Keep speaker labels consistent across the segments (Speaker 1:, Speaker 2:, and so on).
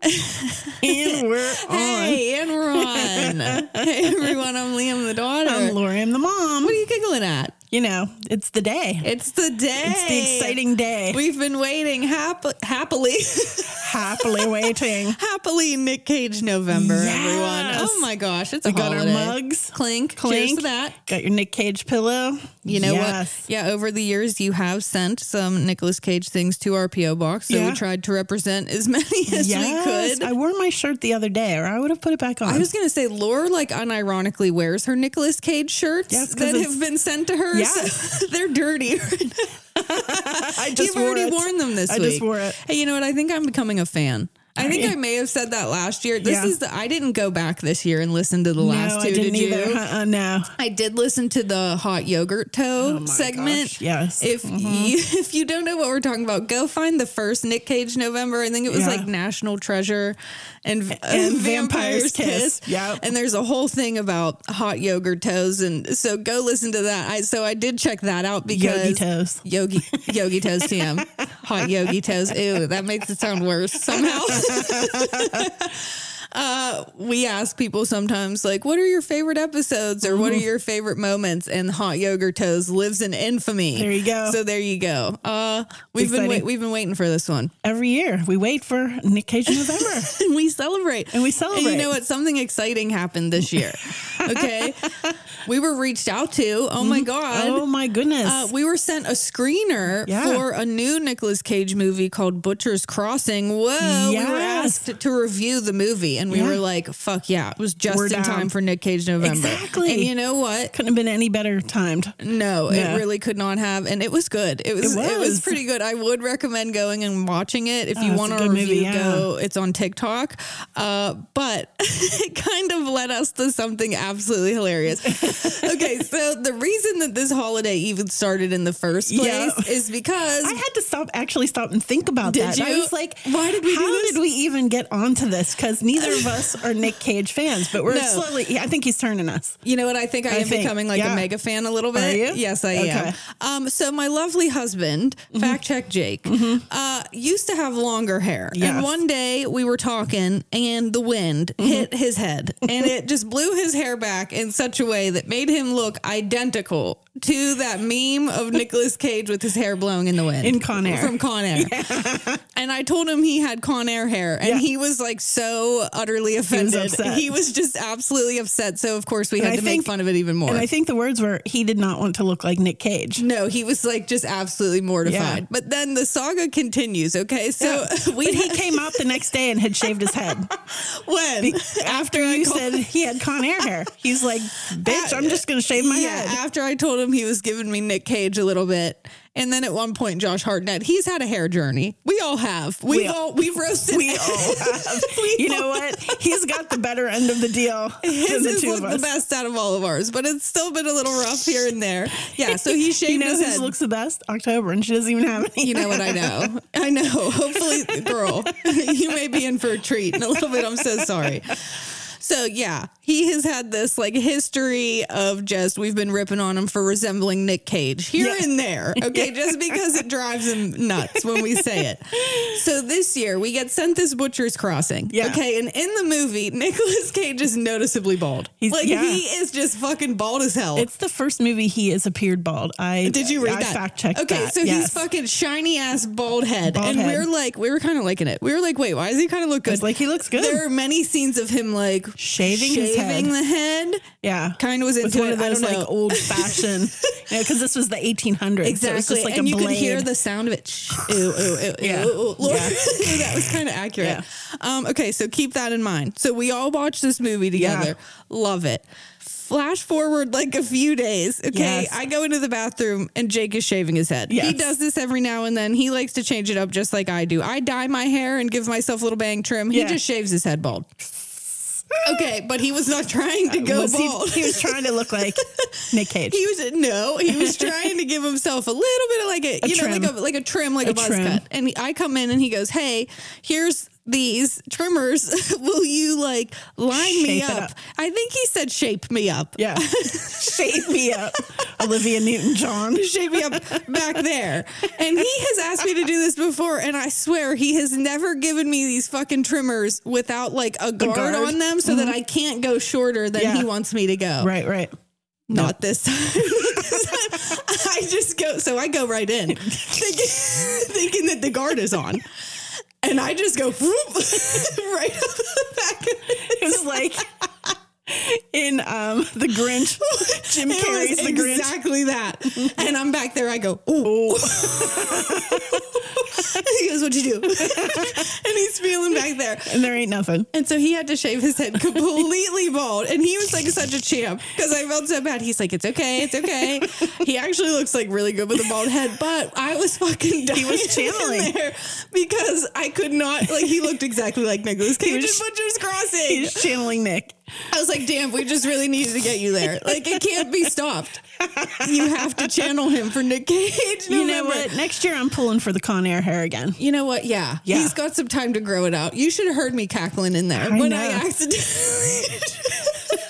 Speaker 1: and we're on.
Speaker 2: Hey, and we're on. hey, everyone, I'm Liam the daughter.
Speaker 1: I'm Lori, I'm the mom.
Speaker 2: what are you giggling at?
Speaker 1: You know, it's the day.
Speaker 2: It's the day.
Speaker 1: It's the exciting day.
Speaker 2: We've been waiting hap- happily,
Speaker 1: Happily waiting.
Speaker 2: happily Nick Cage November, everyone.
Speaker 1: Yes.
Speaker 2: Oh my gosh, it's a
Speaker 1: We got our
Speaker 2: holiday.
Speaker 1: mugs.
Speaker 2: Clink, cheers
Speaker 1: Clink.
Speaker 2: to that.
Speaker 1: Got your Nick Cage pillow.
Speaker 2: You know
Speaker 1: Yes.
Speaker 2: what? Yeah, over the years you have sent some Nicolas Cage things to our PO box, so we
Speaker 1: Yeah.
Speaker 2: tried to represent as many as
Speaker 1: Yes.
Speaker 2: we could.
Speaker 1: I wore my shirt the other day, or I would have put it back on.
Speaker 2: I was gonna say Laura like unironically wears her Nicolas Cage shirts
Speaker 1: Yes, 'cause
Speaker 2: that
Speaker 1: it's-
Speaker 2: have been sent to her.
Speaker 1: Yes.
Speaker 2: So they're dirty.
Speaker 1: I
Speaker 2: You've already
Speaker 1: it.
Speaker 2: worn them this
Speaker 1: I
Speaker 2: week.
Speaker 1: just wore it.
Speaker 2: Hey, you know what? I think I'm becoming a fan. I think I may have said that last year. This
Speaker 1: Yeah.
Speaker 2: is the I didn't go back this year and listen to the last
Speaker 1: no,
Speaker 2: two.
Speaker 1: I didn't
Speaker 2: did
Speaker 1: either.
Speaker 2: you?
Speaker 1: Uh-uh, no.
Speaker 2: I did listen to the hot yogurt toe
Speaker 1: Oh my
Speaker 2: segment.
Speaker 1: gosh, yes. Mm-hmm.
Speaker 2: If you if you don't know what we're talking about, go find the first Nick Cage November. I think it was
Speaker 1: Yeah.
Speaker 2: like National Treasure and,
Speaker 1: And Vampire's Kiss.
Speaker 2: Yeah.
Speaker 1: Yep.
Speaker 2: And there's a whole thing about hot yogurt toes, and so go listen to that. I so I did check that out because
Speaker 1: Yogi toes.
Speaker 2: Yogi Yogi toes TM. Hot yogi toes. Ew, that makes it sound worse somehow. uh, we ask people sometimes like, what are your favorite episodes or
Speaker 1: Mm-hmm.
Speaker 2: what are your favorite moments? And hot yogurt toes lives in infamy.
Speaker 1: There you go.
Speaker 2: So there you go. Uh we've been wait,
Speaker 1: exciting.
Speaker 2: we've been waiting for this one.
Speaker 1: Every year, we wait for Nick Cage in November.
Speaker 2: And we celebrate.
Speaker 1: And we
Speaker 2: And
Speaker 1: celebrate.
Speaker 2: you know what? Something exciting happened this year. Okay. we were reached out to. Oh my God.
Speaker 1: oh, my goodness.
Speaker 2: Uh, we were sent a screener
Speaker 1: Yeah.
Speaker 2: for a new Nicolas Cage movie called Butcher's Crossing. Whoa, we were
Speaker 1: Yes.
Speaker 2: asked to review the movie, and we
Speaker 1: Yeah.
Speaker 2: were like, "Fuck yeah!" It was just
Speaker 1: We're
Speaker 2: in
Speaker 1: down.
Speaker 2: time for Nick Cage November.
Speaker 1: Exactly.
Speaker 2: And you know what?
Speaker 1: Couldn't have been any better timed.
Speaker 2: No, it
Speaker 1: Yeah.
Speaker 2: really could not have, and it was good. It was, it
Speaker 1: It
Speaker 2: was
Speaker 1: was.
Speaker 2: pretty good. I would recommend going and watching it if you
Speaker 1: it's
Speaker 2: want
Speaker 1: a
Speaker 2: to
Speaker 1: good
Speaker 2: review.
Speaker 1: movie, yeah.
Speaker 2: Go, it's on TikTok, uh, but it kind of led us to something absolutely hilarious. okay, so the reason that this holiday even started in the first place
Speaker 1: Yeah.
Speaker 2: is because
Speaker 1: I had to stop, actually stop and think about
Speaker 2: Did
Speaker 1: that. I
Speaker 2: you?
Speaker 1: was like,
Speaker 2: Why did we do
Speaker 1: How
Speaker 2: this?
Speaker 1: did we even get onto this? Because neither of us are Nick Cage fans, but we're
Speaker 2: No.
Speaker 1: slowly. yeah, I think he's turning us.
Speaker 2: You know what? I think I,
Speaker 1: I
Speaker 2: am
Speaker 1: think,
Speaker 2: becoming like a
Speaker 1: yeah.
Speaker 2: mega fan a little bit.
Speaker 1: Are you?
Speaker 2: Yes, I am.
Speaker 1: Okay. Mm-hmm.
Speaker 2: Um, so my lovely husband, fact check Jake, uh, used to have longer hair. And
Speaker 1: Yes. Mm-hmm.
Speaker 2: one day we were talking, and the wind hit his head, and it just blew his hair back in such a way that made him look identical to that meme of Nicolas Cage with his hair blowing in the wind
Speaker 1: In Con Air.
Speaker 2: from Con Air. And I told him he had Con Air hair, and
Speaker 1: Yeah.
Speaker 2: he was like so utterly offended.
Speaker 1: upset.
Speaker 2: He was just absolutely upset. So of course we had
Speaker 1: I
Speaker 2: to make
Speaker 1: think-
Speaker 2: fun of it even more.
Speaker 1: And I think the words were, he did not want to look like Nick Cage.
Speaker 2: no, he was like just absolutely mortified.
Speaker 1: Yeah.
Speaker 2: But then the saga continues. Okay, so we
Speaker 1: But he came out the next day and had shaved his head.
Speaker 2: when
Speaker 1: After you said he had Con Air hair, he's like, bitch, I'm just going to shave my
Speaker 2: Uh, yeah,
Speaker 1: head.
Speaker 2: after I told him he was giving me Nick Cage a little bit, and then at one point Josh Hartnett, he's had a hair journey. We all have. We've
Speaker 1: We all-
Speaker 2: all we've roasted.
Speaker 1: We all have. You know what? He's got the better end of the deal than
Speaker 2: His
Speaker 1: the
Speaker 2: is
Speaker 1: two of
Speaker 2: looked the
Speaker 1: us.
Speaker 2: best out of all of ours, but it's still been a little rough here and there. Yeah, so he shaved
Speaker 1: You know
Speaker 2: his
Speaker 1: whose
Speaker 2: head.
Speaker 1: looks the best? October, and she doesn't even have any.
Speaker 2: You know what I know. I know. Hopefully, girl, you may be in for a treat in a little bit. I'm so sorry. So yeah, he has had this like history of just we've been ripping on him for resembling Nick Cage here
Speaker 1: Yeah.
Speaker 2: and there. Okay, just because it drives him nuts when we say it. So this year we get sent this Butcher's Crossing.
Speaker 1: Yeah.
Speaker 2: Okay, and in the movie, Nicolas Cage is noticeably bald.
Speaker 1: He's-
Speaker 2: like
Speaker 1: yeah.
Speaker 2: he is just fucking bald as hell.
Speaker 1: It's the first movie he has appeared bald. I
Speaker 2: Did you read
Speaker 1: I
Speaker 2: that?
Speaker 1: Fact checked.
Speaker 2: Okay,
Speaker 1: that,
Speaker 2: so he's
Speaker 1: yes.
Speaker 2: fucking shiny ass bald head,
Speaker 1: Bald
Speaker 2: and
Speaker 1: head.
Speaker 2: we're like, we were kind of liking it. We were like, wait, why does he kind of look good?
Speaker 1: It's like he looks good.
Speaker 2: there are many scenes of him like
Speaker 1: Shaving his
Speaker 2: shaving
Speaker 1: head.
Speaker 2: the head.
Speaker 1: yeah,
Speaker 2: Kind of was
Speaker 1: It's
Speaker 2: into
Speaker 1: one
Speaker 2: it.
Speaker 1: of
Speaker 2: I
Speaker 1: those
Speaker 2: don't
Speaker 1: like
Speaker 2: know.
Speaker 1: old fashioned. you know, because this was the 1800s. So it's just like
Speaker 2: and
Speaker 1: a
Speaker 2: you
Speaker 1: blade.
Speaker 2: could hear the sound of it. Shh, ew, ew, ew,
Speaker 1: Yeah.
Speaker 2: ew, ew. Lord, that was kind of accurate.
Speaker 1: Yeah.
Speaker 2: Um, okay, so keep that in mind. So we all watched this movie together. Love it. Flash forward like a few days. Okay.
Speaker 1: Yes.
Speaker 2: I go into the bathroom and Jake is shaving his head. He
Speaker 1: Yes.
Speaker 2: does this every now and then. He likes to change it up just like I do. I dye my hair and give myself a little bang trim. He
Speaker 1: Yeah.
Speaker 2: just shaves his head bald. Okay, but he was not trying to go
Speaker 1: Uh, Was he,
Speaker 2: bald.
Speaker 1: he was trying to look like Nick Cage.
Speaker 2: He was no, he was trying to give himself a little bit of like a,
Speaker 1: A
Speaker 2: you know like
Speaker 1: trim.
Speaker 2: a like a trim like a,
Speaker 1: A
Speaker 2: buzz
Speaker 1: trim.
Speaker 2: cut. And I come in and he goes, "Hey, here's these trimmers. Will you like line me
Speaker 1: Shape it
Speaker 2: up?
Speaker 1: up.
Speaker 2: I think he said shape me up.
Speaker 1: yeah. Shave me up, Olivia Newton John.
Speaker 2: Shape me up back there. And he has asked me to do this before, and I swear he has never given me these fucking trimmers without like a guard,
Speaker 1: guard. Mm-hmm.
Speaker 2: on them so that I can't go shorter than
Speaker 1: Yeah.
Speaker 2: he wants me to go.
Speaker 1: Right, right.
Speaker 2: Not this time. I just go, so I go right in thinking, thinking that the guard is on. And I just go whoop, right up the back.
Speaker 1: It was like in um The Grinch. Jim
Speaker 2: It
Speaker 1: Carrey's
Speaker 2: was
Speaker 1: The Grinch.
Speaker 2: exactly that. And I'm back there. I go, ooh. he goes, what'd you do? and he's feeling back there.
Speaker 1: And there ain't nothing.
Speaker 2: And so he had to shave his head completely bald. And he was like such a champ because I felt so bad. He's like, it's okay, it's okay. he actually looks like really good with a bald head, but I was fucking dying. He
Speaker 1: was channeling.
Speaker 2: there because I could not, like, he looked exactly like Nicholas Cage
Speaker 1: was-
Speaker 2: in Butcher's Crossing.
Speaker 1: He's channeling Nick.
Speaker 2: I was like, damn, we just really needed to get you there. Like, it can't be stopped. You have to channel him for Nick Cage.
Speaker 1: You know
Speaker 2: November.
Speaker 1: what? Next year I'm pulling for the Con Air hair again.
Speaker 2: You know what? Yeah.
Speaker 1: Yeah.
Speaker 2: He's got some time to grow it out. You should have heard me cackling in there
Speaker 1: I
Speaker 2: when
Speaker 1: know.
Speaker 2: I accidentally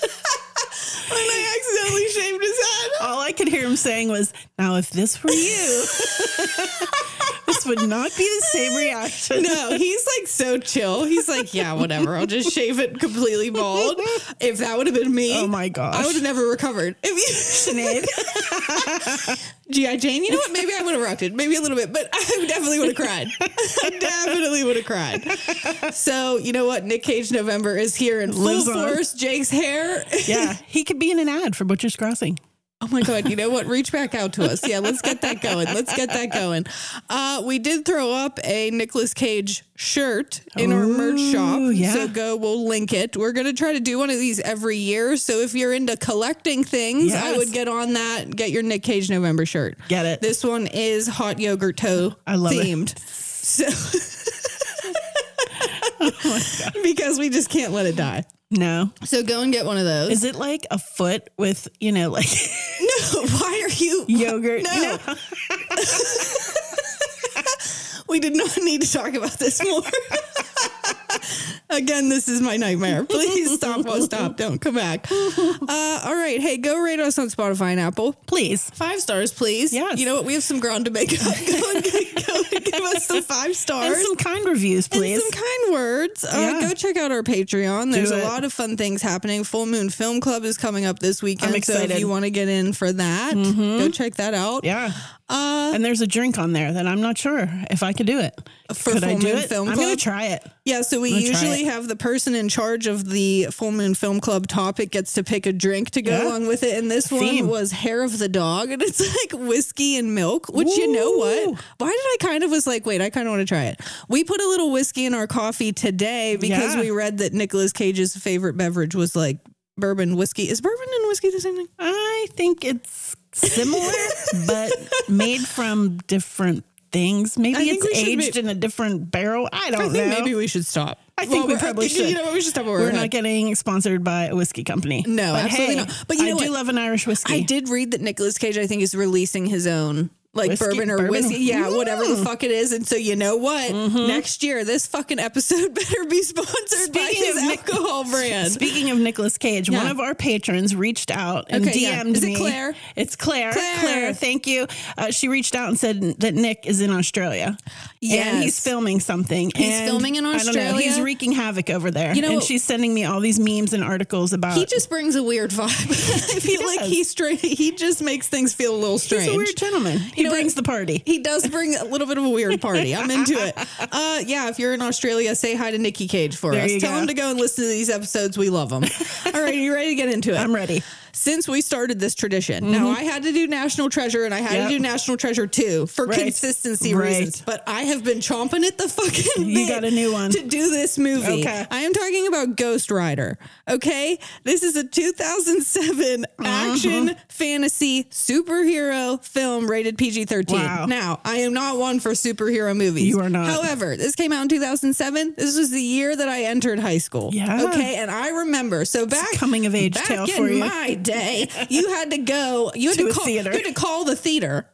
Speaker 2: when I accidentally shaved his head.
Speaker 1: All I could hear him saying was, "Now, if this were you, this would not be the same reaction."
Speaker 2: No, he's like so chill. He's like, yeah, whatever. I'll just shave it completely bald. If that would have been me,
Speaker 1: Oh my gosh.
Speaker 2: I would have never recovered. If you,
Speaker 1: Sinead.
Speaker 2: GI Jane, you know what? Maybe I would have rocked it, maybe a little bit, but I definitely would have cried. I definitely would have cried. So you know what? Nick Cage November is here in full
Speaker 1: Lives on.
Speaker 2: force. Jake's hair
Speaker 1: yeah, he could be in an ad for Butcher's Crossing.
Speaker 2: Oh my God. You know what? Reach back out to us. Yeah, let's get that going. Let's get that going. Uh, we did throw up a Nicolas Cage shirt in our merch shop.
Speaker 1: Ooh, yeah.
Speaker 2: So go, we'll link it. We're going to try to do one of these every year. So if you're into collecting things, I
Speaker 1: Yes.
Speaker 2: would get on that. Get your Nick Cage November shirt.
Speaker 1: Get it.
Speaker 2: This one is hot yogurt toe
Speaker 1: I love it.
Speaker 2: themed. So.
Speaker 1: Oh
Speaker 2: because we just can't let it die.
Speaker 1: No,
Speaker 2: So go and get one of those.
Speaker 1: is it like a foot with you know like
Speaker 2: no, why are you
Speaker 1: yogurt?
Speaker 2: No.
Speaker 1: You know?
Speaker 2: We did not need to talk about this more. Again, this is my nightmare. Please stop. Oh, stop. Don't come back. Uh, all right. Hey, go rate us on Spotify and Apple.
Speaker 1: Please.
Speaker 2: Five stars, please.
Speaker 1: Yes.
Speaker 2: You know what? We have some ground to make up. Go and, go and give us the five
Speaker 1: And
Speaker 2: stars.
Speaker 1: some kind reviews,
Speaker 2: And
Speaker 1: please.
Speaker 2: some kind words. Uh,
Speaker 1: Yeah.
Speaker 2: go check out our Patreon. There's a
Speaker 1: it.
Speaker 2: lot of fun things happening. Full Moon Film Club is coming up this weekend.
Speaker 1: I'm
Speaker 2: So if
Speaker 1: excited. Mm-hmm.
Speaker 2: you want to get in for that, go check that out.
Speaker 1: yeah.
Speaker 2: Uh,
Speaker 1: And there's a drink on there that I'm not sure if I could do it.
Speaker 2: For
Speaker 1: could I
Speaker 2: Full
Speaker 1: do
Speaker 2: Moon
Speaker 1: it?
Speaker 2: Film
Speaker 1: I'm
Speaker 2: Club?
Speaker 1: gonna try it.
Speaker 2: Yeah, so we
Speaker 1: I'm gonna try
Speaker 2: usually
Speaker 1: it.
Speaker 2: have the person in charge of the Full Moon Film Club topic gets to pick a drink to go
Speaker 1: Yeah.
Speaker 2: along with it. And this one
Speaker 1: Theme.
Speaker 2: was hair of the dog, and it's like whiskey and milk. Which you know what?
Speaker 1: Ooh.
Speaker 2: Why did I kind of was like, wait, I kind of want to try it. We put a little whiskey in our coffee today because
Speaker 1: Yeah.
Speaker 2: we read that Nicolas Cage's favorite beverage was like bourbon whiskey. Is bourbon and whiskey the same thing?
Speaker 1: I think it's similar, but made from different things. Maybe
Speaker 2: I think
Speaker 1: it's
Speaker 2: we should
Speaker 1: aged
Speaker 2: ma-
Speaker 1: in a different barrel. I don't
Speaker 2: I think
Speaker 1: know.
Speaker 2: maybe we should stop.
Speaker 1: I think we
Speaker 2: we're-
Speaker 1: probably
Speaker 2: think- You
Speaker 1: should.
Speaker 2: know what? We should stop. While
Speaker 1: we're
Speaker 2: ahead.
Speaker 1: not getting sponsored by a whiskey company.
Speaker 2: No,
Speaker 1: but
Speaker 2: absolutely
Speaker 1: hey,
Speaker 2: not. But you know
Speaker 1: I do
Speaker 2: what?
Speaker 1: love an Irish whiskey.
Speaker 2: I did read that Nicolas Cage, I think, is releasing his own like
Speaker 1: Whiskey-
Speaker 2: bourbon or
Speaker 1: bourbon? Mm-hmm.
Speaker 2: whiskey. Yeah, whatever the fuck it is. And so you know what? Next year, this fucking episode better be sponsored by
Speaker 1: Speaking
Speaker 2: his
Speaker 1: of Nic-
Speaker 2: alcohol brand.
Speaker 1: Speaking of Nicolas Cage, one
Speaker 2: Yeah.
Speaker 1: of our patrons reached out and
Speaker 2: Okay,
Speaker 1: DM'd
Speaker 2: yeah. Is it
Speaker 1: me.
Speaker 2: Claire?
Speaker 1: It's Claire.
Speaker 2: Claire.
Speaker 1: Claire, thank you. Uh, she reached out and said that Nick is in Australia.
Speaker 2: Yes.
Speaker 1: And he's filming something. He's
Speaker 2: filming in
Speaker 1: I don't know. He's
Speaker 2: Australia.
Speaker 1: wreaking havoc over there.
Speaker 2: You know-
Speaker 1: and she's sending me all these memes and articles about
Speaker 2: he just brings a weird vibe. I feel like
Speaker 1: does.
Speaker 2: he straight. He just makes things feel a little strange.
Speaker 1: He's a weird gentleman. He
Speaker 2: know what?
Speaker 1: brings the party.
Speaker 2: He does bring a little bit of a weird party. I'm into it. Uh, yeah, if you're in Australia, say hi to Nikki Cage for
Speaker 1: There
Speaker 2: us.
Speaker 1: you
Speaker 2: Tell
Speaker 1: go.
Speaker 2: him to go and listen to these episodes. We love them. All right, you ready to get into it?
Speaker 1: I'm ready.
Speaker 2: since we started this tradition. Now I had to do National Treasure and I had
Speaker 1: Mm-hmm. Yep.
Speaker 2: to do National Treasure 2 for
Speaker 1: Right.
Speaker 2: consistency
Speaker 1: Right.
Speaker 2: reasons. But I have been chomping at the fucking
Speaker 1: You
Speaker 2: bit
Speaker 1: got a new one.
Speaker 2: to do this movie.
Speaker 1: Okay.
Speaker 2: I am talking about Ghost Rider. Okay? This is a 2007
Speaker 1: Uh-huh.
Speaker 2: action fantasy superhero film rated PG-13.
Speaker 1: Wow.
Speaker 2: Now, I am not one for superhero movies.
Speaker 1: You are not.
Speaker 2: However, this came out in 2007. This was the year that I entered high school.
Speaker 1: Yeah.
Speaker 2: Okay, and I remember. So back
Speaker 1: coming of age
Speaker 2: back
Speaker 1: tale
Speaker 2: in
Speaker 1: for you.
Speaker 2: my day, you had to go. You had to,
Speaker 1: To a
Speaker 2: call.
Speaker 1: theater. Uh-huh.
Speaker 2: You had to call the theater.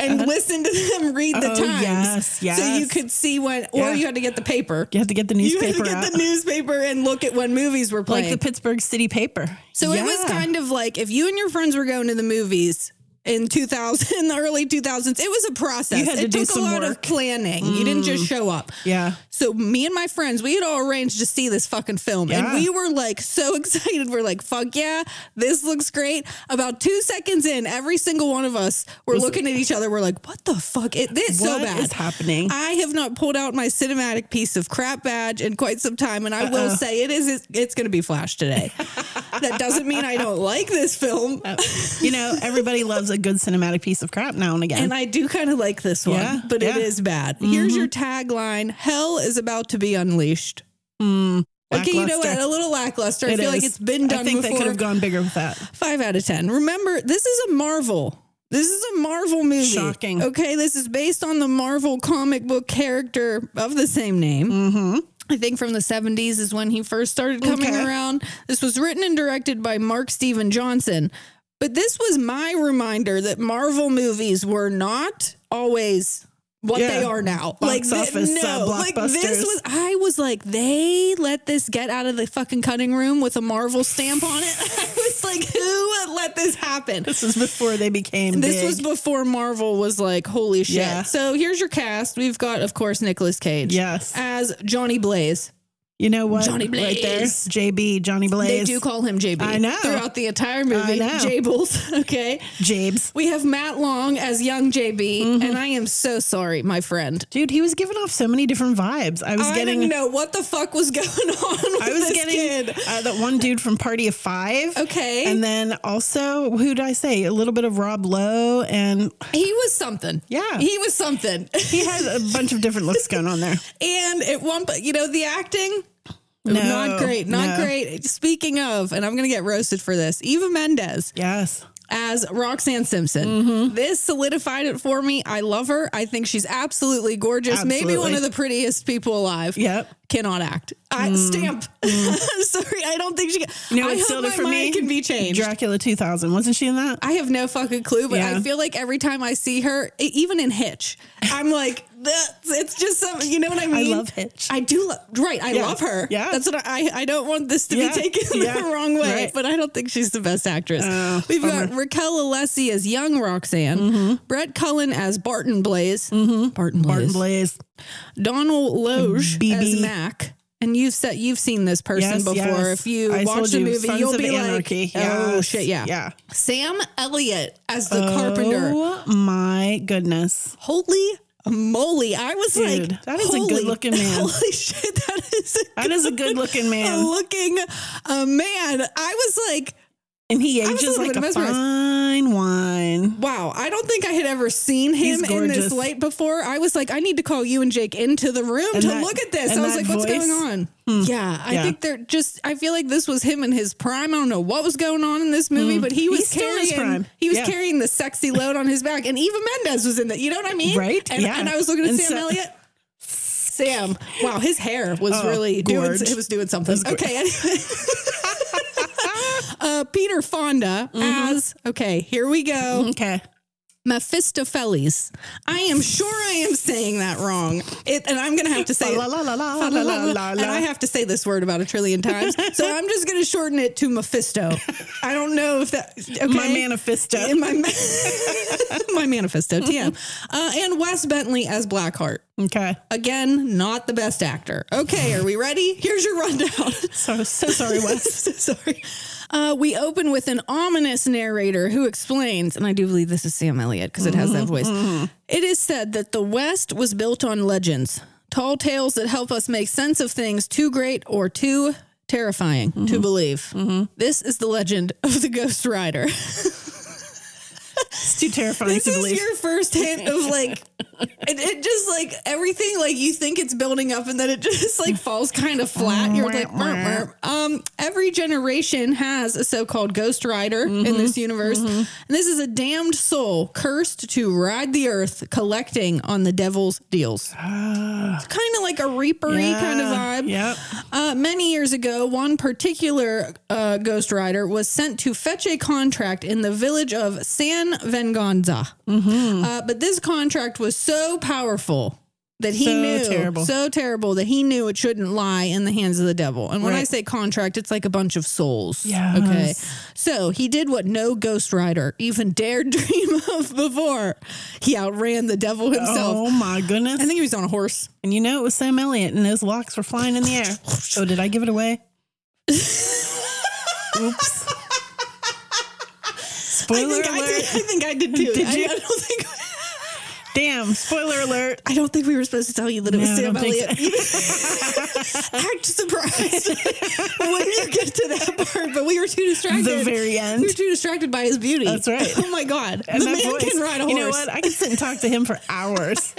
Speaker 2: And listen to them read the
Speaker 1: Oh,
Speaker 2: times,
Speaker 1: yes,
Speaker 2: so you
Speaker 1: yes.
Speaker 2: could see when, or
Speaker 1: Yeah.
Speaker 2: you had to get the paper.
Speaker 1: You had to get the
Speaker 2: You
Speaker 1: newspaper
Speaker 2: had to get
Speaker 1: out.
Speaker 2: the newspaper and look at when movies were
Speaker 1: like
Speaker 2: playing.
Speaker 1: the Pittsburgh City paper.
Speaker 2: so it was
Speaker 1: Yeah.
Speaker 2: kind of like if you and your friends were going to the movies in 2000, in the early 2000s, it was a process.
Speaker 1: You had to
Speaker 2: it
Speaker 1: do
Speaker 2: took
Speaker 1: some
Speaker 2: a lot of
Speaker 1: work. Mm.
Speaker 2: planning. You didn't just show up.
Speaker 1: Yeah.
Speaker 2: So me and my friends, we had all arranged to see this fucking film, and
Speaker 1: Yeah.
Speaker 2: we were like so excited. We're like, "Fuck yeah, this looks great!" About two seconds in, every single one of us were looking at each other. We're like, "What the fuck? It this so
Speaker 1: What
Speaker 2: bad
Speaker 1: is happening?
Speaker 2: I have not pulled out my cinematic piece of crap badge in quite some time, and I will say it is it's, it's going to be Flash today. that doesn't mean I don't like this film.
Speaker 1: you know, everybody loves a good cinematic piece of crap now and again.
Speaker 2: And I do kind of like this one,
Speaker 1: Yeah,
Speaker 2: but it
Speaker 1: yeah. Mm-hmm.
Speaker 2: is bad. Here's your tagline Hell is about to be unleashed. Okay, you know what?
Speaker 1: Mm, Lackluster.
Speaker 2: A little lackluster. I
Speaker 1: It
Speaker 2: feel like
Speaker 1: is.
Speaker 2: it's been done
Speaker 1: I think they
Speaker 2: before.
Speaker 1: could have gone bigger with that.
Speaker 2: Five out of 10. Remember, this is a Marvel. This is a Marvel movie.
Speaker 1: Shocking.
Speaker 2: Okay, this is based on the Marvel comic book character of the same name. Mm-hmm. I think from the 70s is when he first started coming
Speaker 1: Okay.
Speaker 2: around. This was written and directed by Mark Steven Johnson. But this was my reminder that Marvel movies were not always what
Speaker 1: Yeah.
Speaker 2: they are now.
Speaker 1: Box
Speaker 2: thi-
Speaker 1: office, uh,
Speaker 2: like this
Speaker 1: blockbusters.
Speaker 2: was I was like, they let this get out of the fucking cutting room with a Marvel stamp on it. I was like, who let this happen?
Speaker 1: This is before they became
Speaker 2: This
Speaker 1: big.
Speaker 2: was before Marvel was like, holy shit.
Speaker 1: Yeah.
Speaker 2: So here's your cast. We've got, of course, Nicolas Cage.
Speaker 1: Yes.
Speaker 2: As Johnny Blaze.
Speaker 1: you know what?
Speaker 2: Johnny
Speaker 1: Right there.
Speaker 2: Blaze.
Speaker 1: JB, Johnny
Speaker 2: They
Speaker 1: Blaze.
Speaker 2: do call him JB.
Speaker 1: I know.
Speaker 2: Throughout the entire movie.
Speaker 1: I know.
Speaker 2: Jables. Okay.
Speaker 1: Jabes.
Speaker 2: We have Matt Long as young JB.
Speaker 1: Mm-hmm.
Speaker 2: And I am so sorry, my friend.
Speaker 1: Dude, he was giving off so many different vibes. I was
Speaker 2: I
Speaker 1: getting
Speaker 2: didn't know what the fuck was going on with
Speaker 1: I was
Speaker 2: this
Speaker 1: getting
Speaker 2: kid.
Speaker 1: Uh, that one dude from Party of Five.
Speaker 2: Okay.
Speaker 1: And then also, who did I say? A little bit of Rob Lowe. And
Speaker 2: He was something.
Speaker 1: Yeah.
Speaker 2: He was something.
Speaker 1: he had a bunch of different looks going on there.
Speaker 2: And at one point, you know, the acting,
Speaker 1: No,
Speaker 2: not great, not
Speaker 1: no.
Speaker 2: great. Speaking of, and I'm going to get roasted for this, Eva Mendes
Speaker 1: Yes.
Speaker 2: as Roxanne Simpson.
Speaker 1: Mm-hmm.
Speaker 2: This solidified it for me. I love her. I think she's absolutely gorgeous. Maybe one
Speaker 1: Absolutely.
Speaker 2: of the prettiest people alive.
Speaker 1: Yep. Mm.
Speaker 2: Cannot act. I stamp. Sorry, I don't think she. Can.
Speaker 1: You know
Speaker 2: I
Speaker 1: what
Speaker 2: hope
Speaker 1: sealed it
Speaker 2: my
Speaker 1: for
Speaker 2: mind
Speaker 1: me?
Speaker 2: can be changed.
Speaker 1: Dracula 2000. Wasn't she in that?
Speaker 2: I have no fucking clue, but I
Speaker 1: Yeah.
Speaker 2: feel like every time I see her, e- even in Hitch, I'm like, that's, it's just some, you know what I mean?
Speaker 1: love Hitch.
Speaker 2: I do love, right. I
Speaker 1: Yeah.
Speaker 2: love her.
Speaker 1: Yeah.
Speaker 2: That's what I, I don't want this to
Speaker 1: Yeah.
Speaker 2: be taken the
Speaker 1: Yeah.
Speaker 2: wrong way,
Speaker 1: Right.
Speaker 2: but I don't think she's the best actress.
Speaker 1: Oh,
Speaker 2: We've got Raquel Alessi as young Roxanne,
Speaker 1: Mm-hmm.
Speaker 2: Brett Cullen as Barton Blaze, Barton Blaze,
Speaker 1: Martin Mm-hmm. Blaze.
Speaker 2: Donald Loge as
Speaker 1: BB.
Speaker 2: Mac. And you've said you've seen this person
Speaker 1: Yes,
Speaker 2: before.
Speaker 1: yes.
Speaker 2: If you
Speaker 1: I
Speaker 2: watch
Speaker 1: told
Speaker 2: the
Speaker 1: you,
Speaker 2: movie,
Speaker 1: Sons
Speaker 2: you'll
Speaker 1: of
Speaker 2: be
Speaker 1: Anarchy.
Speaker 2: like, "Oh
Speaker 1: Yes.
Speaker 2: shit, yeah,
Speaker 1: Yeah.
Speaker 2: Sam Elliott as the carpenter.
Speaker 1: Oh my goodness.
Speaker 2: Holy moly! I was
Speaker 1: Dude,
Speaker 2: like,
Speaker 1: that is a
Speaker 2: holy-
Speaker 1: good-looking man.
Speaker 2: Holy shit! That is a
Speaker 1: That is a good looking
Speaker 2: good
Speaker 1: man.
Speaker 2: looking uh, man. I was like,
Speaker 1: And he
Speaker 2: was a
Speaker 1: ages
Speaker 2: little
Speaker 1: like
Speaker 2: bit
Speaker 1: a
Speaker 2: mesmerized.
Speaker 1: fine wine.
Speaker 2: wow! I don't think I had ever seen him
Speaker 1: He's
Speaker 2: in this
Speaker 1: gorgeous.
Speaker 2: light before. I was like, I need to call you and Jake into the room
Speaker 1: And
Speaker 2: to
Speaker 1: that-
Speaker 2: look at this.
Speaker 1: and
Speaker 2: I was
Speaker 1: that
Speaker 2: like, what's going
Speaker 1: voice? Hmm.
Speaker 2: on? Yeah, I
Speaker 1: Yeah.
Speaker 2: think they're just. I feel like this was him in his prime. I don't know what was going on in this movie, but he was
Speaker 1: Hmm. still in
Speaker 2: carrying.
Speaker 1: his prime.
Speaker 2: He was
Speaker 1: Yeah.
Speaker 2: carrying the sexy load on his back, and Eva Mendes was in that. You know what I mean?
Speaker 1: Right?
Speaker 2: And,
Speaker 1: Yeah.
Speaker 2: and I was looking at
Speaker 1: And
Speaker 2: Sam
Speaker 1: so-
Speaker 2: Elliott. Sam, wow, his hair was
Speaker 1: Oh,
Speaker 2: really doing.
Speaker 1: gorge.
Speaker 2: It was doing something. okay, anyway. uh, Peter Fonda
Speaker 1: Mm-hmm.
Speaker 2: as okay. Here we go.
Speaker 1: Okay.
Speaker 2: Mephistopheles. I am sure I am saying that wrong. It, and I'm going to have to say
Speaker 1: Fa la la la la
Speaker 2: Fa la la la.
Speaker 1: la la
Speaker 2: And
Speaker 1: la.
Speaker 2: I have to say this word about a trillion times. so I'm just going to shorten it to Mephisto. I don't know if that. Okay.
Speaker 1: My manifesto.
Speaker 2: In my, ma- my manifesto, TM. Uh, and Wes Bentley as Blackheart.
Speaker 1: Okay.
Speaker 2: Again, not the best actor. Okay, are we ready? Here's your rundown.
Speaker 1: So so sorry, Wes.
Speaker 2: So sorry. Uh, we open with an ominous narrator who explains, and I do believe this is Sam Elliott because it has that voice. It is said that the West was built on legends, tall tales that help us make sense of things too great or too terrifying to believe. This is the legend of the Ghost Rider.
Speaker 1: It's too terrifying
Speaker 2: this
Speaker 1: to believe.
Speaker 2: is your first hint of like, it, it just like everything like you think it's building up and then it just like falls kind of flat. You're like, "Merp,
Speaker 1: Mm-hmm.
Speaker 2: merp." um, every generation has a so-called Ghost Rider
Speaker 1: Mm-hmm.
Speaker 2: in this universe, and this is a damned soul cursed to ride the earth, collecting on the devil's deals. it's kind of like a reapery kind of
Speaker 1: Ah. Yeah,
Speaker 2: vibe.
Speaker 1: Yep.
Speaker 2: Uh, many years ago, one particular uh, ghost rider was sent to fetch a contract in the village of San Venganza.
Speaker 1: Mm-hmm.
Speaker 2: Uh, but this contract was so powerful that he
Speaker 1: So
Speaker 2: knew
Speaker 1: terrible.
Speaker 2: so terrible that he knew it shouldn't lie in the hands of the devil. And when I
Speaker 1: Right.
Speaker 2: say contract, it's like a bunch of souls.
Speaker 1: Yes.
Speaker 2: Okay. So he did what no ghost rider even dared dream of before. He outran the devil himself.
Speaker 1: Oh my goodness.
Speaker 2: I think he was on a horse.
Speaker 1: And you know it was Sam Elliott, and those locks were flying in the air. Oh, did I give it away? Oops.
Speaker 2: I
Speaker 1: Spoiler
Speaker 2: think I, did,
Speaker 1: alert.
Speaker 2: I think I did too.
Speaker 1: Did
Speaker 2: I-
Speaker 1: you?
Speaker 2: I don't think
Speaker 1: Damn, spoiler alert.
Speaker 2: I don't think we were supposed to tell you that it was
Speaker 1: No, I
Speaker 2: Sam
Speaker 1: don't think
Speaker 2: Elliott. Act surprised when you get to that part, but we were too distracted.
Speaker 1: The very
Speaker 2: we were
Speaker 1: end.
Speaker 2: too distracted by his beauty.
Speaker 1: That's right.
Speaker 2: Oh my God,
Speaker 1: And
Speaker 2: the
Speaker 1: that
Speaker 2: man
Speaker 1: voice.
Speaker 2: can ride a horse.
Speaker 1: You know what? I could sit and talk to him for hours.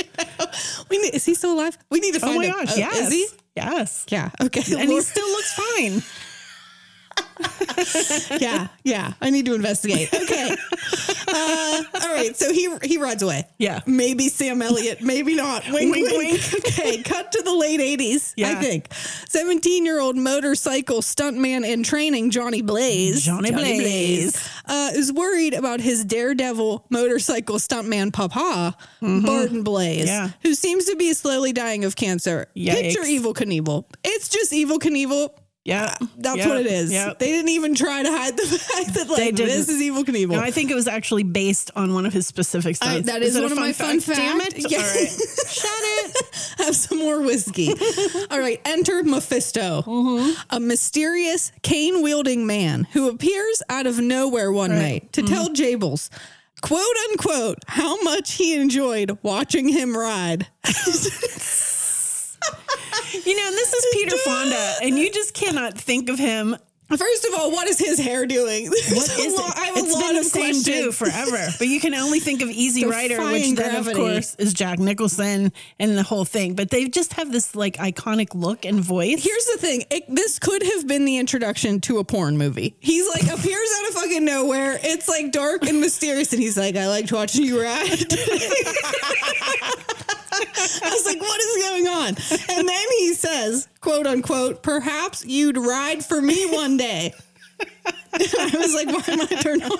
Speaker 2: We need, is he still alive? We need to find
Speaker 1: oh my
Speaker 2: him.
Speaker 1: gosh,
Speaker 2: Oh,
Speaker 1: yes.
Speaker 2: Is he?
Speaker 1: Yes.
Speaker 2: Yeah. Okay.
Speaker 1: And he
Speaker 2: Lord.
Speaker 1: still looks fine.
Speaker 2: yeah, yeah. I need to investigate. Okay. Uh, all right. So he he rides away.
Speaker 1: Yeah.
Speaker 2: Maybe Sam Elliott. Maybe not. Wink, wink.
Speaker 1: Wink,
Speaker 2: Okay. Cut to the late eighties. I
Speaker 1: Yeah.
Speaker 2: think. Seventeen-year-old motorcycle stuntman in training Johnny Blaze.
Speaker 1: Johnny Blaze.
Speaker 2: uh, is worried about his daredevil motorcycle stuntman Papa Barton Blaze,
Speaker 1: Mm-hmm. Yeah.
Speaker 2: who seems to be slowly dying of cancer. Picture
Speaker 1: Yikes.
Speaker 2: Evil Knievel. It's just Evil Knievel
Speaker 1: Yeah.
Speaker 2: Ah, that's
Speaker 1: Yep.
Speaker 2: what it is.
Speaker 1: Yep.
Speaker 2: They didn't even try to hide the fact that like
Speaker 1: didn't.
Speaker 2: this is evil Knievel.
Speaker 1: No, I think it was actually based on one of his specific stunts.
Speaker 2: I- that is,
Speaker 1: it a
Speaker 2: one of my fun facts.
Speaker 1: Damn it.
Speaker 2: Yeah.
Speaker 1: All right.
Speaker 2: Shut it. Have some more whiskey. All right. Enter Mephisto,
Speaker 1: Mm-hmm.
Speaker 2: a mysterious cane wielding man who appears out of nowhere one night to
Speaker 1: Mm-hmm.
Speaker 2: tell Jables, quote unquote, how much he enjoyed watching him ride.
Speaker 1: You know, and this is Peter Fonda, and you just cannot think of him.
Speaker 2: First of all, what is his hair doing?
Speaker 1: What is it?
Speaker 2: I have
Speaker 1: It's
Speaker 2: a lot
Speaker 1: been
Speaker 2: of
Speaker 1: the same
Speaker 2: questions.
Speaker 1: do forever. But you can only think of Easy Rider,
Speaker 2: Defying
Speaker 1: which then
Speaker 2: gravity.
Speaker 1: of course is Jack Nicholson and the whole thing. But they just have this like iconic look and voice.
Speaker 2: Here's the thing. It, this could have been the introduction to a porn movie. He's like appears out of fucking nowhere. It's like dark and mysterious, and he's like, "I liked watching you ride." I was like, "What is going on?" And then he says, "Quote unquote," perhaps you'd ride for me one day. I was like, "Why am I turned on?"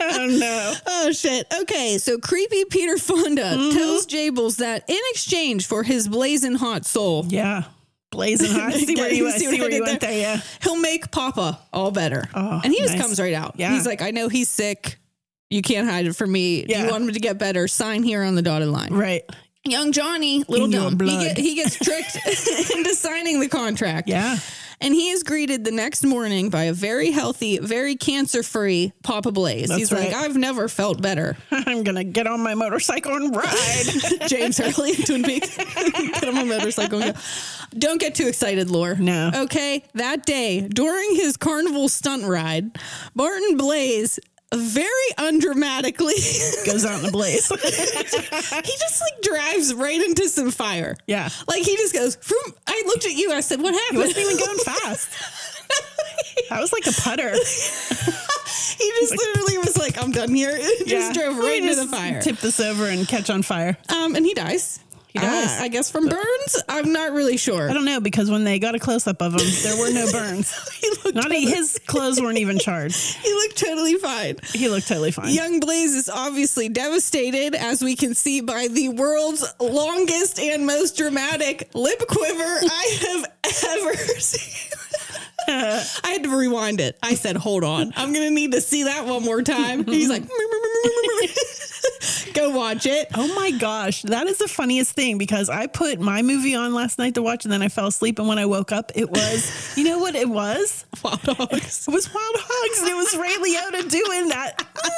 Speaker 1: Oh no.
Speaker 2: Oh shit. Okay, so creepy Peter Fonda tells Jables that in exchange for his blazing hot soul,
Speaker 1: Yeah. Blazing hot. See where
Speaker 2: Yeah,
Speaker 1: you
Speaker 2: you
Speaker 1: went.
Speaker 2: see
Speaker 1: See,
Speaker 2: what I
Speaker 1: where
Speaker 2: did
Speaker 1: you went
Speaker 2: there?
Speaker 1: there. Yeah.
Speaker 2: he'll make Papa all better.
Speaker 1: Oh,
Speaker 2: and he just
Speaker 1: nice.
Speaker 2: comes right out.
Speaker 1: Yeah.
Speaker 2: He's like, I know he's sick. You can't hide it from me. Do
Speaker 1: Yeah.
Speaker 2: you want him to get better? Sign here on the dotted line.
Speaker 1: Right.
Speaker 2: Young Johnny, little
Speaker 1: In your
Speaker 2: dumb, he,
Speaker 1: blood.
Speaker 2: get, he gets tricked into signing the contract.
Speaker 1: Yeah.
Speaker 2: And he is greeted the next morning by a very healthy, very cancer free Papa Blaze.
Speaker 1: That's
Speaker 2: He's like,
Speaker 1: right.
Speaker 2: I've never felt better.
Speaker 1: I'm gonna get on my motorcycle and ride.
Speaker 2: James Hurley in Twin Peaks. Get him a motorcycle. and go. Don't get too excited, Lore.
Speaker 1: No.
Speaker 2: Okay. That day, during his carnival stunt ride, Barton Blaze very undramatically, he
Speaker 1: Goes out in a blaze.
Speaker 2: just like drives right into some fire.
Speaker 1: Yeah.
Speaker 2: Like he just goes, Vroom. I looked at you. I said, What happened?
Speaker 1: Wasn't even going fast. That was like a putter.
Speaker 2: he just literally was like, I'm done here. just drove
Speaker 1: Let
Speaker 2: right
Speaker 1: me
Speaker 2: into the
Speaker 1: just
Speaker 2: fire.
Speaker 1: Tip this over and catch on fire.
Speaker 2: um, and he dies. He
Speaker 1: dies.
Speaker 2: I guess from burns. I'm not really sure.
Speaker 1: I don't know because when they got a close up of him, there were no burns.
Speaker 2: He looked,
Speaker 1: Not e- his clothes weren't even charred.
Speaker 2: he looked totally fine.
Speaker 1: He looked totally fine.
Speaker 2: Young Blaze is obviously devastated, as we can see by the world's longest and most dramatic lip quiver I have ever seen. I had to rewind it. I said, "Hold on, I'm gonna need to see that one more time." He's like, "Go watch it."
Speaker 1: Oh my gosh, that is the funniest thing because I put my movie on last night to watch and then I fell asleep and when I woke up it was you know what it was?
Speaker 2: Wild dogs.
Speaker 1: It was Wild Hogs and it was Ray Liotta doing that.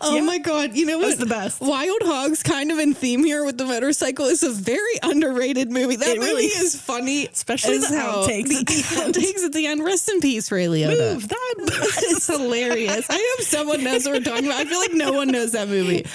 Speaker 2: Oh
Speaker 1: Yeah.
Speaker 2: my god! You know what?
Speaker 1: the best.
Speaker 2: Wild Hogs, kind of in theme here with the motorcycle, is a very underrated movie. That
Speaker 1: It
Speaker 2: movie
Speaker 1: really-
Speaker 2: is funny,
Speaker 1: especially
Speaker 2: as
Speaker 1: the
Speaker 2: hell.
Speaker 1: outtakes
Speaker 2: The
Speaker 1: at the end.
Speaker 2: outtakes at the end. Rest in peace, Ray Liotta.
Speaker 1: Move that.
Speaker 2: it's hilarious. I hope someone knows what we're talking about. I feel like no one knows that movie.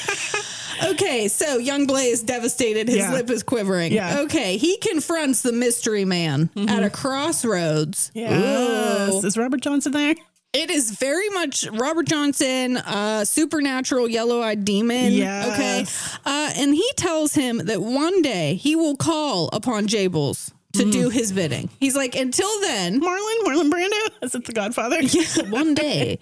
Speaker 2: Okay, so young Blaze devastated. His
Speaker 1: Yeah.
Speaker 2: lip is quivering.
Speaker 1: Yeah. Mm-hmm.
Speaker 2: Okay, he confronts the mystery man at a crossroads.
Speaker 1: Yes.
Speaker 2: Ooh.
Speaker 1: Is Robert Johnson there?
Speaker 2: It is very much Robert Johnson, uh, supernatural yellow eyed demon.
Speaker 1: Yes.
Speaker 2: Okay. Uh, and he tells him that one day he will call upon Jables to
Speaker 1: Mm.
Speaker 2: do his bidding. He's like, until then,
Speaker 1: Marlon? Marlon Brando? Is it the Godfather? Yeah.
Speaker 2: one day.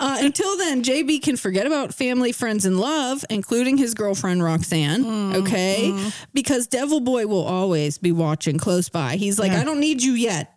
Speaker 2: Uh, until then, JB can forget about family, friends, and love, including his girlfriend Roxanne.
Speaker 1: Mm,
Speaker 2: okay, because Devil Boy will always be watching close by. He's like, I don't need you yet,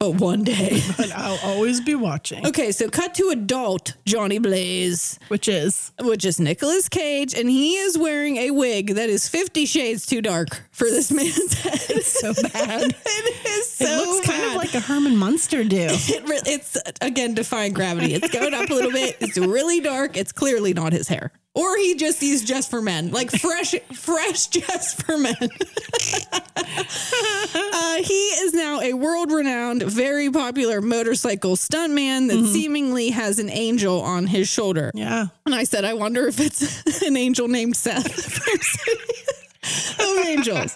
Speaker 2: but one day.
Speaker 1: But I'll always be watching,
Speaker 2: okay, so cut to adult Johnny Blaze,
Speaker 1: which is
Speaker 2: which is Nicolas Cage, and he is wearing a wig that is Fifty Shades too dark for this man's head.
Speaker 1: so bad.
Speaker 2: it is so
Speaker 1: it looks kind of
Speaker 2: bad.
Speaker 1: like a Herman Munster do.
Speaker 2: it re- it's again defying gravity. It's going up a little bit. It's really dark. It's clearly not his hair. Or he just he's just for men, like fresh, fresh just for men. uh, he is now a world-renowned, very popular motorcycle stuntman that seemingly has an angel on his shoulder.
Speaker 1: Yeah.
Speaker 2: And I said, I wonder if it's an angel named Seth from City of Angels.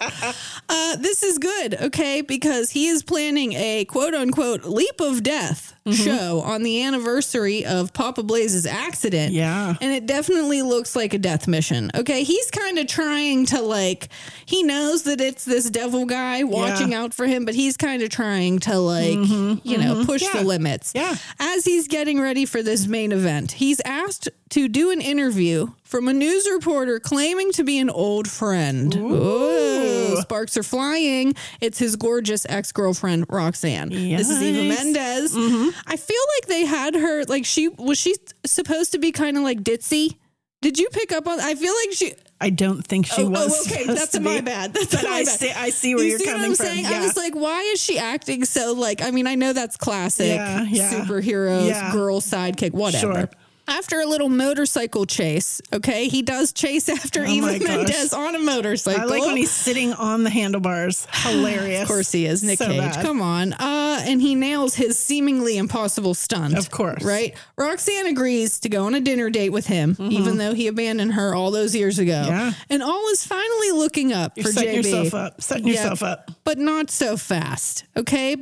Speaker 2: Uh, this is good, okay, because he is planning a quote unquote leap of death
Speaker 1: Mm-hmm.
Speaker 2: show on the anniversary of Papa Blaze's accident.
Speaker 1: Yeah.
Speaker 2: And it definitely looks like a death mission, okay? He's kind of trying to, like, he knows that it's this devil guy watching out for him, but he's kind of trying to, like, you know, push
Speaker 1: Mm-hmm. Yeah.
Speaker 2: the limits.
Speaker 1: Yeah.
Speaker 2: As he's getting ready for this main event, he's asked to do an interview from a news reporter claiming to be an old friend. Ooh, sparks are flying. It's his gorgeous ex girlfriend, Roxanne. This is Eva
Speaker 1: Yes. Mm-hmm.
Speaker 2: Mendes. I feel like they had her, like, she was she supposed to be kind of like ditzy? Did you pick up on? I feel like she.
Speaker 1: I don't think she
Speaker 2: Oh,
Speaker 1: was.
Speaker 2: oh, okay.
Speaker 1: supposed
Speaker 2: That's
Speaker 1: to
Speaker 2: my
Speaker 1: be-
Speaker 2: bad. That's
Speaker 1: But
Speaker 2: my
Speaker 1: I
Speaker 2: bad.
Speaker 1: see, I see where
Speaker 2: You
Speaker 1: are
Speaker 2: see
Speaker 1: coming
Speaker 2: what I'm
Speaker 1: from.
Speaker 2: saying?
Speaker 1: Yeah.
Speaker 2: I was like, why is she acting so like? I mean, I know that's classic
Speaker 1: Yeah, yeah.
Speaker 2: superheroes,
Speaker 1: Yeah.
Speaker 2: girl sidekick, whatever.
Speaker 1: Sure.
Speaker 2: After a little motorcycle chase, okay, he does chase after
Speaker 1: Oh my
Speaker 2: Eva
Speaker 1: gosh.
Speaker 2: Mendes on a motorcycle.
Speaker 1: I like when he's sitting on the handlebars. Hilarious.
Speaker 2: Of course he is, Nick
Speaker 1: So
Speaker 2: Cage.
Speaker 1: bad.
Speaker 2: Come on. Uh, and he nails his seemingly impossible stunt.
Speaker 1: Of course.
Speaker 2: Right? Roxanne agrees to go on a dinner date with him, even though he abandoned her all those years ago.
Speaker 1: Mm-hmm. Yeah.
Speaker 2: And all is finally looking up for
Speaker 1: Setting
Speaker 2: JB.
Speaker 1: yourself up. Setting yourself up.
Speaker 2: But not so fast. Okay.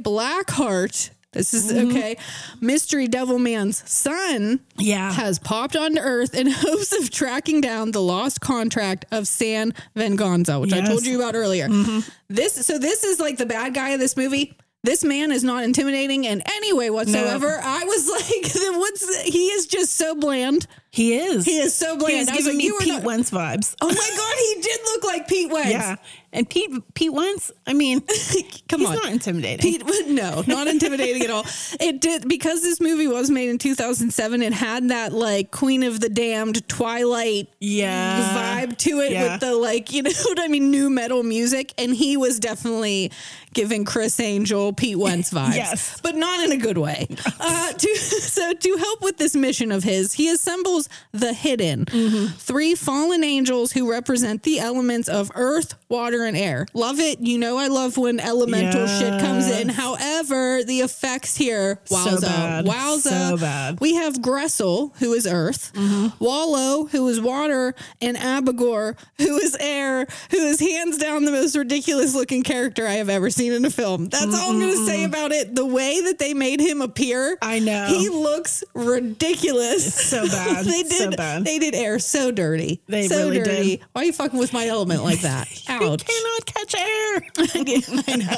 Speaker 2: Blackheart. This is okay. Mystery Devil Man's son
Speaker 1: Yeah.
Speaker 2: has popped onto Earth in hopes of tracking down the lost contract of San Venganza, which I
Speaker 1: Yes.
Speaker 2: told you about earlier. This so this is like the bad guy of this movie. This man is not intimidating in any way whatsoever. I was like, what's he is just so bland.
Speaker 1: He is.
Speaker 2: He is so bland.
Speaker 1: He is
Speaker 2: I was
Speaker 1: giving
Speaker 2: like,
Speaker 1: me
Speaker 2: you are
Speaker 1: Pete
Speaker 2: not-
Speaker 1: Wentz vibes.
Speaker 2: Oh my god, he did look like Pete Wentz.
Speaker 1: Yeah. And Pete Pete Wentz, I mean,
Speaker 2: Come
Speaker 1: he's
Speaker 2: on.
Speaker 1: not intimidating.
Speaker 2: Pete, no, not intimidating at all. It did because this movie was made in 2007. It had that like Queen of the Damned, Twilight
Speaker 1: yeah.
Speaker 2: vibe to it
Speaker 1: yeah.
Speaker 2: with the like, you know what I mean, new metal music. And he was definitely giving Chris Angel, Pete Wentz vibes,
Speaker 1: Yes.
Speaker 2: but not in a good way. Uh, to, so to help with this mission of his, he assembles the hidden
Speaker 1: Mm-hmm.
Speaker 2: three fallen angels who represent the elements of earth, water, and air. Love it. You know, I love when elemental shit comes in. However, the effects here, wowza,
Speaker 1: bad.
Speaker 2: wowza.
Speaker 1: So bad.
Speaker 2: We have Gressel, who is earth, Wallow, who is water, and Abigor, who is air, who is hands down the most ridiculous looking character I have ever seen in a film. That's all I'm going to say about it. The way that they made him appear,
Speaker 1: I know.
Speaker 2: he looks ridiculous.
Speaker 1: So bad.
Speaker 2: they did.
Speaker 1: So bad.
Speaker 2: They did air so dirty.
Speaker 1: They
Speaker 2: so
Speaker 1: really did.
Speaker 2: dirty. Why are you fucking with my element like that?
Speaker 1: you
Speaker 2: Ouch.
Speaker 1: cannot catch air.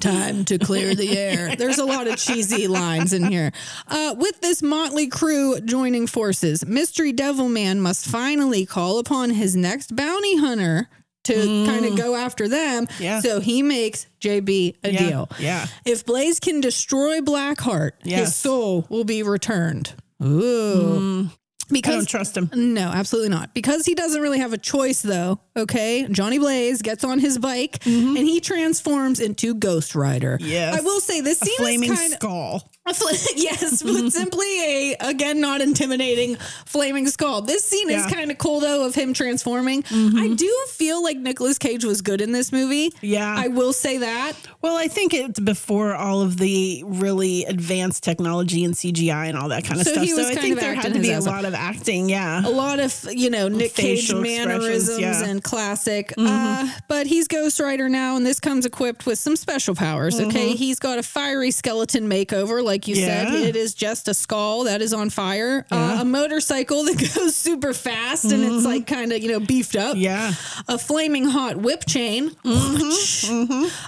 Speaker 2: time to clear the air. There's a lot of cheesy lines in here. Uh, with this motley crew joining forces, Mystery Devil Man must finally call upon his next bounty hunter to kind of go after them.
Speaker 1: Mm. Yeah.
Speaker 2: So he makes JB a
Speaker 1: Yeah.
Speaker 2: deal.
Speaker 1: Yeah.
Speaker 2: If Blaze can destroy Blackheart, his
Speaker 1: Yes. Mm.
Speaker 2: soul will be returned. Ooh.
Speaker 1: I
Speaker 2: Because
Speaker 1: don't trust him.
Speaker 2: no, absolutely not. Because he doesn't really have a choice, though. Okay. Johnny Blaze gets on his bike and he transforms into Ghost Rider.
Speaker 1: Mm-hmm. Yes.
Speaker 2: I will say this
Speaker 1: A
Speaker 2: scene
Speaker 1: flaming
Speaker 2: is kind of.
Speaker 1: skull. Mm-hmm.
Speaker 2: Fl- yes, but simply a again not intimidating flaming skull. This scene is
Speaker 1: Yeah. Mm-hmm.
Speaker 2: kind of cool though of him transforming. I do feel like Nicolas Cage was good in this movie.
Speaker 1: Yeah.
Speaker 2: I will say that.
Speaker 1: Well, I think it's before all of the really advanced technology and CGI and all that kind of
Speaker 2: So
Speaker 1: stuff.
Speaker 2: he was
Speaker 1: so I
Speaker 2: kind
Speaker 1: think
Speaker 2: of
Speaker 1: there had
Speaker 2: acting
Speaker 1: to be
Speaker 2: his ass
Speaker 1: a
Speaker 2: off.
Speaker 1: lot of acting. Yeah.
Speaker 2: A lot of you know Nick Cage
Speaker 1: Facial expressions,
Speaker 2: mannerisms
Speaker 1: yeah. Mm-hmm.
Speaker 2: and classic, uh, but he's Ghost Rider now, and this comes equipped with some special powers.
Speaker 1: Mm-hmm.
Speaker 2: Okay, he's got a fiery skeleton makeover, like you said.
Speaker 1: Yeah.
Speaker 2: It is just a skull that is on fire, uh, a motorcycle that goes super fast, and it's like kind of you know beefed up.
Speaker 1: Mm-hmm. Yeah. Mm-hmm.
Speaker 2: a flaming hot whip chain,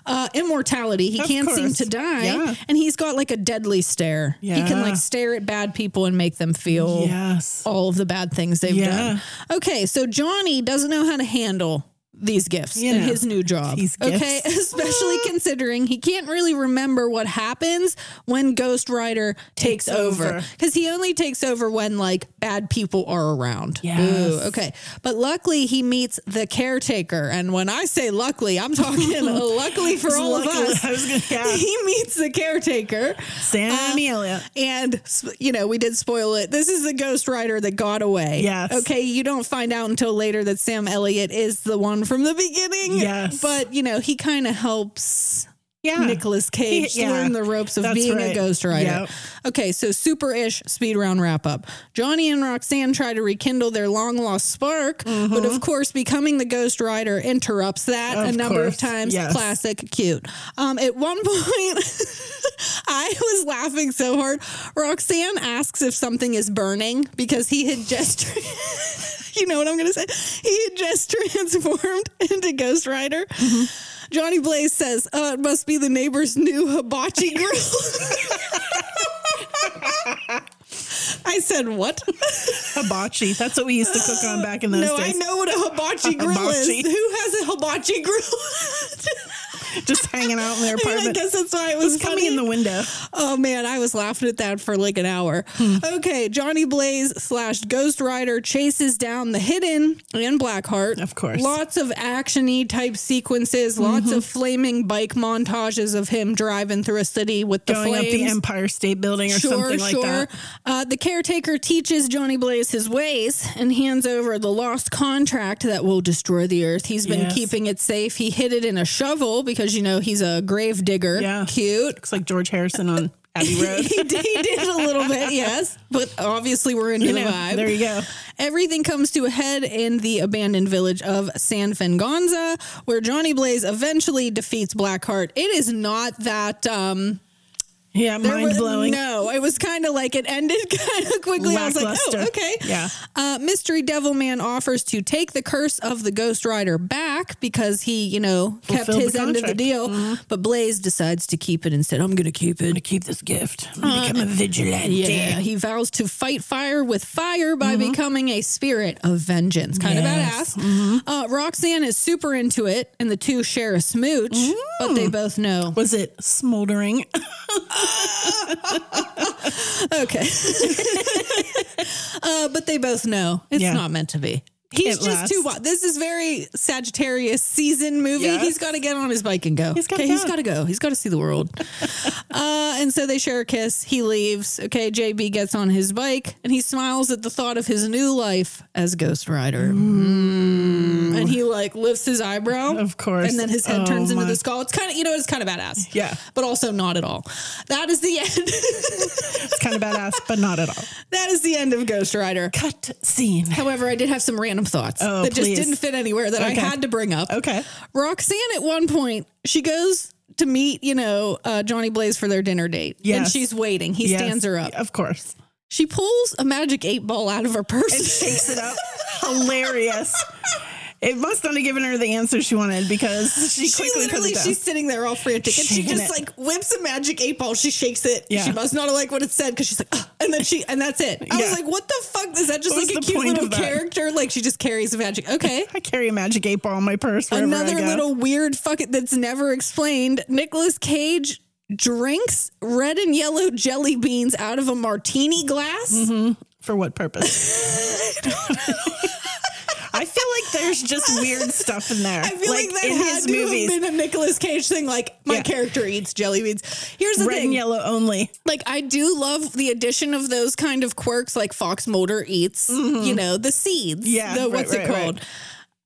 Speaker 2: Uh, immortality. He
Speaker 1: Of
Speaker 2: can't seem
Speaker 1: course.
Speaker 2: to die,
Speaker 1: Yeah.
Speaker 2: and he's got like a deadly stare. He can
Speaker 1: Yeah.
Speaker 2: like stare at bad people and make them feel
Speaker 1: Yes.
Speaker 2: all of the bad things they've
Speaker 1: Yeah.
Speaker 2: done. Okay, so Johnny doesn't know how to handle these gifts
Speaker 1: You
Speaker 2: in
Speaker 1: know,
Speaker 2: his new job.
Speaker 1: these
Speaker 2: Okay,
Speaker 1: gifts. Ah.
Speaker 2: especially considering he can't really remember what happens when Ghost Rider takes, over
Speaker 1: over.
Speaker 2: because he only takes over when like bad people are around.
Speaker 1: Yes.
Speaker 2: okay, but luckily he meets the caretaker, and when I say luckily, I'm talking luckily for all of
Speaker 1: Luckily-
Speaker 2: us.
Speaker 1: I was gonna, yeah.
Speaker 2: He meets the caretaker. Uh,
Speaker 1: Sammy Elliott.
Speaker 2: And you know, we did spoil it. This is the Ghost Rider that got away.
Speaker 1: Yes.
Speaker 2: Okay, you don't find out until later that Sam Elliott is the one from the beginning.
Speaker 1: Yes.
Speaker 2: But you know, he kind of helps
Speaker 1: Yeah.
Speaker 2: Nicolas Cage
Speaker 1: He- yeah.
Speaker 2: learn the ropes of
Speaker 1: That's
Speaker 2: being a
Speaker 1: right.
Speaker 2: Ghost Rider.
Speaker 1: Yep.
Speaker 2: Okay, so super ish speed round wrap up. Johnny and Roxanne try to rekindle their long lost spark, but of course, becoming the Ghost Rider interrupts that a
Speaker 1: Mm-hmm. Of
Speaker 2: number
Speaker 1: course,
Speaker 2: of times.
Speaker 1: yes.
Speaker 2: Classic, cute. Um, at one point, I was laughing so hard. Roxanne asks if something is burning because he had just. You know what I'm going to say? He had just transformed into Ghost Rider.
Speaker 1: Mm-hmm.
Speaker 2: Johnny Blaze says, "Oh, it must be the neighbor's new hibachi grill." I said, "What?"
Speaker 1: Hibachi. That's what we used to cook on back in those
Speaker 2: no, I
Speaker 1: days.
Speaker 2: know what a hibachi grill
Speaker 1: Hibachi.
Speaker 2: is. Who has a hibachi grill?
Speaker 1: Just hanging out in their
Speaker 2: And I
Speaker 1: apartment.
Speaker 2: guess that's why it was
Speaker 1: Coming
Speaker 2: funny.
Speaker 1: in the window.
Speaker 2: Oh man, I was laughing at that for like an hour.
Speaker 1: Hmm.
Speaker 2: Okay, Johnny Blaze slash Ghost Rider chases down the hidden and Blackheart.
Speaker 1: Of course. Mm-hmm.
Speaker 2: Lots of action y type sequences, lots of flaming bike montages of him driving through a city with the
Speaker 1: Going
Speaker 2: flames.
Speaker 1: up the Empire State Building or something like that.
Speaker 2: Uh, the caretaker teaches Johnny Blaze his ways and hands over the lost contract that will destroy the earth. He's been
Speaker 1: Yes.
Speaker 2: keeping it safe. He hid it in a shovel because, you know, he's a grave digger.
Speaker 1: Yeah.
Speaker 2: Cute.
Speaker 1: Looks like George Harrison on Abbey Road.
Speaker 2: he, did, he did a little bit, yes. But obviously, we're into
Speaker 1: You
Speaker 2: the
Speaker 1: know,
Speaker 2: vibe.
Speaker 1: there you go.
Speaker 2: Everything comes to a head in the abandoned village of San Fengonza, where Johnny Blaze eventually defeats Blackheart. It is not that. um
Speaker 1: Yeah,
Speaker 2: there
Speaker 1: mind
Speaker 2: were-
Speaker 1: blowing.
Speaker 2: No, it was kind of like it ended kind of quickly. I was like, oh,
Speaker 1: Lackluster.
Speaker 2: okay.
Speaker 1: Yeah.
Speaker 2: Uh, Mystery Devil Man offers to take the curse of the Ghost Rider back because he, you know, kept
Speaker 1: Fulfilled
Speaker 2: his
Speaker 1: the
Speaker 2: end of the
Speaker 1: contract.
Speaker 2: deal. But Blaze decides to keep it instead. I'm going to keep it.
Speaker 1: to keep this gift. become a vigilante.
Speaker 2: Uh, Yeah, he vows to fight fire with fire by becoming a spirit of vengeance. Kind
Speaker 1: Mm-hmm. Yes. Mm-hmm.
Speaker 2: of badass. Uh, Roxanne is super into it, and the two share a smooch, but
Speaker 1: Mm.
Speaker 2: they both know.
Speaker 1: Was it smoldering?
Speaker 2: Okay. uh, but they both know it's
Speaker 1: Yeah.
Speaker 2: not meant to be. He's
Speaker 1: It
Speaker 2: just too. wi- This is very Sagittarius season movie.
Speaker 1: Yes.
Speaker 2: He's got to get on his bike and go.
Speaker 1: He's gotta
Speaker 2: okay, he's
Speaker 1: go.
Speaker 2: got to go. He's got to see the world. uh, and so they share a kiss. He leaves. Okay, JB gets on his bike and he smiles at the thought of his new life as Ghost Rider. Mm. And he like lifts his eyebrow,
Speaker 1: Of course.
Speaker 2: and then his head
Speaker 1: Oh,
Speaker 2: turns into
Speaker 1: my.
Speaker 2: the skull. It's kind of you know it's kind of badass.
Speaker 1: Yeah.
Speaker 2: but also not at all. That is the end.
Speaker 1: It's kind of badass, but not at all.
Speaker 2: That is the end of Ghost Rider.
Speaker 1: Cut scene.
Speaker 2: However, I did have some random thoughts
Speaker 1: Oh,
Speaker 2: that just
Speaker 1: please.
Speaker 2: didn't fit anywhere that
Speaker 1: Okay.
Speaker 2: I had to bring up.
Speaker 1: Okay.
Speaker 2: Roxanne, at one point, she goes to meet, you know, uh, Johnny Blaze for their dinner date. And
Speaker 1: Yes.
Speaker 2: she's waiting. He
Speaker 1: Yes,
Speaker 2: stands her up.
Speaker 1: Of course.
Speaker 2: She pulls a magic eight ball out of her purse.
Speaker 1: Shakes it up. Hilarious. It must not have given her the answer she wanted because she
Speaker 2: She
Speaker 1: quickly put
Speaker 2: literally,
Speaker 1: it down.
Speaker 2: she's sitting there all frantic and she
Speaker 1: Shaking
Speaker 2: just
Speaker 1: it.
Speaker 2: like whips a magic eight ball. She shakes it.
Speaker 1: Yeah.
Speaker 2: She must not have liked what it said because she's like, "Ugh," and then she, and that's it. I was
Speaker 1: Yeah.
Speaker 2: like, what the fuck? Is that just
Speaker 1: What was
Speaker 2: like a
Speaker 1: the
Speaker 2: cute
Speaker 1: point
Speaker 2: little
Speaker 1: of that?
Speaker 2: character? Like she just carries a magic. Okay.
Speaker 1: I carry a magic eight ball in my purse wherever
Speaker 2: another
Speaker 1: I go.
Speaker 2: little weird fucking that's never explained. Nicolas Cage drinks red and yellow jelly beans out of a
Speaker 1: Mm-hmm.
Speaker 2: martini glass.
Speaker 1: For what purpose? I I feel like there's just weird stuff in there.
Speaker 2: I feel like, that had to have been a Nicolas Cage thing. Like my
Speaker 1: Yeah.
Speaker 2: character eats jelly beans. Here's the
Speaker 1: red
Speaker 2: thing:
Speaker 1: and yellow only.
Speaker 2: like I do love the addition of those kind of quirks, like Fox Mulder eats, you know, the seeds.
Speaker 1: Mm-hmm. Yeah,
Speaker 2: the,
Speaker 1: right,
Speaker 2: what's
Speaker 1: right,
Speaker 2: it
Speaker 1: right.
Speaker 2: called?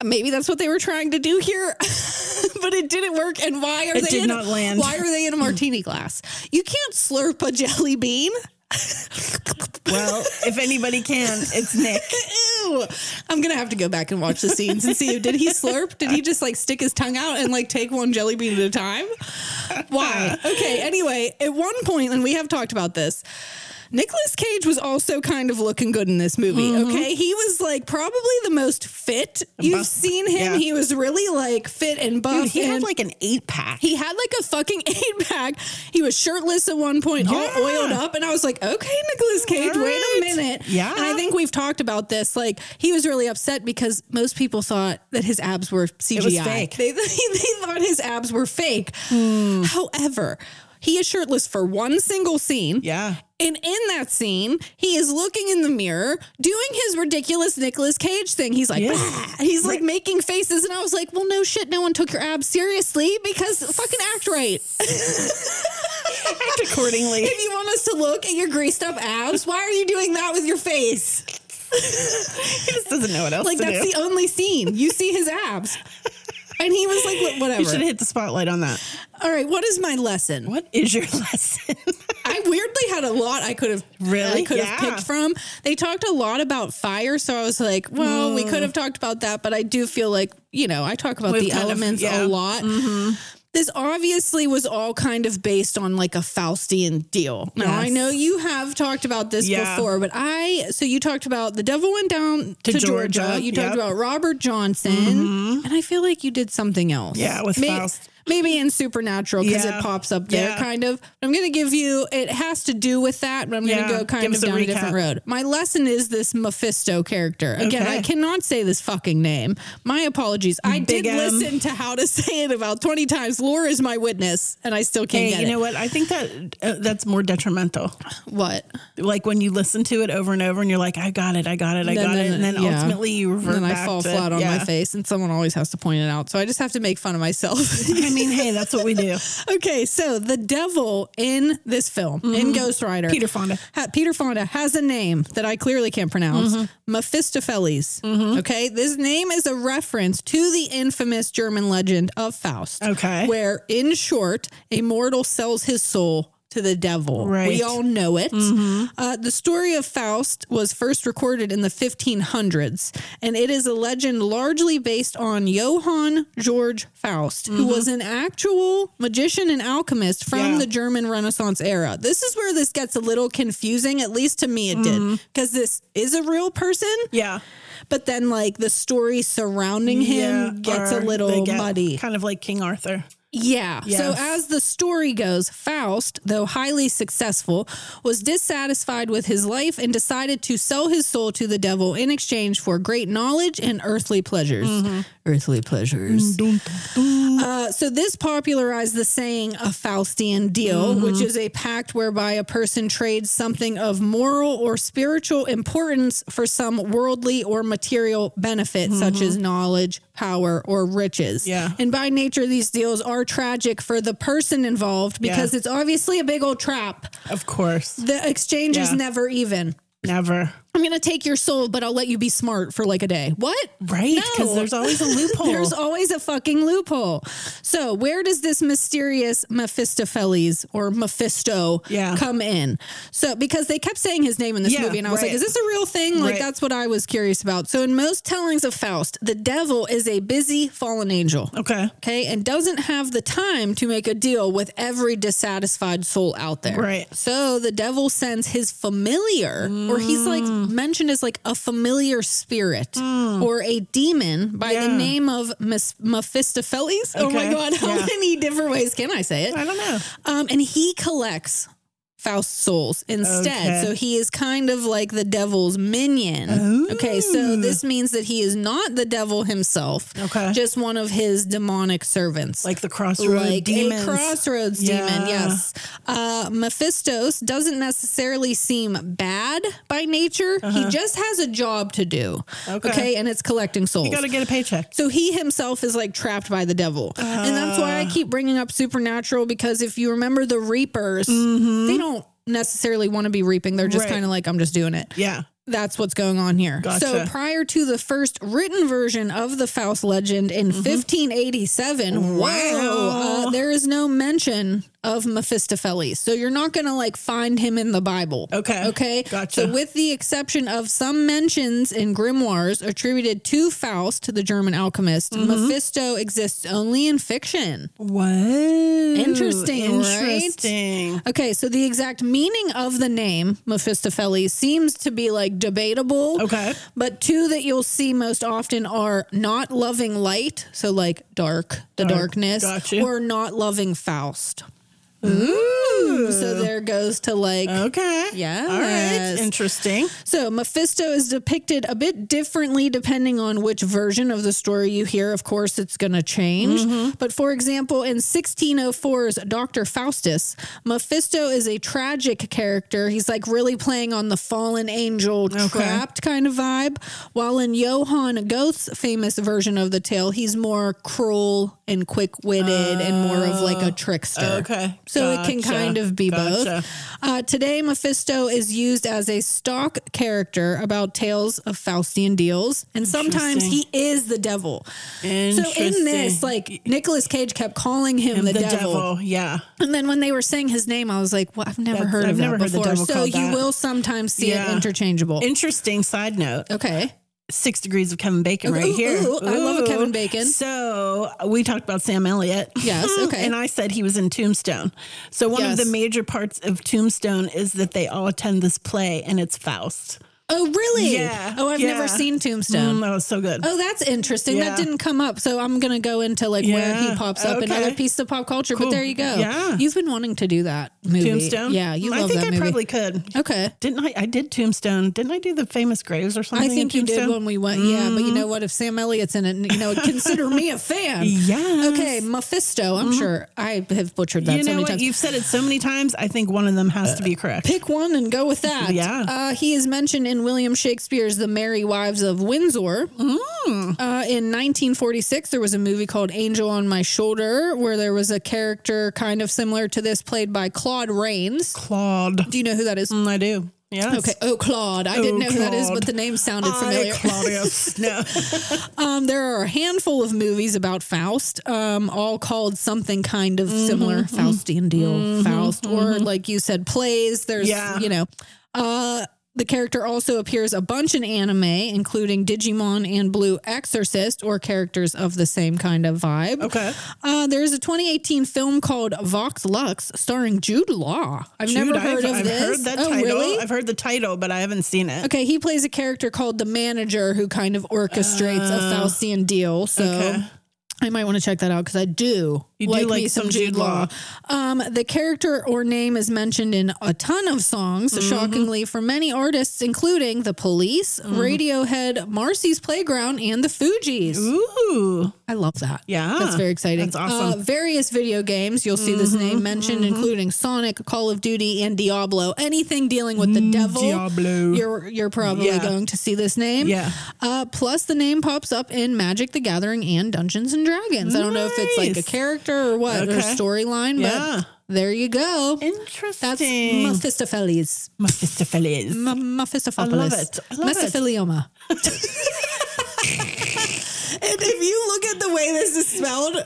Speaker 2: Maybe that's what they were trying to do here, but it didn't work. And why are
Speaker 1: It
Speaker 2: they
Speaker 1: did
Speaker 2: in,
Speaker 1: not land.
Speaker 2: Why are they in a martini glass? You can't slurp a jelly bean.
Speaker 1: Well, if anybody can, it's Nick.
Speaker 2: Ew. I'm gonna have to go back and watch the scenes and see did he slurp? Did he just like stick his tongue out and like take one jelly bean at a time? Why? Okay, anyway, at one point, and we have talked about this. Nicolas Cage was also kind of looking good in this movie. Okay. He was like probably the most fit. You've
Speaker 1: Mm-hmm. buff.
Speaker 2: seen him.
Speaker 1: Yeah.
Speaker 2: He was really like fit and buff.
Speaker 1: Dude, he had
Speaker 2: and-
Speaker 1: like an eight pack.
Speaker 2: he had like a fucking eight pack. He was shirtless at one point,
Speaker 1: Yeah.
Speaker 2: all oiled up, and I was like, "Okay, Nicolas Cage,
Speaker 1: All
Speaker 2: wait
Speaker 1: right.
Speaker 2: a minute."
Speaker 1: Yeah.
Speaker 2: and I think we've talked about this. Like, he was really upset because most people thought that his abs were CGI.
Speaker 1: was fake. Hmm.
Speaker 2: They, they, thought his abs were fake. However, he is shirtless for one single scene.
Speaker 1: Yeah.
Speaker 2: And in that scene, he is looking in the mirror, doing his ridiculous Nicolas Cage thing. He's like,
Speaker 1: Yeah.
Speaker 2: "Ah." he's like making faces, and I was like, well, no shit, no one took your abs seriously because fucking act right.
Speaker 1: Act accordingly.
Speaker 2: If you want us to look at your greased up abs, why are you doing that with your face?
Speaker 1: He just doesn't know what else
Speaker 2: Like
Speaker 1: to
Speaker 2: that's
Speaker 1: do.
Speaker 2: the only scene you see his abs, and he was like, "Wha-
Speaker 1: you should
Speaker 2: whatever.
Speaker 1: have hit the spotlight on that.
Speaker 2: All right, what is my lesson?
Speaker 1: What is your lesson?
Speaker 2: I weirdly had a lot I could have
Speaker 1: Really?
Speaker 2: I could
Speaker 1: Yeah.
Speaker 2: have picked from. They talked a lot about fire, so I was like, well, we could have talked about that, but I do feel like you know I talk about
Speaker 1: Mm. We've
Speaker 2: the
Speaker 1: kind of-
Speaker 2: elements
Speaker 1: yeah. Mm-hmm.
Speaker 2: a lot. This obviously was all kind of based on like a Faustian deal. Now I
Speaker 1: Yes.
Speaker 2: know you have talked about this
Speaker 1: Yeah.
Speaker 2: before, but I so you talked about the devil went down
Speaker 1: To
Speaker 2: to, Georgia.
Speaker 1: Georgia,
Speaker 2: You talked
Speaker 1: yep. Mm-hmm.
Speaker 2: about Robert Johnson, and I feel like you did something else.
Speaker 1: Yeah, with
Speaker 2: May-
Speaker 1: Faust.
Speaker 2: Maybe in Supernatural because
Speaker 1: Yeah.
Speaker 2: it pops up there,
Speaker 1: Yeah.
Speaker 2: kind of. I'm going to give you, it has to do with that, but I'm going
Speaker 1: Yeah.
Speaker 2: to go kind
Speaker 1: Give
Speaker 2: of
Speaker 1: us a
Speaker 2: down
Speaker 1: recap.
Speaker 2: a different road. My lesson is this Mephisto character. Again,
Speaker 1: Okay.
Speaker 2: I cannot say this fucking name. My apologies. I
Speaker 1: Big
Speaker 2: did
Speaker 1: M.
Speaker 2: listen to how to say it about 20 times. Laura is my witness, and I still can't
Speaker 1: Hey,
Speaker 2: get
Speaker 1: you
Speaker 2: it.
Speaker 1: know what? I think that uh, that's more detrimental.
Speaker 2: what?
Speaker 1: Like when you listen to it over and over, and you're like, "I got it, I got it, I
Speaker 2: Then-
Speaker 1: got it,"
Speaker 2: then-
Speaker 1: and then
Speaker 2: yeah.
Speaker 1: ultimately you revert
Speaker 2: And then
Speaker 1: back.
Speaker 2: I fall
Speaker 1: to,
Speaker 2: flat on
Speaker 1: yeah.
Speaker 2: my face, and someone always has to point it out. So I just have to make fun of myself.
Speaker 1: I mean, hey, that's what we do.
Speaker 2: okay, so the devil in this film, in Ghost Rider,
Speaker 1: Mm-hmm. Peter Fonda.
Speaker 2: ha- Peter Fonda has a name that I clearly can't pronounce.
Speaker 1: Mm-hmm.
Speaker 2: Mephistopheles. Okay, this name is a reference to the infamous German legend of Faust.
Speaker 1: Okay.
Speaker 2: where in short, a mortal sells his soul. To the devil.
Speaker 1: Right.
Speaker 2: We all know it.
Speaker 1: Mm-hmm.
Speaker 2: Uh, the story of Faust was first recorded in the 1500s, and it is a legend largely based on Johann Georg Faust, who was an actual magician and alchemist from
Speaker 1: Mm-hmm. Yeah.
Speaker 2: the German Renaissance era. This is where this gets a little confusing, at least to me it
Speaker 1: Mm-hmm.
Speaker 2: did, because this is a real person,
Speaker 1: Yeah,
Speaker 2: but then like the story surrounding
Speaker 1: yeah.
Speaker 2: him gets
Speaker 1: or
Speaker 2: a
Speaker 1: they
Speaker 2: little
Speaker 1: get
Speaker 2: muddy.
Speaker 1: kind of like King Arthur.
Speaker 2: Yeah.
Speaker 1: Yes.
Speaker 2: So as the story goes, Faust, though highly successful, was dissatisfied with his life and decided to sell his soul to the devil in exchange for great knowledge and earthly pleasures. Earthly pleasures. Uh, so this popularized the saying a Faustian deal, which is a pact whereby a person trades something of moral or spiritual importance for some worldly or material benefit, such as knowledge, power, or riches.
Speaker 1: Yeah.
Speaker 2: And by nature, these deals are tragic for the person involved because
Speaker 1: Yeah.
Speaker 2: it's obviously a big old trap.
Speaker 1: Of course,
Speaker 2: The exchange is
Speaker 1: Yeah.
Speaker 2: never even.
Speaker 1: never.
Speaker 2: I'm going to take your soul, but I'll let you be smart for like a day. What?
Speaker 1: Right? Because
Speaker 2: No.
Speaker 1: there's always a loophole.
Speaker 2: There's always a fucking loophole. So, where does this mysterious Mephistopheles or Mephisto
Speaker 1: Yeah.
Speaker 2: come in? So, because they kept saying his name in this
Speaker 1: Yeah,
Speaker 2: movie, and I was
Speaker 1: right.
Speaker 2: like, is this a real thing? Like,
Speaker 1: Right.
Speaker 2: that's what I was curious about. So, in most tellings of Faust, the devil is a busy fallen angel.
Speaker 1: okay.
Speaker 2: Okay, and doesn't have the time to make a deal with every dissatisfied soul out there.
Speaker 1: Right.
Speaker 2: So the devil sends his familiar, or he's like
Speaker 1: Mm.
Speaker 2: mentioned as like a familiar spirit or a demon by
Speaker 1: Yeah.
Speaker 2: the name of Mes- Mephistopheles. Oh my
Speaker 1: Okay.
Speaker 2: God, how
Speaker 1: Yeah.
Speaker 2: many different ways can I say it?
Speaker 1: I don't know.
Speaker 2: Um, and he collects Faust's souls instead.
Speaker 1: Okay.
Speaker 2: So he is kind of like the devil's minion. Okay, so this means that he is not the devil himself.
Speaker 1: Okay.
Speaker 2: Just one of his demonic servants.
Speaker 1: Like the crossroad
Speaker 2: like a
Speaker 1: demons.
Speaker 2: crossroads demon,
Speaker 1: Yeah.
Speaker 2: yes. Uh, Mephistos doesn't necessarily seem bad by nature. He just has a job to do. Okay.
Speaker 1: Uh-huh. Okay.
Speaker 2: and it's collecting souls.
Speaker 1: you got to get a paycheck.
Speaker 2: So he himself is like trapped by the devil. and that's why I keep bringing up supernatural because if you remember the reapers, they don't necessarily want to be reaping. They're just
Speaker 1: Right.
Speaker 2: kind of like I'm just doing it.
Speaker 1: Yeah.
Speaker 2: That's what's going on here. So
Speaker 1: Gotcha.
Speaker 2: prior to the first written version of the Faust legend in
Speaker 1: Mm-hmm.
Speaker 2: 1587, wow, uh, there is no mention of Mephistopheles. So you're not going to like find him in the Bible.
Speaker 1: Okay.
Speaker 2: Okay.
Speaker 1: Gotcha.
Speaker 2: So with the exception of some mentions in grimoires attributed to Faust, the German alchemist,
Speaker 1: Mm-hmm.
Speaker 2: Mephisto exists only in fiction.
Speaker 1: Whoa.
Speaker 2: Interesting, right?
Speaker 1: Interesting.
Speaker 2: Okay, so the exact meaning of the name Mephistopheles seems to be like debatable.
Speaker 1: Okay.
Speaker 2: But two that you'll see most often are not loving light, so like dark, the
Speaker 1: Dark,
Speaker 2: darkness,
Speaker 1: gotcha.
Speaker 2: or not loving Faust. So there goes to like.
Speaker 1: Uh. Okay. All
Speaker 2: Yes.
Speaker 1: right. Interesting.
Speaker 2: So Mephisto is depicted a bit differently depending on which version of the story you hear. Of course, it's going to change.
Speaker 1: Mm-hmm.
Speaker 2: But for example, in 1604's Dr. Faustus, Mephisto is a tragic character. He's like really playing on the fallen angel trapped kind of vibe. While in Johann Goethe's famous version of the tale, he's more cruel and quick witted and more of like a trickster.
Speaker 1: Oh, Okay.
Speaker 2: So it can
Speaker 1: Gotcha.
Speaker 2: kind of be both.
Speaker 1: Gotcha.
Speaker 2: Uh, today, Mephisto is used as a stock character about tales of Faustian deals, and sometimes he is the devil. So
Speaker 1: Interesting.
Speaker 2: in this, like Nicolas Cage kept calling him the, devil.
Speaker 1: Yeah.
Speaker 2: and then when they were saying his name, I was like, "Well, I've never
Speaker 1: That's-
Speaker 2: heard of
Speaker 1: I've
Speaker 2: that
Speaker 1: never heard the
Speaker 2: before."
Speaker 1: devil
Speaker 2: so
Speaker 1: called
Speaker 2: you
Speaker 1: that.
Speaker 2: will sometimes see it
Speaker 1: Yeah.
Speaker 2: interchangeable.
Speaker 1: Interesting side note.
Speaker 2: okay,
Speaker 1: Six degrees of Kevin Bacon right
Speaker 2: ooh,
Speaker 1: here.
Speaker 2: ooh, I love a Kevin Bacon.
Speaker 1: So we talked about Sam Elliott.
Speaker 2: Yes, okay.
Speaker 1: and I said he was in Tombstone. So one
Speaker 2: Yes.
Speaker 1: of the major parts of Tombstone is that they all attend this play and it's Faust.
Speaker 2: oh really?
Speaker 1: Yeah,
Speaker 2: Oh, I've never
Speaker 1: yeah.
Speaker 2: seen Tombstone.
Speaker 1: Mm, that was so good.
Speaker 2: Oh, that's interesting.
Speaker 1: Yeah.
Speaker 2: That didn't come up. So I'm going to go into like where
Speaker 1: Yeah.
Speaker 2: he pops up in
Speaker 1: Okay.
Speaker 2: other pieces of pop culture. But there you go.
Speaker 1: Yeah.
Speaker 2: You've been wanting to do that movie.
Speaker 1: Tombstone.
Speaker 2: Yeah. You
Speaker 1: I
Speaker 2: love
Speaker 1: think
Speaker 2: that
Speaker 1: I
Speaker 2: movie.
Speaker 1: probably could.
Speaker 2: okay.
Speaker 1: Didn't I? I did Tombstone. Didn't I do the famous graves or something?
Speaker 2: I
Speaker 1: in
Speaker 2: think you did
Speaker 1: Tombstone? Mm-hmm.
Speaker 2: when we went. Yeah. But you know what? If Sam Elliott's in it, you know, consider me a fan.
Speaker 1: Yes. Mm-hmm.
Speaker 2: Okay. Mephisto. I'm sure I have butchered that
Speaker 1: You
Speaker 2: so
Speaker 1: know
Speaker 2: many
Speaker 1: what?
Speaker 2: times. Uh,
Speaker 1: You've said it so many times. I think one of them has to be correct.
Speaker 2: Pick one and go with that.
Speaker 1: Yeah.
Speaker 2: Uh, he is mentioned in William Shakespeare's The Merry Wives of Windsor.
Speaker 1: Mm.
Speaker 2: Uh, in 1946, there was a movie called Angel on My Shoulder where there was a character kind of similar to this played by Claude Rains.
Speaker 1: Claude.
Speaker 2: Do you know who that is?
Speaker 1: Mm, I do. Yes.
Speaker 2: Okay. Oh, Claude. I didn't know who that is, but
Speaker 1: Claude.
Speaker 2: the name sounded
Speaker 1: I,
Speaker 2: familiar.
Speaker 1: Claudius. no.
Speaker 2: Um, there are a handful of movies about Faust, um, all called something kind of
Speaker 1: Mm-hmm,
Speaker 2: similar Faustian deal, Faust, or like you said, plays. There's,
Speaker 1: Yeah.
Speaker 2: you know, uh, the character also appears a bunch in anime, including Digimon and Blue Exorcist, or characters of the same kind of vibe.
Speaker 1: Okay.
Speaker 2: Uh, there is a 2018 film called Vox Lux starring Jude Law. I've never
Speaker 1: Dude,
Speaker 2: heard
Speaker 1: I've,
Speaker 2: of
Speaker 1: I've
Speaker 2: this.
Speaker 1: heard that
Speaker 2: oh,
Speaker 1: title.
Speaker 2: really?
Speaker 1: I've heard the title, but I haven't seen it.
Speaker 2: Okay, he plays a character called the manager who kind of orchestrates a Faustian deal. So
Speaker 1: Uh, okay.
Speaker 2: I might want to check that out because I do
Speaker 1: You do like some Jude Law.
Speaker 2: Um, the character or name is mentioned in a ton of songs,
Speaker 1: Mm-hmm.
Speaker 2: shockingly, for many artists, including The Police,
Speaker 1: Mm-hmm.
Speaker 2: Radiohead, Marcy's Playground, and The Fugees.
Speaker 1: Ooh.
Speaker 2: I love that.
Speaker 1: Yeah.
Speaker 2: That's very exciting.
Speaker 1: That's awesome. Mm-hmm.
Speaker 2: Uh, various video games, you'll see this name mentioned, including Sonic, Call of Duty, and Diablo. Anything dealing with the devil,
Speaker 1: Mm, Diablo.
Speaker 2: you're you're probably
Speaker 1: Yeah.
Speaker 2: going to see this name.
Speaker 1: Yeah.
Speaker 2: Uh, plus, the name pops up in Magic: The Gathering and Dungeons and Dragons. I don't know if it's like a
Speaker 1: Nice.
Speaker 2: character or what or
Speaker 1: Okay.
Speaker 2: storyline,
Speaker 1: Yeah.
Speaker 2: but there you go. That's
Speaker 1: Interesting.
Speaker 2: Mephistopheles.
Speaker 1: Mephistopheles.
Speaker 2: M- Mephistopheles.
Speaker 1: I love it. I love it.
Speaker 2: Mesothelioma. and if you look at the way this is spelled,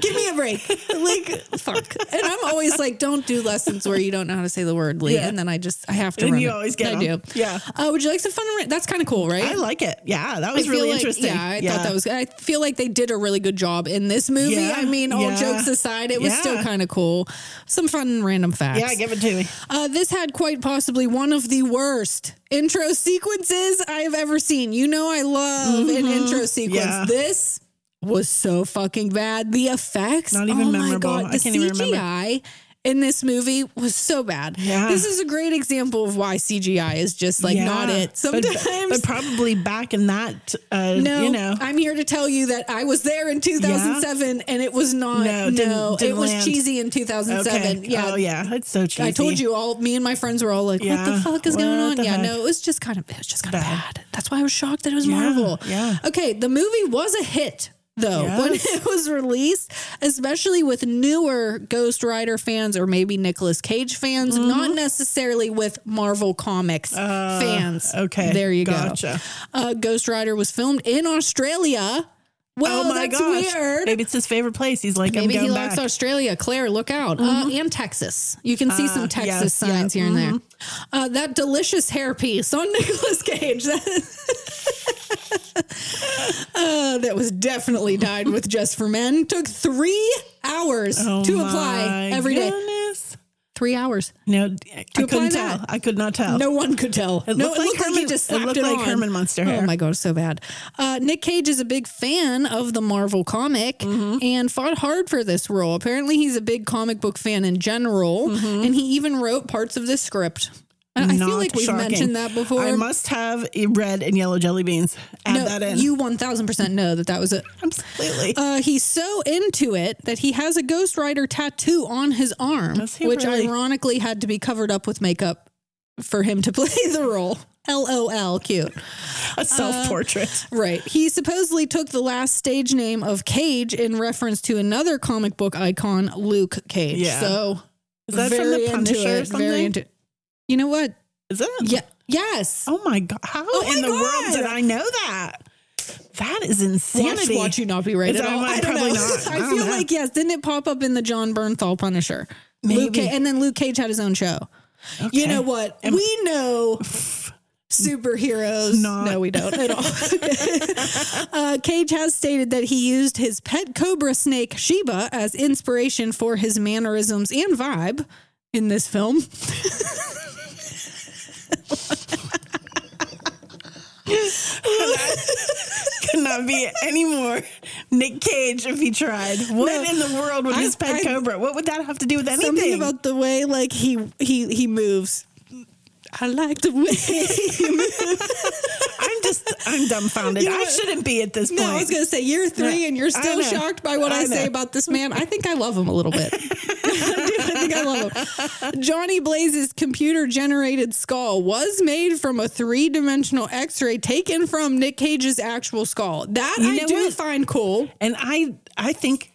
Speaker 2: give me a break. Like, fuck. And I'm always like, don't do lessons where you don't know how to say the word, Lee.
Speaker 1: Yeah.
Speaker 2: And then I just, I have to
Speaker 1: And
Speaker 2: remember.
Speaker 1: you always
Speaker 2: I
Speaker 1: get 'em.
Speaker 2: do.
Speaker 1: Yeah.
Speaker 2: Uh, would you like some fun? ra- That's kind of cool, right?
Speaker 1: I like it. Yeah, that
Speaker 2: I
Speaker 1: was
Speaker 2: feel
Speaker 1: really
Speaker 2: like-
Speaker 1: interesting.
Speaker 2: Yeah, I thought that was. I feel like they did a really good job in this movie.
Speaker 1: Yeah,
Speaker 2: I mean, all
Speaker 1: yeah.
Speaker 2: jokes aside, it was
Speaker 1: Yeah.
Speaker 2: still kind of cool. Some fun random facts.
Speaker 1: Yeah, give it to me.
Speaker 2: Uh, this had quite possibly one of the worst intro sequences I have ever seen. You know, I love an intro sequence.
Speaker 1: Mm-hmm. Yeah.
Speaker 2: This was so fucking bad. The effects,
Speaker 1: Not even
Speaker 2: oh
Speaker 1: memorable.
Speaker 2: My God.
Speaker 1: I
Speaker 2: The
Speaker 1: can't
Speaker 2: CGI
Speaker 1: even remember.
Speaker 2: in this movie was so bad.
Speaker 1: Yeah.
Speaker 2: This is a great example of why CGI is just like not
Speaker 1: Yeah.
Speaker 2: it.
Speaker 1: But-
Speaker 2: Sometimes
Speaker 1: But, probably back in that, uh,
Speaker 2: no,
Speaker 1: you know.
Speaker 2: I'm here to tell you that I was there in 2007 and it was not.
Speaker 1: No,
Speaker 2: No,
Speaker 1: it didn't- didn't
Speaker 2: it was
Speaker 1: land.
Speaker 2: cheesy in 2007. Yeah.
Speaker 1: Oh, yeah. It's so cheesy.
Speaker 2: I told you all. Me and my friends were all like, "What
Speaker 1: Yeah.
Speaker 2: the fuck is going
Speaker 1: What
Speaker 2: on?"
Speaker 1: the
Speaker 2: Yeah,
Speaker 1: heck?
Speaker 2: no, it was just kind of it was just kind of
Speaker 1: Bad.
Speaker 2: bad. That's why I was shocked that it was
Speaker 1: Yeah,
Speaker 2: Marvel.
Speaker 1: yeah.
Speaker 2: Okay, the movie was a hit though when
Speaker 1: Yes.
Speaker 2: it was released, especially with newer Ghost Rider fans or maybe Nicolas Cage fans,
Speaker 1: Mm-hmm.
Speaker 2: not necessarily with Marvel Comics fans.
Speaker 1: Uh, okay,
Speaker 2: there you
Speaker 1: gotcha.
Speaker 2: go. Uh, Ghost Rider was filmed in Australia. Well,
Speaker 1: Oh, my
Speaker 2: that's
Speaker 1: gosh.
Speaker 2: weird.
Speaker 1: Maybe it's his favorite place. He's like,
Speaker 2: Maybe
Speaker 1: I'm
Speaker 2: he
Speaker 1: going
Speaker 2: likes
Speaker 1: back. Mm-hmm.
Speaker 2: Australia. Claire, look out. Uh, and Texas. You can see some Texas
Speaker 1: Uh, yes, yeah, Mm-hmm.
Speaker 2: signs here and there. Uh, that delicious hairpiece on Nicolas Cage. Uh, that- Uh, that was definitely dyed with Just for Men. Took three hours
Speaker 1: Oh
Speaker 2: to apply
Speaker 1: my
Speaker 2: every day.
Speaker 1: goodness.
Speaker 2: Three hours.
Speaker 1: No, I couldn't
Speaker 2: that.
Speaker 1: tell. I could not tell.
Speaker 2: No one could tell.
Speaker 1: It
Speaker 2: no,
Speaker 1: looked like
Speaker 2: he
Speaker 1: Herman-
Speaker 2: just
Speaker 1: it
Speaker 2: slapped
Speaker 1: looked like
Speaker 2: on.
Speaker 1: Herman Munster hair.
Speaker 2: Oh my god, so bad. Uh, Nick Cage is a big fan of the Marvel comic
Speaker 1: Mm-hmm.
Speaker 2: and fought hard for this role. Apparently, he's a big comic book fan in general, and he even wrote parts of this script. I- I feel
Speaker 1: Mm-hmm. Not
Speaker 2: like we've
Speaker 1: shocking.
Speaker 2: mentioned that before.
Speaker 1: I must have e- red and yellow jelly beans. Add
Speaker 2: no,
Speaker 1: that in.
Speaker 2: you one thousand percent know that that was it.
Speaker 1: Absolutely.
Speaker 2: Uh, he's so into it that he has a Ghost Rider tattoo on his arm,
Speaker 1: Does he
Speaker 2: which
Speaker 1: really?
Speaker 2: ironically had to be covered up with makeup for him to play the role. LOL, cute.
Speaker 1: a self portrait.
Speaker 2: Right. He supposedly took the last stage name of Cage in reference to another comic book icon, Luke Cage.
Speaker 1: Yeah.
Speaker 2: So
Speaker 1: Is that from
Speaker 2: very
Speaker 1: The
Speaker 2: into
Speaker 1: Punisher or
Speaker 2: it, very
Speaker 1: something?
Speaker 2: into- you know what?
Speaker 1: Is that?
Speaker 2: Yeah. Yes.
Speaker 1: Oh my God. How
Speaker 2: my
Speaker 1: in the world
Speaker 2: God.
Speaker 1: did I know that? That is insanity.
Speaker 2: Watch, watch you not be rated.
Speaker 1: It's-
Speaker 2: at
Speaker 1: I
Speaker 2: all.
Speaker 1: might-
Speaker 2: I don't
Speaker 1: probably
Speaker 2: know.
Speaker 1: not. I
Speaker 2: I
Speaker 1: don't
Speaker 2: feel
Speaker 1: know.
Speaker 2: like yes. Didn't it pop up in the John Bernthal Punisher? Luke
Speaker 1: Maybe.
Speaker 2: Cage, and then Luke Cage had his own show.
Speaker 1: Okay.
Speaker 2: You know what? we know superheroes.
Speaker 1: Not-
Speaker 2: No, we don't at all. uh, Cage has stated that he used his pet cobra snake Sheba as inspiration for his mannerisms and vibe in this film.
Speaker 1: could not be any more Nick Cage if he tried. What in the world would his pet
Speaker 2: I-
Speaker 1: cobra? What would that have to do with anything?
Speaker 2: Something about the way like he he he moves. I like the way.
Speaker 1: I'm just I'm dumbfounded.
Speaker 2: You know
Speaker 1: I
Speaker 2: what?
Speaker 1: shouldn't be at this
Speaker 2: no,
Speaker 1: point.
Speaker 2: I was gonna say year three, and you're
Speaker 1: I
Speaker 2: still
Speaker 1: know.
Speaker 2: shocked by what
Speaker 1: I
Speaker 2: I, say
Speaker 1: know.
Speaker 2: about this man. I think I love him a little bit. I do. I think I love him. Johnny Blaze's computer-generated skull was made from a three-dimensional X-ray taken from Nick Cage's actual skull. That
Speaker 1: You
Speaker 2: I
Speaker 1: know
Speaker 2: do
Speaker 1: what?
Speaker 2: find cool.
Speaker 1: and I I think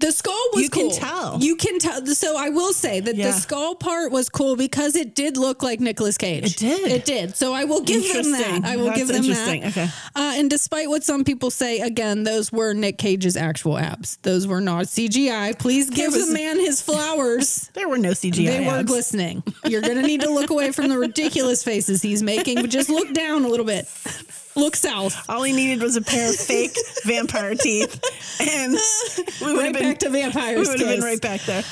Speaker 2: The skull was
Speaker 1: You can
Speaker 2: cool.
Speaker 1: tell.
Speaker 2: You can tell. So I will say that
Speaker 1: Yeah.
Speaker 2: the skull part was cool because it did look like Nicolas Cage.
Speaker 1: It did.
Speaker 2: It did. So I will give them
Speaker 1: Interesting.
Speaker 2: that. I will
Speaker 1: That's
Speaker 2: give them
Speaker 1: interesting.
Speaker 2: that.
Speaker 1: Okay.
Speaker 2: Uh, and despite what some people say, again, those were Nick Cage's actual abs. Those were not CGI. Please give
Speaker 1: was-
Speaker 2: the man his flowers.
Speaker 1: there were no CGI.
Speaker 2: They were
Speaker 1: ads.
Speaker 2: glistening. You're going to need to look away from the ridiculous faces he's making, but just look down a little bit. Look south.
Speaker 1: All he needed was a pair of fake vampire teeth, and we would
Speaker 2: Right
Speaker 1: have
Speaker 2: back to
Speaker 1: been we
Speaker 2: vampires.
Speaker 1: would have been
Speaker 2: kiss.
Speaker 1: right back there.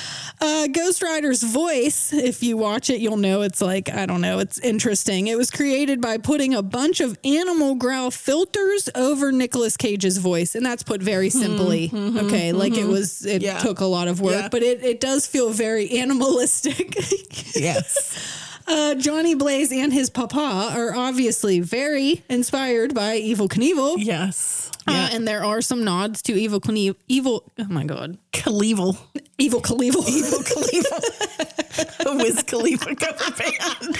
Speaker 2: Uh, Ghost Rider's voice, if you watch it, you'll know it's like, I don't know, it's interesting. It was created by putting a bunch of animal growl filters over Nicolas Cage's voice. And that's put very simply. okay. Like it was, it
Speaker 1: Yeah.
Speaker 2: took a lot of work,
Speaker 1: Yeah.
Speaker 2: but it, it does feel very animalistic.
Speaker 1: Yes.
Speaker 2: uh, Johnny Blaze and his papa are obviously very inspired by Evil Knievel.
Speaker 1: Yes.
Speaker 2: Uh, and there are some nods to Evil Knievel. Evil, oh my God.
Speaker 1: Knievel.
Speaker 2: Evil Knievel. Evil Knievel.
Speaker 1: A Wiz Khalifa cover band.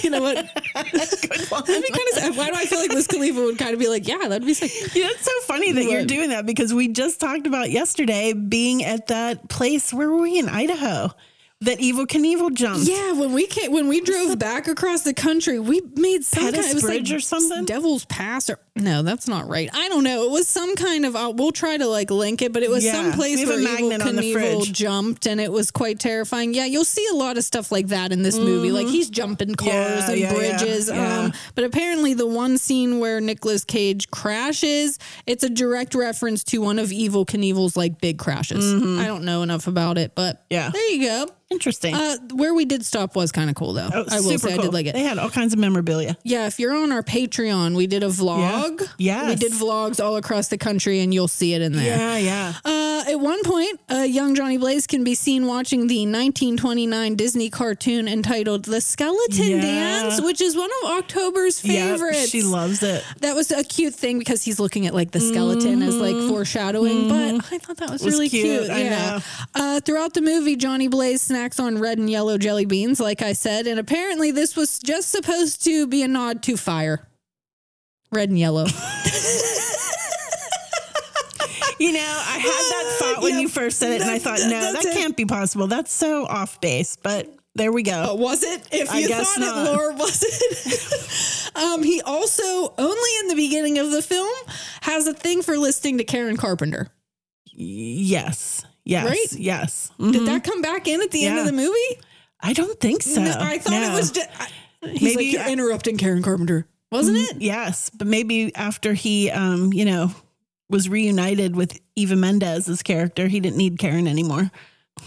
Speaker 2: you know what?
Speaker 1: Good one.
Speaker 2: That'd be kind of. Why do I feel like Wiz Khalifa would kind of be like, yeah, that'd be sick.
Speaker 1: You know, it's so funny that you're
Speaker 2: What?
Speaker 1: doing that because we just talked about yesterday being at that place. Where were we in Idaho? That evil Knievel jumped.
Speaker 2: Yeah, when we came, when we drove back across the country, we made some
Speaker 1: Pettus
Speaker 2: kind. It was
Speaker 1: Bridge
Speaker 2: like
Speaker 1: or something?
Speaker 2: Devil's Pass or no, that's not right. I don't know. It was some kind of. Uh, we'll try to like link it, but it was
Speaker 1: Yeah,
Speaker 2: some
Speaker 1: we
Speaker 2: place
Speaker 1: have a
Speaker 2: where Evil
Speaker 1: magnet on the
Speaker 2: Knievel
Speaker 1: fridge.
Speaker 2: jumped, and it was quite terrifying. Yeah, you'll see a lot of stuff like that in this movie. Like he's jumping cars
Speaker 1: Mm-hmm. Yeah,
Speaker 2: and
Speaker 1: yeah, yeah,
Speaker 2: bridges.
Speaker 1: yeah.
Speaker 2: Um, but apparently, the one scene where Nicolas Cage crashes, it's a direct reference to one of Evil Knievel's like big crashes. I don't know enough about it, but
Speaker 1: Mm-hmm. Yeah.
Speaker 2: there you go.
Speaker 1: Interesting.
Speaker 2: Uh, where we did stop was kind of cool though.
Speaker 1: Oh,
Speaker 2: I will
Speaker 1: super
Speaker 2: say I
Speaker 1: cool.
Speaker 2: did like it.
Speaker 1: They had all kinds of memorabilia.
Speaker 2: Yeah, if you're on our Patreon, we did a vlog vlog.
Speaker 1: Yes.
Speaker 2: We did vlogs all across the country and you'll see it in there.
Speaker 1: Yeah, yeah.
Speaker 2: Uh, at one point, uh, young Johnny Blaze can be seen watching the 1929 Disney cartoon entitled The Skeleton
Speaker 1: Yeah.
Speaker 2: Dance, which is one of October's favorites.
Speaker 1: Yep, she loves it.
Speaker 2: that was a cute thing because he's looking at like the skeleton as like foreshadowing, but I thought that Mm-hmm. was,
Speaker 1: was
Speaker 2: really
Speaker 1: cute,
Speaker 2: cute.
Speaker 1: I know.
Speaker 2: Uh, throughout the movie, Johnny Blaze snacks on red and yellow jelly beans, like I said, and apparently this was just supposed to be a nod to fire. Red and yellow.
Speaker 1: You know, I had that thought when
Speaker 2: Yeah,
Speaker 1: you first said it, and I thought,
Speaker 2: Oh that's-
Speaker 1: no,
Speaker 2: that's it.
Speaker 1: that can't be possible. That's so off base. But there we go.
Speaker 2: But was it? If
Speaker 1: I
Speaker 2: you
Speaker 1: guess
Speaker 2: thought
Speaker 1: not.
Speaker 2: it, Laura, was it? um, he also, only in the beginning of the film, has a thing for listening to Karen Carpenter.
Speaker 1: Yes. Yes.
Speaker 2: Right?
Speaker 1: Yes.
Speaker 2: Did
Speaker 1: Mhm.
Speaker 2: that come back in at the end
Speaker 1: Yeah.
Speaker 2: of the movie?
Speaker 1: I don't think so.
Speaker 2: No, I thought it
Speaker 1: No.
Speaker 2: was just. He's
Speaker 1: Maybe
Speaker 2: like, you're
Speaker 1: I-
Speaker 2: interrupting Karen Carpenter, wasn't it?
Speaker 1: Mm, Yes, but maybe after he, um, you know, was reunited with Eva Mendez's character, he didn't need Karen anymore.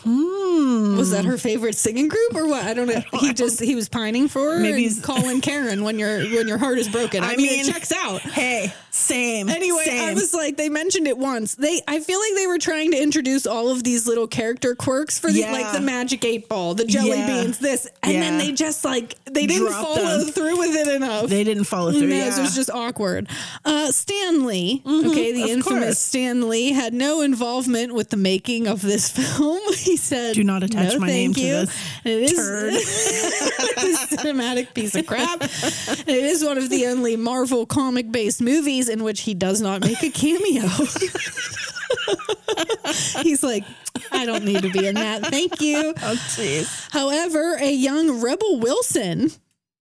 Speaker 1: Hmm.
Speaker 2: Was that her favorite singing group or what? I don't know. Mm. He just he was pining for her.
Speaker 1: Maybe
Speaker 2: Maybe
Speaker 1: he's-
Speaker 2: and calling Karen when your when your heart is broken. I,
Speaker 1: I
Speaker 2: mean,
Speaker 1: mean-
Speaker 2: it checks out.
Speaker 1: Hey, same.
Speaker 2: Anyway, I
Speaker 1: same.
Speaker 2: was like, they mentioned it once. They, I feel like they were trying to introduce all of these little character quirks for the
Speaker 1: Yeah.
Speaker 2: like the magic eight ball, the jelly
Speaker 1: Yeah.
Speaker 2: beans, this, and then
Speaker 1: Yeah.
Speaker 2: they just like they didn't
Speaker 1: Dropped
Speaker 2: follow
Speaker 1: them.
Speaker 2: through with it enough.
Speaker 1: They didn't follow through.
Speaker 2: No,
Speaker 1: yeah. Mm-hmm.
Speaker 2: it was just awkward. Uh, Stanley, okay, the
Speaker 1: of course.
Speaker 2: infamous Stanley had no involvement with the making of this film. He said,
Speaker 1: Do not attach
Speaker 2: "No,
Speaker 1: my name
Speaker 2: thank
Speaker 1: to
Speaker 2: you."
Speaker 1: this
Speaker 2: It is
Speaker 1: turd.
Speaker 2: this cinematic piece of crap. And it is one of the only Marvel comic-based movies in which he does not make a cameo. He's like, I don't need to be in that. Thank you.
Speaker 1: oh, jeez.
Speaker 2: However, a young Rebel Wilson.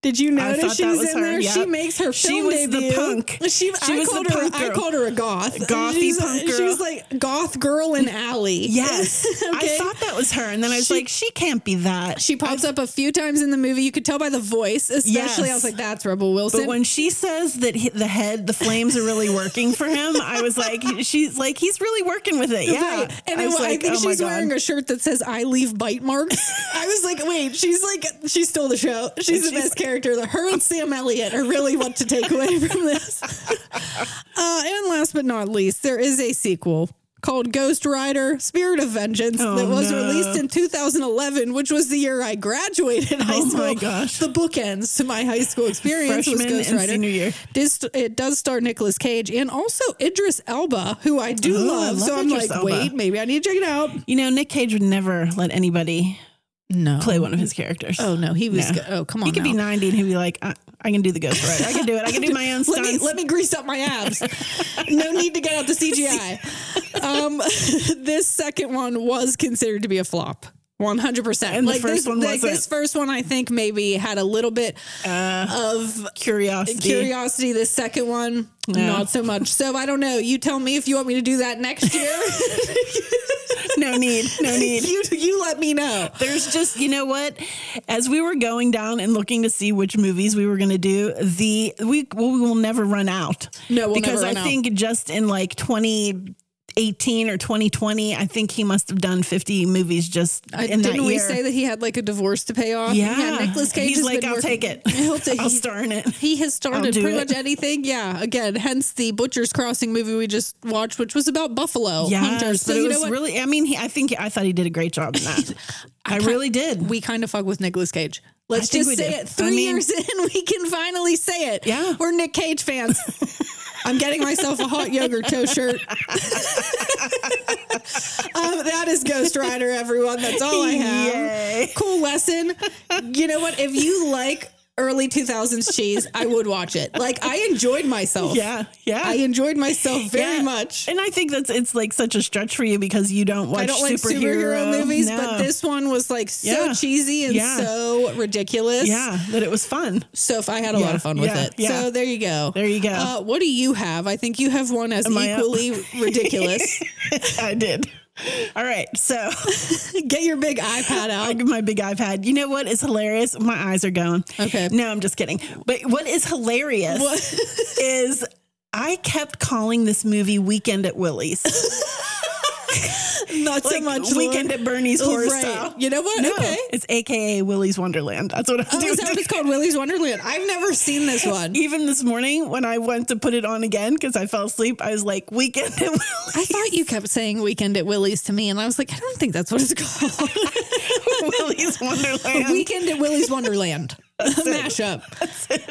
Speaker 2: Did you
Speaker 1: I
Speaker 2: notice
Speaker 1: thought
Speaker 2: she
Speaker 1: that
Speaker 2: was,
Speaker 1: was
Speaker 2: in
Speaker 1: her,
Speaker 2: there?
Speaker 1: yep.
Speaker 2: She makes her film
Speaker 1: She was the
Speaker 2: debut.
Speaker 1: punk.
Speaker 2: She,
Speaker 1: She
Speaker 2: I
Speaker 1: was the
Speaker 2: called her.
Speaker 1: punk
Speaker 2: I
Speaker 1: girl.
Speaker 2: called her a goth.
Speaker 1: Gothy punk girl.
Speaker 2: She was like goth girl in alley.
Speaker 1: Yes.
Speaker 2: Okay.
Speaker 1: I thought that was her. And then I was
Speaker 2: She-
Speaker 1: like, she can't be that.
Speaker 2: she pops up a few times in the movie. You could tell by the voice, especially.
Speaker 1: Yes.
Speaker 2: I was like, "That's Rebel Wilson."
Speaker 1: But when she says that he, the head, the flames are really working for him, I was like, she's like, he's really working with it. Yeah.
Speaker 2: Right. And
Speaker 1: I
Speaker 2: I,
Speaker 1: was
Speaker 2: I
Speaker 1: like,
Speaker 2: think
Speaker 1: oh my
Speaker 2: she's
Speaker 1: God.
Speaker 2: wearing a shirt that says "I leave bite marks." I was like, "Wait, she's like she stole the show. She's the
Speaker 1: She's
Speaker 2: best character." Her and Sam Elliott are really what to take away from this. uh, and last but not least, there is a sequel called Ghost Rider: Spirit of Vengeance
Speaker 1: Oh,
Speaker 2: that was
Speaker 1: no.
Speaker 2: released in 2011, which was the year I graduated high
Speaker 1: Oh,
Speaker 2: school.
Speaker 1: my gosh.
Speaker 2: The bookends to my high school experience
Speaker 1: Freshman
Speaker 2: was Ghost
Speaker 1: and
Speaker 2: Rider.
Speaker 1: senior year.
Speaker 2: Dis- it does star Nicolas Cage and also Idris Elba, who I do
Speaker 1: Ooh, I
Speaker 2: love.
Speaker 1: love
Speaker 2: So I'm
Speaker 1: Idris
Speaker 2: like,
Speaker 1: Elba.
Speaker 2: wait, maybe I need to check it out.
Speaker 1: You know, Nick Cage would never let anybody
Speaker 2: No.
Speaker 1: play one of his characters.
Speaker 2: Oh no, he was.
Speaker 1: No.
Speaker 2: go- Oh come on.
Speaker 1: he could be
Speaker 2: now.
Speaker 1: 90 and he'd be like, I, I can do the Ghost Rider. I can do it. I can do my own
Speaker 2: Let me
Speaker 1: stunts.
Speaker 2: let me grease up my abs. no need to get out the CGI. Um, this second one was considered to be a flop. One hundred percent.
Speaker 1: And the
Speaker 2: Like
Speaker 1: first
Speaker 2: this,
Speaker 1: one
Speaker 2: like
Speaker 1: wasn't. Uh,
Speaker 2: this first one, I think maybe had a little bit of
Speaker 1: Curiosity.
Speaker 2: curiosity. This second one,
Speaker 1: No.
Speaker 2: not so much. So I don't know. You tell me if you want me to do that next year.
Speaker 1: no need. No need.
Speaker 2: you you let me know.
Speaker 1: There's just, you know what? As we were going down and looking to see which movies we were going to do, the we well, we will never run out.
Speaker 2: No, we'll
Speaker 1: because
Speaker 2: never run
Speaker 1: I
Speaker 2: out.
Speaker 1: think just in like 2018 or 2020, I think he must have done 50 movies just
Speaker 2: I,
Speaker 1: in
Speaker 2: didn't
Speaker 1: that
Speaker 2: we
Speaker 1: year.
Speaker 2: say that he had like a divorce to pay off?
Speaker 1: yeah,
Speaker 2: Nicholas Cage.
Speaker 1: He's
Speaker 2: has
Speaker 1: like,
Speaker 2: been
Speaker 1: I'll
Speaker 2: working-
Speaker 1: take it.
Speaker 2: He'll ta-
Speaker 1: I'll
Speaker 2: he-
Speaker 1: star in it.
Speaker 2: He has started
Speaker 1: do
Speaker 2: pretty
Speaker 1: it.
Speaker 2: much anything. Yeah. Again, hence the Butcher's Crossing movie we just watched, which was about buffalo
Speaker 1: Yeah,
Speaker 2: hunters. So
Speaker 1: but it
Speaker 2: you
Speaker 1: was
Speaker 2: know what?
Speaker 1: really. I mean, he, I think I thought he did a great job in that. I, really did.
Speaker 2: we kind of fuck with Nicolas Cage. Let's
Speaker 1: think
Speaker 2: just
Speaker 1: we
Speaker 2: say
Speaker 1: do.
Speaker 2: it.
Speaker 1: I
Speaker 2: Three
Speaker 1: mean-
Speaker 2: years in, we can finally say it.
Speaker 1: Yeah.
Speaker 2: We're Nick Cage fans. I'm getting myself a hot yogurt toe shirt. um, that is Ghost Rider, everyone. That's all I have.
Speaker 1: Yay.
Speaker 2: Cool lesson. You know what? If you like early 2000s cheese, I would watch it. Like, I enjoyed myself.
Speaker 1: Yeah, yeah.
Speaker 2: I enjoyed myself very
Speaker 1: Yeah.
Speaker 2: much.
Speaker 1: And I think that's it's like such a stretch for you because you don't watch
Speaker 2: I don't like
Speaker 1: superhero,
Speaker 2: superhero, movies,
Speaker 1: No.
Speaker 2: but this one was like so
Speaker 1: Yeah.
Speaker 2: cheesy and
Speaker 1: Yeah.
Speaker 2: so ridiculous.
Speaker 1: yeah, that it was fun.
Speaker 2: So if I had a lot of fun with
Speaker 1: yeah,
Speaker 2: it.
Speaker 1: yeah.
Speaker 2: So there you go.
Speaker 1: There you go.
Speaker 2: Uh, what do you have? I think you have one as
Speaker 1: I up?
Speaker 2: equally ridiculous.
Speaker 1: I did. All right, so
Speaker 2: Get your big iPad
Speaker 1: I
Speaker 2: out.
Speaker 1: give my big iPad. You know what is hilarious? My eyes are going.
Speaker 2: Okay.
Speaker 1: No, I'm just kidding. But what is hilarious is I kept calling this movie Weekend at Willie's.
Speaker 2: Not so
Speaker 1: Like
Speaker 2: much
Speaker 1: Weekend
Speaker 2: Lord.
Speaker 1: at Bernie's
Speaker 2: Oh,
Speaker 1: horror
Speaker 2: right.
Speaker 1: style.
Speaker 2: You know what?
Speaker 1: No,
Speaker 2: Okay.
Speaker 1: it's AKA Willy's Wonderland. That's what I'm
Speaker 2: Oh,
Speaker 1: doing.
Speaker 2: is that what it's called? Willy's Wonderland. I've never seen this one.
Speaker 1: Even this morning when I went to put it on again because I fell asleep, I was like, Weekend at Willy-
Speaker 2: I thought you kept saying weekend at Willie's to me, and I was like, I don't think that's what it's called.
Speaker 1: Willy's Wonderland.
Speaker 2: weekend at Willie's Wonderland. mashup.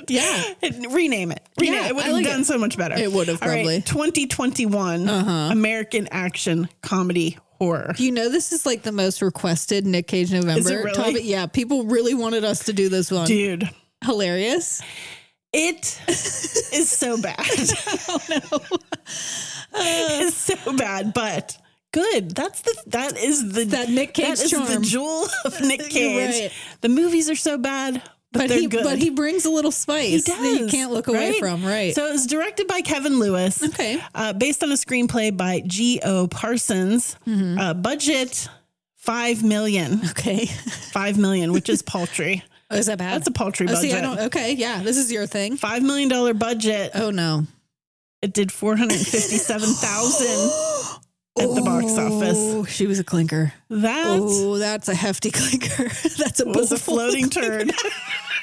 Speaker 2: Yeah.
Speaker 1: And rename it. Rename
Speaker 2: Yeah,
Speaker 1: it. it would
Speaker 2: I
Speaker 1: have
Speaker 2: like
Speaker 1: done
Speaker 2: it.
Speaker 1: so much better.
Speaker 2: It would have
Speaker 1: All right,
Speaker 2: probably. Uh-huh.
Speaker 1: 2021 American action comedy horror.
Speaker 2: You know, this is like the most requested Nick Cage November
Speaker 1: really?
Speaker 2: topic. Yeah, people really wanted us to do this one.
Speaker 1: Dude,
Speaker 2: Hilarious.
Speaker 1: it is so bad.
Speaker 2: Oh,
Speaker 1: it's so bad, but good. That's the that is the
Speaker 2: That Nick Cage
Speaker 1: that is
Speaker 2: charm.
Speaker 1: the jewel of Nick Cage.
Speaker 2: right.
Speaker 1: The movies are so bad, but,
Speaker 2: But
Speaker 1: they're
Speaker 2: he
Speaker 1: good.
Speaker 2: but he brings a little spice
Speaker 1: He
Speaker 2: that you
Speaker 1: does,
Speaker 2: can't look away
Speaker 1: right?
Speaker 2: from, right?
Speaker 1: So it was directed by Kevin Lewis.
Speaker 2: Okay.
Speaker 1: Uh, based on a screenplay by G.O. Parsons.
Speaker 2: Mm-hmm.
Speaker 1: Uh, budget five million.
Speaker 2: okay.
Speaker 1: Five million, which is paltry.
Speaker 2: Oh, is that bad?
Speaker 1: That's a paltry
Speaker 2: Oh,
Speaker 1: budget.
Speaker 2: see, I don't okay, yeah, this is your thing.
Speaker 1: Five million dollar budget.
Speaker 2: Oh no.
Speaker 1: It did four hundred fifty-seven thousand at the box office.
Speaker 2: Oh, she was a clinker.
Speaker 1: That
Speaker 2: Oh, that's a hefty clinker. That's a bowl
Speaker 1: was a
Speaker 2: full of
Speaker 1: floating turd.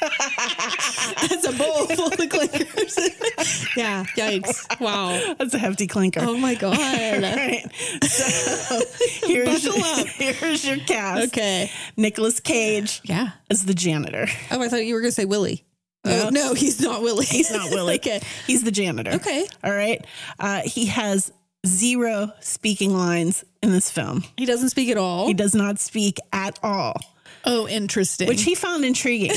Speaker 2: That's a bowl full of clickers. yeah. Yikes. Wow.
Speaker 1: That's a hefty clinker.
Speaker 2: Oh my
Speaker 1: All
Speaker 2: God.
Speaker 1: right. So here's,
Speaker 2: Buckle up.
Speaker 1: here's your cast.
Speaker 2: Okay.
Speaker 1: Nicholas Cage
Speaker 2: Yeah.
Speaker 1: as the janitor.
Speaker 2: Oh, I thought you were going to say Willie.
Speaker 1: No.
Speaker 2: Oh, no, he's not Willie.
Speaker 1: He's not Willie.
Speaker 2: okay.
Speaker 1: He's the janitor.
Speaker 2: Oh, Okay.
Speaker 1: All right. Uh, he has zero speaking lines in this film.
Speaker 2: He doesn't speak at all.
Speaker 1: He does not speak at all,
Speaker 2: oh, interesting.
Speaker 1: which he found intriguing.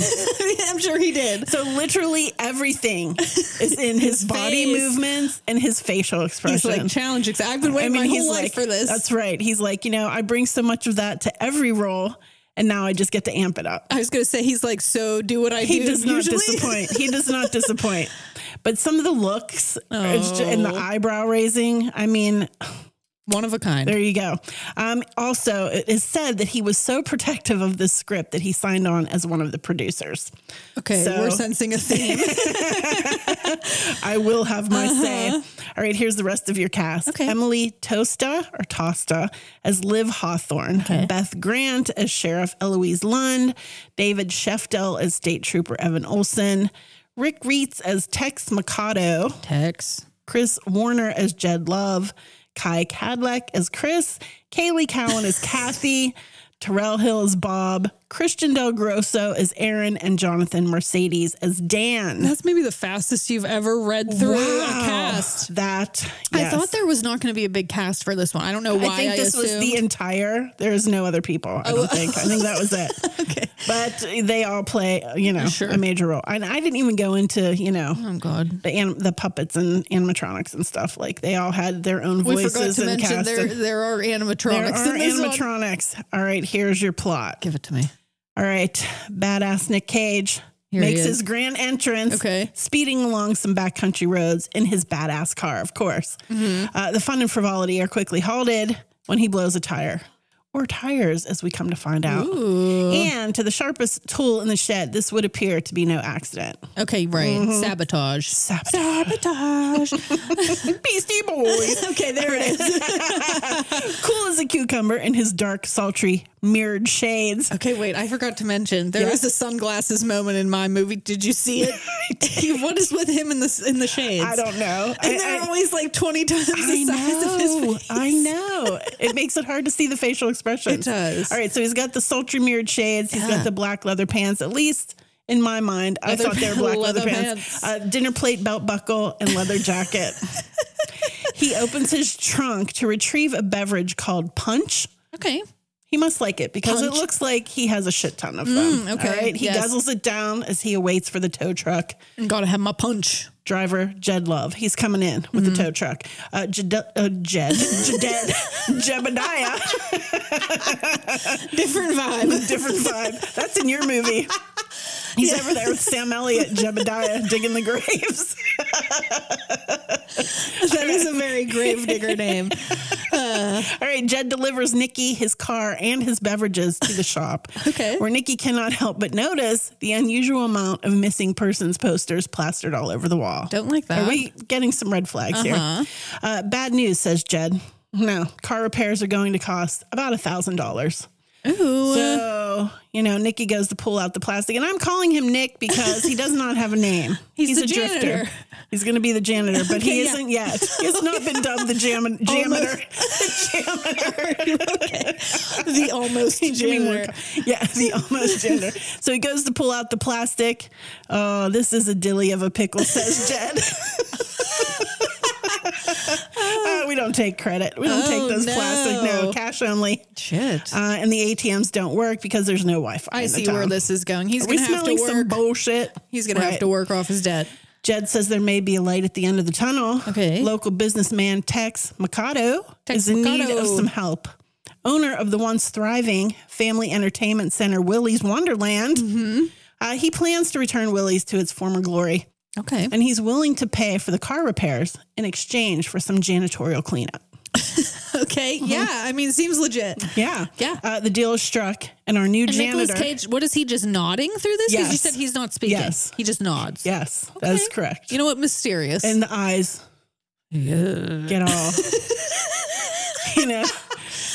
Speaker 2: I'm sure he did.
Speaker 1: So literally everything is in his, body
Speaker 2: face.
Speaker 1: movements and his facial
Speaker 2: He's
Speaker 1: expression.
Speaker 2: like, challenge accepted. I've been
Speaker 1: I
Speaker 2: waiting
Speaker 1: mean,
Speaker 2: my
Speaker 1: he's
Speaker 2: whole life
Speaker 1: like,
Speaker 2: for this.
Speaker 1: That's right. He's like, you know, I bring so much of that to every role, and now I just get to amp it up.
Speaker 2: I was going to say, he's like, so do what I
Speaker 1: He
Speaker 2: do.
Speaker 1: does not
Speaker 2: usually.
Speaker 1: disappoint. He does not disappoint. But some of the looks it's ju- and the
Speaker 2: Oh.
Speaker 1: eyebrow raising, I mean,
Speaker 2: One of a kind.
Speaker 1: there you go. Um, also, it is said that he was so protective of this script that he signed on as one of the producers.
Speaker 2: okay.
Speaker 1: so-
Speaker 2: We're sensing a theme.
Speaker 1: I will have my say. All right, here's the rest of your cast.
Speaker 2: Okay.
Speaker 1: Emily Tosta or Tosta as Liv Hawthorne, Beth Grant as Sheriff Eloise Lund, David Sheftel as State Trooper Evan Olson, Rick Reitz as Tex Mikado,
Speaker 2: Tex.
Speaker 1: Chris Warner as Jed Love, Kai Cadillac as Chris, Kaylee Cowan as Kathy, Terrell Hill as Bob, Christian Del Grosso as Aaron, and Jonathan Mercedes as Dan.
Speaker 2: That's maybe the fastest you've ever read through a cast.
Speaker 1: That yes.
Speaker 2: I thought there was not going to be a big cast for this one. I don't know why.
Speaker 1: I think this was the
Speaker 2: assumed. Oh.
Speaker 1: entire. There's no other people. I don't think. I think that was it. okay, but they all play, you know,
Speaker 2: Sure.
Speaker 1: a major role. And I didn't even go into, you know,
Speaker 2: Oh God.
Speaker 1: the anim- the puppets and animatronics and stuff. Like they all had their own
Speaker 2: We
Speaker 1: voices
Speaker 2: forgot to
Speaker 1: and
Speaker 2: mention
Speaker 1: cast.
Speaker 2: there
Speaker 1: and-
Speaker 2: there are
Speaker 1: there
Speaker 2: animatronics.
Speaker 1: are
Speaker 2: in this one.
Speaker 1: animatronics. All right, here's your plot.
Speaker 2: Give it to me.
Speaker 1: All right, badass Nick Cage
Speaker 2: Here he
Speaker 1: makes
Speaker 2: is.
Speaker 1: his grand entrance,
Speaker 2: Okay.
Speaker 1: speeding along some backcountry roads in his badass car, of course.
Speaker 2: Mm-hmm.
Speaker 1: Uh, the fun and frivolity are quickly halted when he blows a tire, or tires, as we come to find out. And to the sharpest tool in the shed, this would appear to be no accident.
Speaker 2: Okay, right. Sabotage.
Speaker 1: Mm-hmm. Sabotage. Beastie Boys.
Speaker 2: Okay, there it is.
Speaker 1: cool as a cucumber in his dark, sultry, mirrored shades.
Speaker 2: Okay, wait. I forgot to mention there was a sunglasses moment in my movie. Did you see it? what is with him in the in the shades?
Speaker 1: I don't know. I-
Speaker 2: And they're
Speaker 1: I-
Speaker 2: always like twenty times the size of his face.
Speaker 1: I know. It makes it hard to see the facial expression.
Speaker 2: It does.
Speaker 1: All right, so he's got the sultry mirrored shades. He's
Speaker 2: Yeah.
Speaker 1: got the black leather pants. At least in my mind, I
Speaker 2: Leather-
Speaker 1: thought they were black leather,
Speaker 2: leather
Speaker 1: pants. Uh, dinner plate, belt buckle, and leather jacket. he opens his trunk to retrieve a beverage called punch.
Speaker 2: Okay.
Speaker 1: He must like it because
Speaker 2: Punch. Mm,
Speaker 1: it looks like he has a shit ton of them.
Speaker 2: okay,
Speaker 1: All right. He
Speaker 2: yes.
Speaker 1: guzzles it down as he awaits for the tow truck
Speaker 2: Gotta have my punch.
Speaker 1: driver Jed Love. He's coming in with
Speaker 2: Mm-hmm.
Speaker 1: the tow truck. Uh, Jed, uh, Jed, Jed, Jebediah.
Speaker 2: Different vibe.
Speaker 1: Different vibe. That's in your movie. He's over there with Sam Elliott, Jebediah, digging the graves.
Speaker 2: that is a very grave digger name.
Speaker 1: All right, Jed delivers Nikki his car and his beverages to the shop.
Speaker 2: Okay.
Speaker 1: Where Nikki cannot help but notice the unusual amount of missing persons posters plastered all over the wall.
Speaker 2: Don't like that. Uh-huh.
Speaker 1: Are we getting some red flags here? Uh, bad news, says Jed. No, car repairs are going to cost about a thousand dollars.
Speaker 2: Ooh.
Speaker 1: So, Oh, you know, Nikki goes to pull out the plastic, and I'm calling him Nick because he does not have a name.
Speaker 2: He's the janitor.
Speaker 1: He's going to be the janitor, but
Speaker 2: Okay,
Speaker 1: he
Speaker 2: yeah.
Speaker 1: isn't yet. He has not been dubbed the jam- janitor.
Speaker 2: the almost janitor.
Speaker 1: Yeah, the almost janitor. So he goes to pull out the plastic. Oh, this is a dilly of a pickle, says Jed. Uh, we don't take credit. We don't
Speaker 2: Oh,
Speaker 1: take those plastic.
Speaker 2: no.
Speaker 1: No, cash only.
Speaker 2: Shit.
Speaker 1: Uh, and the ATMs don't work because there's no Wi-Fi.
Speaker 2: I
Speaker 1: in the
Speaker 2: see where
Speaker 1: town.
Speaker 2: this is going. He's
Speaker 1: Are we
Speaker 2: gonna have to
Speaker 1: smelling
Speaker 2: work.
Speaker 1: some bullshit?
Speaker 2: He's gonna have
Speaker 1: Right.
Speaker 2: to work off his debt.
Speaker 1: Jed says there may be a light at the end of the tunnel.
Speaker 2: Okay.
Speaker 1: Local businessman Tex Mikado
Speaker 2: Tex
Speaker 1: is in need
Speaker 2: Mikado.
Speaker 1: of some help. Owner of the once thriving family entertainment center Willie's Wonderland,
Speaker 2: Mm-hmm.
Speaker 1: uh, he plans to return Willie's to its former glory,
Speaker 2: Okay.
Speaker 1: and he's willing to pay for the car repairs in exchange for some janitorial cleanup.
Speaker 2: Okay. Yeah. I mean, seems legit.
Speaker 1: Yeah,
Speaker 2: Yeah.
Speaker 1: Uh, the deal is struck, and our new
Speaker 2: And Nicolas
Speaker 1: janitor.
Speaker 2: Cage, what is he just nodding through this? Because you
Speaker 1: Yes.
Speaker 2: said he's not speaking.
Speaker 1: Yes.
Speaker 2: He just nods.
Speaker 1: yes, that's correct.
Speaker 2: You know what? Mysterious.
Speaker 1: and the eyes
Speaker 2: yeah.
Speaker 1: get all you know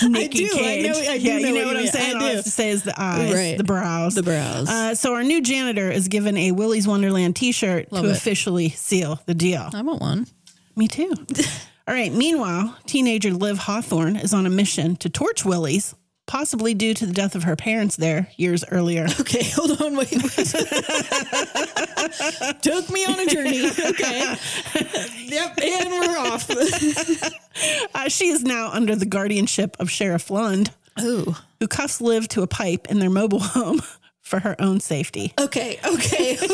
Speaker 1: Nikki
Speaker 2: do, I
Speaker 1: Cage.
Speaker 2: know- I do
Speaker 1: yeah,
Speaker 2: know
Speaker 1: you know
Speaker 2: what
Speaker 1: what
Speaker 2: you
Speaker 1: I'm
Speaker 2: mean.
Speaker 1: saying.
Speaker 2: I
Speaker 1: All I
Speaker 2: do.
Speaker 1: have to say is the eyes,
Speaker 2: Right.
Speaker 1: the brows.
Speaker 2: The brows.
Speaker 1: Uh, so our new janitor is given a Willy's Wonderland T-shirt
Speaker 2: Love
Speaker 1: to
Speaker 2: it. Uh,
Speaker 1: officially seal the deal.
Speaker 2: I want one.
Speaker 1: Me too. All right. Meanwhile, teenager Liv Hawthorne is on a mission to torch Willie's, possibly due to the death of her parents there years earlier.
Speaker 2: Okay, hold on, wait. wait. Took me on a journey. Okay. Yep, and we're off.
Speaker 1: Uh, she is now under the guardianship of Sheriff Lund,
Speaker 2: Oh.
Speaker 1: who cuffs Liv to a pipe in their mobile home for her own safety.
Speaker 2: Okay, okay.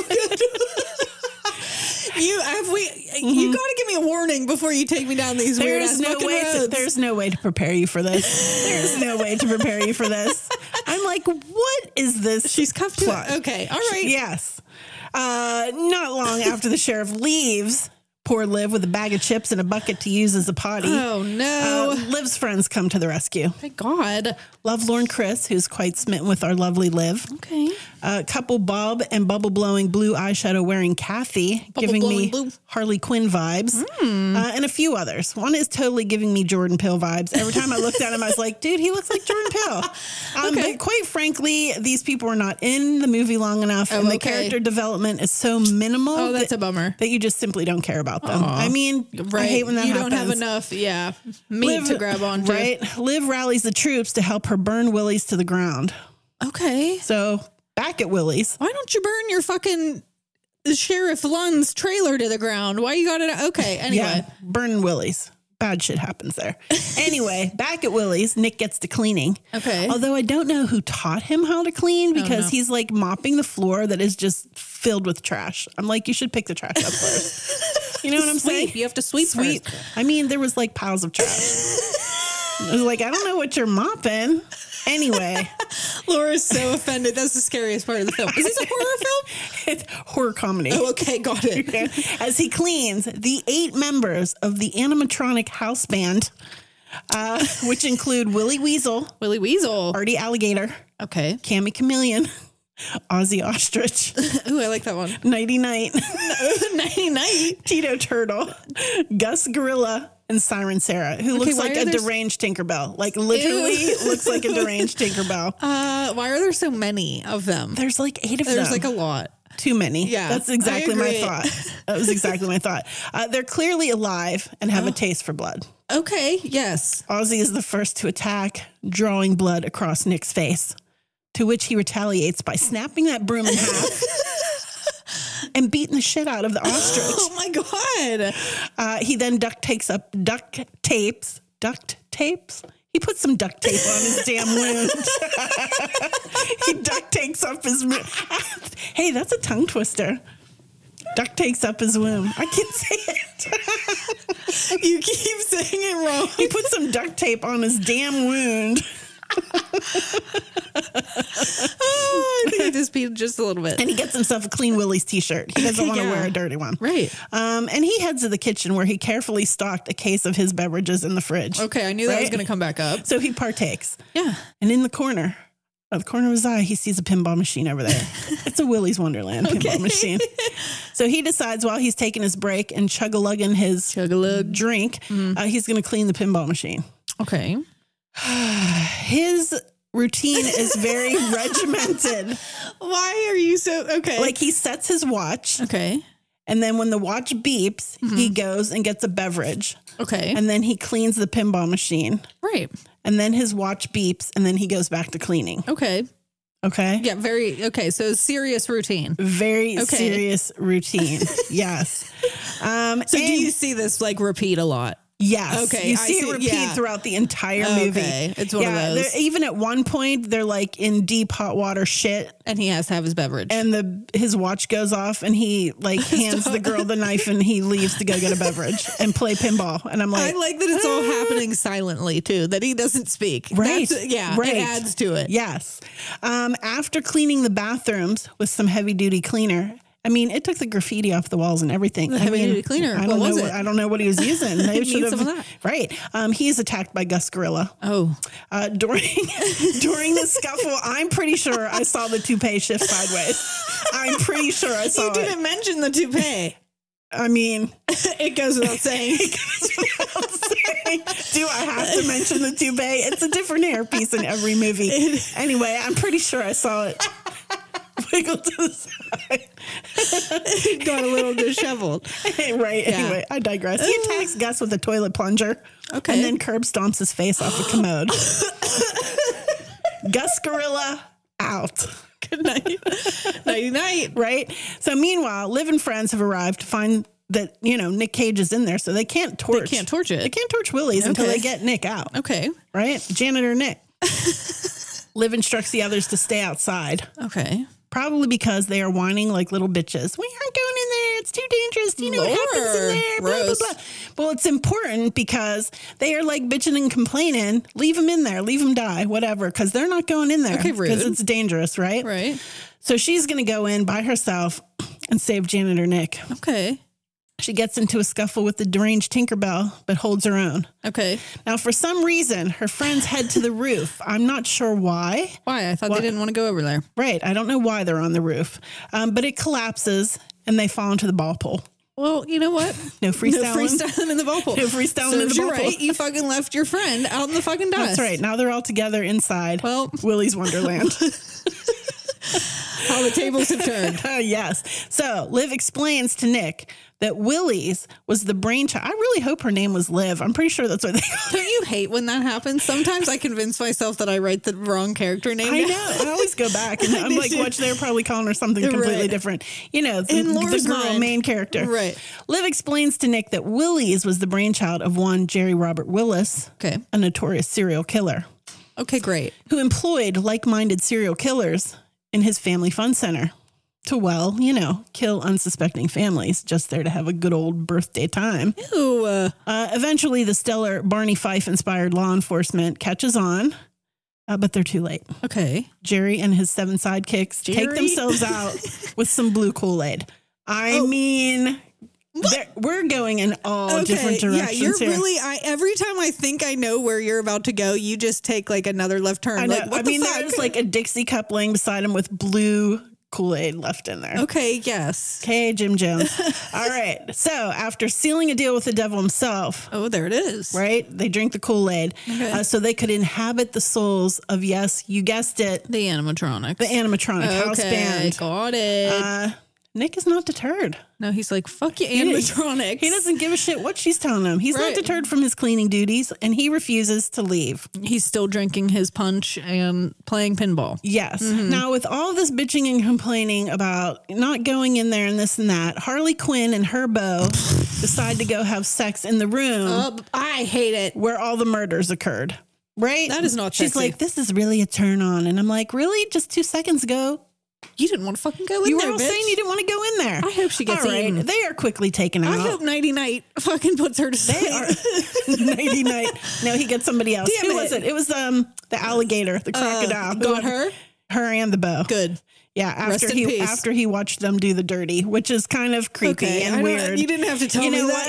Speaker 2: you have we you gotta give me a warning before you take me down these weird
Speaker 1: There's
Speaker 2: ass
Speaker 1: no
Speaker 2: fucking
Speaker 1: way. To,
Speaker 2: roads.
Speaker 1: there's no way to prepare you for this. There's no way to prepare you for this. I'm like, what is this?
Speaker 2: She's cuffed to
Speaker 1: plot?
Speaker 2: it. Okay, all right.
Speaker 1: Yes. Uh, not long after the sheriff leaves, poor Liv with a bag of chips and a bucket to use as a potty.
Speaker 2: Oh no.
Speaker 1: uh, Liv's friends come to the rescue.
Speaker 2: Thank God.
Speaker 1: Lovelorn Chris, who's quite smitten with our lovely Liv.
Speaker 2: Okay.
Speaker 1: Uh, couple Bob and bubble blowing blue eyeshadow wearing Kathy, giving me
Speaker 2: blowing blue. Hmm.
Speaker 1: Harley Quinn vibes, uh, and a few others. One is totally giving me Jordan Pill vibes. Every time I looked at him, I was like, dude, he looks like Jordan Pill. Um,
Speaker 2: Okay.
Speaker 1: But quite frankly, these people are not in the movie long enough, and the
Speaker 2: Oh, okay.
Speaker 1: character development is so minimal
Speaker 2: Oh, that's
Speaker 1: that,
Speaker 2: a bummer.
Speaker 1: that you just simply don't care about them. I mean, I hate when that
Speaker 2: you
Speaker 1: happens.
Speaker 2: don't have enough, yeah, meat to grab onto.
Speaker 1: Right? Liv rallies the troops to help her burn Willie's to the ground.
Speaker 2: Okay.
Speaker 1: So back at Willie's.
Speaker 2: Why don't you burn your fucking Sheriff Lund's trailer to the ground? Why you got it? Okay. Anyway.
Speaker 1: Yeah, burning Willie's. Bad shit happens there. Anyway, back at Willie's, Nick gets to cleaning.
Speaker 2: Okay.
Speaker 1: Although I don't know who taught him how to clean because
Speaker 2: no.
Speaker 1: he's like mopping the floor that is just filled with trash. I'm like, you should pick the trash up first. you know what I'm
Speaker 2: sweep.
Speaker 1: saying?
Speaker 2: You have to sweep.
Speaker 1: Sweep.
Speaker 2: first.
Speaker 1: I mean, there was like piles of trash. I was like, I don't know what you're mopping. Anyway,
Speaker 2: Laura's so offended. That's the scariest part of the film. Is this a horror film?
Speaker 1: it's horror comedy.
Speaker 2: Oh, okay, got it.
Speaker 1: As he cleans, the eight members of the animatronic house band, uh, which include Willy Weasel,
Speaker 2: Willy Weasel.
Speaker 1: Artie Alligator,
Speaker 2: Okay.
Speaker 1: Cammy Chameleon, Ozzy Ostrich,
Speaker 2: Ooh, I like that one.
Speaker 1: Nighty Night,
Speaker 2: Nighty night.
Speaker 1: Tito Turtle, Gus Gorilla, and Siren Sarah, who looks
Speaker 2: why
Speaker 1: like
Speaker 2: are
Speaker 1: a
Speaker 2: there s-
Speaker 1: deranged Tinkerbell. Like literally looks like a deranged Tinkerbell.
Speaker 2: Uh, why are there so many of them?
Speaker 1: There's like eight of them.
Speaker 2: There's like a lot.
Speaker 1: too many.
Speaker 2: Yeah,
Speaker 1: that's
Speaker 2: I
Speaker 1: exactly my
Speaker 2: agree.
Speaker 1: thought. That was exactly my thought. Uh, they're clearly alive and have a taste for blood.
Speaker 2: Okay. Yes.
Speaker 1: Ozzy is the first to attack, drawing blood across Nick's face, to which he retaliates by snapping that broom in half and beating the shit out of the ostrich.
Speaker 2: Oh my god.
Speaker 1: Uh, he then duct takes up duct tapes, duct tapes. He puts some duct tape on his damn wound. he duct takes up his. wo- hey, that's a tongue twister. Duct takes up his wound. I can't say it.
Speaker 2: You keep saying it wrong.
Speaker 1: He put some duct tape on his damn wound.
Speaker 2: Oh, I think I just peed just a little bit.
Speaker 1: and he gets himself a clean Willie's t-shirt. He doesn't want to
Speaker 2: Yeah.
Speaker 1: wear a dirty one.
Speaker 2: Right.
Speaker 1: Um, and he heads to the kitchen where he carefully stocked a case of his beverages in the fridge.
Speaker 2: Okay, I knew that was
Speaker 1: Right?
Speaker 2: going to come back up.
Speaker 1: So he partakes.
Speaker 2: Yeah.
Speaker 1: And in the corner, out of the corner of his eye, he sees a pinball machine over there. it's a Willie's Wonderland pinball machine. So he decides while he's taking his break and chug-a-lugging his
Speaker 2: Chug-a-lug.
Speaker 1: drink, uh, he's going to clean the pinball machine.
Speaker 2: Okay.
Speaker 1: His routine is very regimented.
Speaker 2: Why are you so okay?
Speaker 1: Like he sets his watch,
Speaker 2: okay.
Speaker 1: and then when the watch beeps, he goes and gets a beverage,
Speaker 2: Okay.
Speaker 1: and then he cleans the pinball machine,
Speaker 2: right.
Speaker 1: and then his watch beeps, and then he goes back to cleaning.
Speaker 2: Okay.
Speaker 1: Okay.
Speaker 2: Yeah, very okay. So serious routine.
Speaker 1: Very
Speaker 2: Okay.
Speaker 1: serious routine. yes. Um,
Speaker 2: So do
Speaker 1: and-
Speaker 2: you see this like repeat a lot?
Speaker 1: Yes.
Speaker 2: Okay,
Speaker 1: You
Speaker 2: I
Speaker 1: see
Speaker 2: see-
Speaker 1: it repeat
Speaker 2: yeah.
Speaker 1: throughout the entire movie.
Speaker 2: Okay, it's one of those.
Speaker 1: they're- Even at one point, they're like in deep hot water shit,
Speaker 2: And he has to have his beverage.
Speaker 1: and the his watch goes off, and he like hands the girl the knife, and he leaves to go get a beverage and play pinball. And I'm
Speaker 2: I
Speaker 1: like,
Speaker 2: like uh, that it's all happening silently too, that he doesn't speak.
Speaker 1: Right,
Speaker 2: That's, yeah.
Speaker 1: right.
Speaker 2: It adds to it.
Speaker 1: yes. Um, after cleaning the bathrooms with some heavy duty cleaner. I mean, it took the graffiti off the walls and everything. I
Speaker 2: heavy-duty
Speaker 1: mean,
Speaker 2: cleaner.
Speaker 1: I
Speaker 2: What
Speaker 1: don't
Speaker 2: was
Speaker 1: know.
Speaker 2: it?
Speaker 1: I don't know what he was using. They
Speaker 2: Need
Speaker 1: should have
Speaker 2: some of that.
Speaker 1: right. Um, he is attacked by Gus Gorilla.
Speaker 2: Oh.
Speaker 1: uh, during during the scuffle. I'm pretty sure I saw the toupee shift sideways. I'm pretty sure I saw
Speaker 2: You
Speaker 1: it.
Speaker 2: didn't mention the toupee.
Speaker 1: I mean,
Speaker 2: it goes without saying.
Speaker 1: do I have to mention the toupee? It's a different hairpiece in every movie. Anyway, I'm pretty sure I saw it. Wiggle to the side.
Speaker 2: It got a little disheveled.
Speaker 1: right. Anyway, I digress. He attacks Gus with a toilet plunger.
Speaker 2: Okay.
Speaker 1: And then curb stomps his face off a commode. Gus Gorilla out.
Speaker 2: Good night. night night.
Speaker 1: right? So meanwhile, Liv and friends have arrived to find that you know Nick Cage is in there, so they can't torch.
Speaker 2: can't torch it.
Speaker 1: They can't torch Willie's until
Speaker 2: Okay.
Speaker 1: they get Nick out,
Speaker 2: Okay.
Speaker 1: right? Janitor Nick. Liv instructs the others to stay outside,
Speaker 2: Okay.
Speaker 1: probably because they are whining like little bitches. We aren't going in there; it's too dangerous. Do you know what happens in
Speaker 2: Lord,
Speaker 1: there? Blah blah
Speaker 2: gross.
Speaker 1: blah. Well, it's important because they are like bitching and complaining. Leave them in there. Leave them die. Whatever, because they're not going in there.
Speaker 2: Okay, rude.
Speaker 1: because it's dangerous, right?
Speaker 2: Right.
Speaker 1: So she's going to go in by herself and save janitor Nick.
Speaker 2: Okay.
Speaker 1: She gets into a scuffle with the deranged Tinkerbell, but holds her own.
Speaker 2: Okay.
Speaker 1: Now, for some reason, her friends head to the roof. I'm not sure why.
Speaker 2: Why? I thought they didn't want to go over there.
Speaker 1: Right. I don't know why they're on the roof, um, but it collapses and they fall into the ball pool.
Speaker 2: Well, you know what?
Speaker 1: No freestyling.
Speaker 2: No freestyling in the ball pool.
Speaker 1: No freestyling
Speaker 2: Serves
Speaker 1: in the
Speaker 2: you
Speaker 1: ball pool.
Speaker 2: right. You fucking left your friend out in the fucking dust.
Speaker 1: That's right. Now they're all together inside
Speaker 2: Well-
Speaker 1: Willie's Wonderland.
Speaker 2: How the tables have turned.
Speaker 1: Uh, yes. So Liv explains to Nick that Willie's was the brainchild. I really hope her name was Liv. I'm pretty sure that's what they called
Speaker 2: Don't you hate when that happens? Sometimes I convince myself that I write the wrong character name.
Speaker 1: I
Speaker 2: down.
Speaker 1: know. I always go back and I'm like, watch, they're probably calling her something completely
Speaker 2: Right.
Speaker 1: different. You know, the,
Speaker 2: In
Speaker 1: the
Speaker 2: Laura's
Speaker 1: girl,
Speaker 2: mind.
Speaker 1: main character.
Speaker 2: Right.
Speaker 1: Liv explains to Nick that Willie's was the brainchild of one Jerry Robert Willis,
Speaker 2: Okay.
Speaker 1: a notorious serial killer
Speaker 2: Okay, great.
Speaker 1: who employed like minded serial killers in his family fun center to, well, you know, kill unsuspecting families just there to have a good old birthday time.
Speaker 2: Ooh, uh,
Speaker 1: Uh, eventually, the stellar Barney Fife inspired law enforcement catches on, uh, but they're too late.
Speaker 2: okay.
Speaker 1: Jerry and his seven sidekicks take
Speaker 2: Jerry?
Speaker 1: themselves out with some blue Kool Aid.
Speaker 2: Oh.
Speaker 1: I mean, they're- we're going in all different
Speaker 2: yeah,
Speaker 1: directions
Speaker 2: you're
Speaker 1: here.
Speaker 2: really. I every time I think I know where you're about to go, you just take like another left turn.
Speaker 1: I, know.
Speaker 2: Like, what
Speaker 1: I
Speaker 2: the
Speaker 1: mean,
Speaker 2: fuck?
Speaker 1: there's like a Dixie cup laying beside him with blue Kool Aid left in there.
Speaker 2: okay, yes.
Speaker 1: Okay, Jim Jones. all right. So after sealing a deal with the devil himself,
Speaker 2: Oh, there it is.
Speaker 1: right? They drink the Kool Aid uh, so they could inhabit the souls of, yes, you guessed it,
Speaker 2: The animatronics.
Speaker 1: the animatronic house
Speaker 2: okay,
Speaker 1: band.
Speaker 2: got it.
Speaker 1: Uh, Nick is not deterred.
Speaker 2: no, he's like fuck you, animatronics.
Speaker 1: He doesn't give a shit what she's telling him. He's not
Speaker 2: Right.
Speaker 1: deterred from his cleaning duties and he refuses to leave.
Speaker 2: he's still drinking his punch and playing pinball.
Speaker 1: Yes.
Speaker 2: Mm-hmm.
Speaker 1: Now, with all this bitching and complaining about not going in there and this and that, Harley Quinn and her beau decide to go have sex in the room
Speaker 2: I hate it.
Speaker 1: where all the murders occurred. Right?
Speaker 2: That is not
Speaker 1: She's
Speaker 2: sexy.
Speaker 1: like, this is really a turn on. And I'm like, really? Just two seconds ago,
Speaker 2: You didn't want to fucking go in
Speaker 1: you
Speaker 2: there,
Speaker 1: were all
Speaker 2: bitch.
Speaker 1: saying you didn't want to go in there.
Speaker 2: I hope she gets
Speaker 1: All right.
Speaker 2: eaten.
Speaker 1: They are quickly taken out.
Speaker 2: I hope Nighty Night fucking puts her to sleep.
Speaker 1: They are nighty night. No, he gets somebody else.
Speaker 2: Damn
Speaker 1: Who
Speaker 2: it.
Speaker 1: was it? It was um the alligator, the crocodile.
Speaker 2: got
Speaker 1: Whoever-
Speaker 2: her.
Speaker 1: her and the bow.
Speaker 2: Good.
Speaker 1: Yeah, after
Speaker 2: Rest in
Speaker 1: he
Speaker 2: peace.
Speaker 1: after he watched them do the dirty, which is kind of creepy
Speaker 2: Okay, I
Speaker 1: and
Speaker 2: don't-
Speaker 1: weird.
Speaker 2: You didn't have to tell
Speaker 1: You
Speaker 2: me
Speaker 1: know
Speaker 2: that.
Speaker 1: what?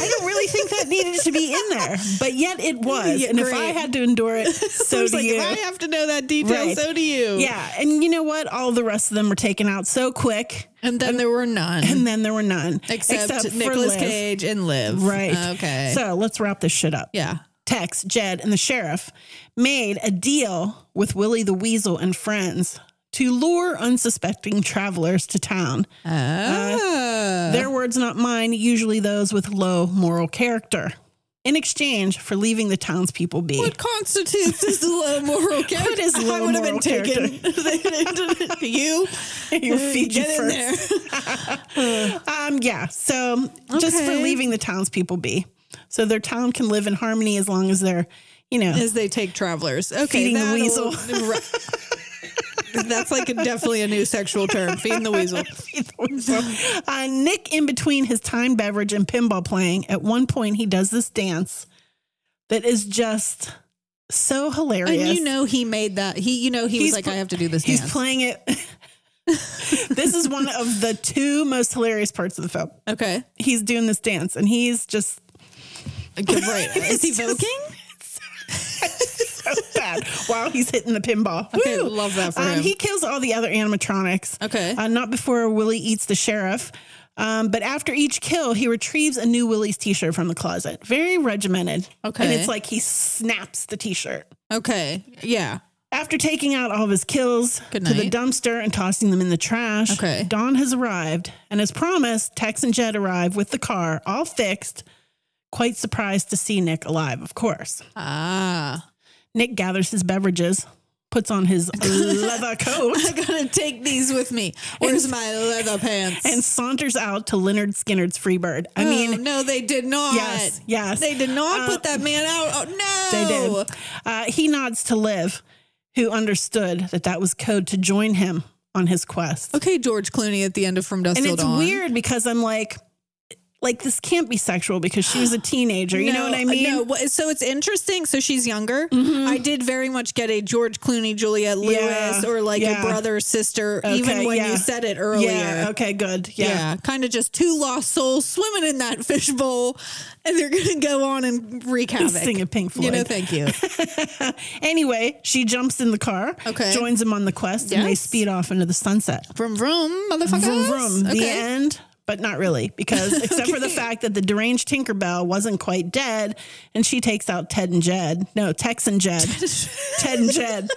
Speaker 1: I don't really think that needed to be in there, but yet it was.
Speaker 2: Yeah,
Speaker 1: and if
Speaker 2: great.
Speaker 1: I had to endure it, so
Speaker 2: I was
Speaker 1: do
Speaker 2: like,
Speaker 1: you.
Speaker 2: if I have to know that detail,
Speaker 1: Right.
Speaker 2: so do you.
Speaker 1: yeah, and you know what? All the rest of them were taken out so quick,
Speaker 2: And then there were none.
Speaker 1: and then there were none
Speaker 2: except,
Speaker 1: for
Speaker 2: Nicolas
Speaker 1: Liv.
Speaker 2: Cage and Liv.
Speaker 1: Right.
Speaker 2: Okay.
Speaker 1: So let's wrap this shit up.
Speaker 2: yeah.
Speaker 1: Tex, Jed, and the sheriff made a deal with Willie the Weasel and friends to lure unsuspecting travelers to town. Uh,
Speaker 2: Oh.
Speaker 1: Their words, not mine, usually those with low moral character, in exchange for leaving the townspeople be.
Speaker 2: what constitutes as low moral character?
Speaker 1: What is
Speaker 2: I
Speaker 1: low
Speaker 2: would have been
Speaker 1: moral
Speaker 2: taken. you, uh,
Speaker 1: Your feet
Speaker 2: get
Speaker 1: you
Speaker 2: in
Speaker 1: first.
Speaker 2: there.
Speaker 1: Um, yeah. So just for
Speaker 2: Okay.
Speaker 1: leaving the townspeople be. So their town can live in harmony as long as they're, you know,
Speaker 2: as they take travelers. Okay,
Speaker 1: Feeding the
Speaker 2: that'll-
Speaker 1: weasel.
Speaker 2: Right. That's like a, definitely a new sexual term. Feeding the weasel.
Speaker 1: uh, Nick, in between his time beverage and pinball playing, at one point he does this dance that is just so hilarious.
Speaker 2: And you know he made that. He, you know, he
Speaker 1: He's
Speaker 2: was like,
Speaker 1: pl-
Speaker 2: I have to do this
Speaker 1: he's
Speaker 2: dance.
Speaker 1: playing it. this is one of the two most hilarious parts of the film.
Speaker 2: okay,
Speaker 1: He's doing this dance and he's just
Speaker 2: Okay, right. Is he voking?
Speaker 1: so bad while he's hitting the pinball.
Speaker 2: Okay, love that for
Speaker 1: Um,
Speaker 2: him.
Speaker 1: He kills all the other animatronics.
Speaker 2: Okay.
Speaker 1: Uh, not before Willie eats the sheriff. Um, but after each kill, he retrieves a new Willie's t shirt from the closet. Very regimented. And
Speaker 2: Okay.
Speaker 1: it's like he snaps the t shirt.
Speaker 2: Okay, yeah.
Speaker 1: After taking out all of his kills to
Speaker 2: Good
Speaker 1: the
Speaker 2: night.
Speaker 1: dumpster and tossing them in the trash,
Speaker 2: Okay.
Speaker 1: Dawn has arrived. And as promised, Tex and Jed arrive with the car all fixed. Quite surprised to see Nick alive, of course.
Speaker 2: Ah,
Speaker 1: Nick gathers his beverages, puts on his leather coat,
Speaker 2: I gotta take these with me. Where's my leather pants?
Speaker 1: and saunters out to Leonard Skinner's Freebird. I
Speaker 2: Oh,
Speaker 1: mean,
Speaker 2: no, they did not.
Speaker 1: Yes, yes.
Speaker 2: They did not
Speaker 1: Uh,
Speaker 2: put that man out. Oh, no,
Speaker 1: They did. Uh, he nods to Liv, who understood that that was code to join him on his quest.
Speaker 2: Okay, George Clooney at the end of From Dusk
Speaker 1: and
Speaker 2: Till
Speaker 1: it's
Speaker 2: Dawn.
Speaker 1: weird because I'm like, like this can't be sexual because she was a teenager. You know
Speaker 2: No,
Speaker 1: what I mean? Mm-hmm.
Speaker 2: No, what- so it's interesting. So she's younger. I did very much get a George Clooney, Juliet Lewis,
Speaker 1: Yeah,
Speaker 2: or like
Speaker 1: yeah.
Speaker 2: a brother sister, even
Speaker 1: Okay,
Speaker 2: when
Speaker 1: yeah.
Speaker 2: you said it earlier.
Speaker 1: Yeah. Okay. Good.
Speaker 2: Yeah,
Speaker 1: Yeah.
Speaker 2: kind of just two lost souls swimming in that fishbowl, and they're going to go on and wreak havoc.
Speaker 1: Sing a Pink
Speaker 2: You know,
Speaker 1: Floyd.
Speaker 2: thank you.
Speaker 1: Anyway, she jumps in the car.
Speaker 2: Okay.
Speaker 1: Joins him on the quest, and they
Speaker 2: Yes.
Speaker 1: speed off into the sunset.
Speaker 2: Vroom, vroom, motherfuckers.
Speaker 1: Vroom, vroom. The
Speaker 2: Okay.
Speaker 1: end. But not really, because except for the fact that the deranged Tinkerbell wasn't quite dead, and she takes out Ted and Jed. No, Tex and Jed. Ted and Jed.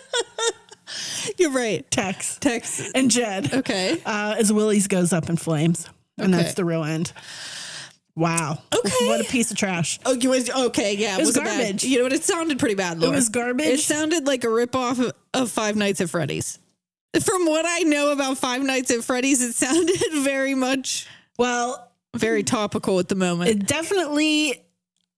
Speaker 2: You're right.
Speaker 1: Tex.
Speaker 2: Text.
Speaker 1: and Jed.
Speaker 2: Okay.
Speaker 1: Uh, as Willie's goes up in flames. And
Speaker 2: Okay.
Speaker 1: that's the real end. Wow.
Speaker 2: Okay.
Speaker 1: What a piece of trash.
Speaker 2: Oh, you was okay. Yeah, it
Speaker 1: was
Speaker 2: wasn't bad.
Speaker 1: garbage.
Speaker 2: You know what? It sounded pretty bad. Laura.
Speaker 1: was garbage.
Speaker 2: It sounded like a ripoff of, of Five Nights at Freddy's. From what I know about Five Nights at Freddy's, it sounded very much
Speaker 1: Well,
Speaker 2: very topical at the moment.
Speaker 1: Hmm. it definitely,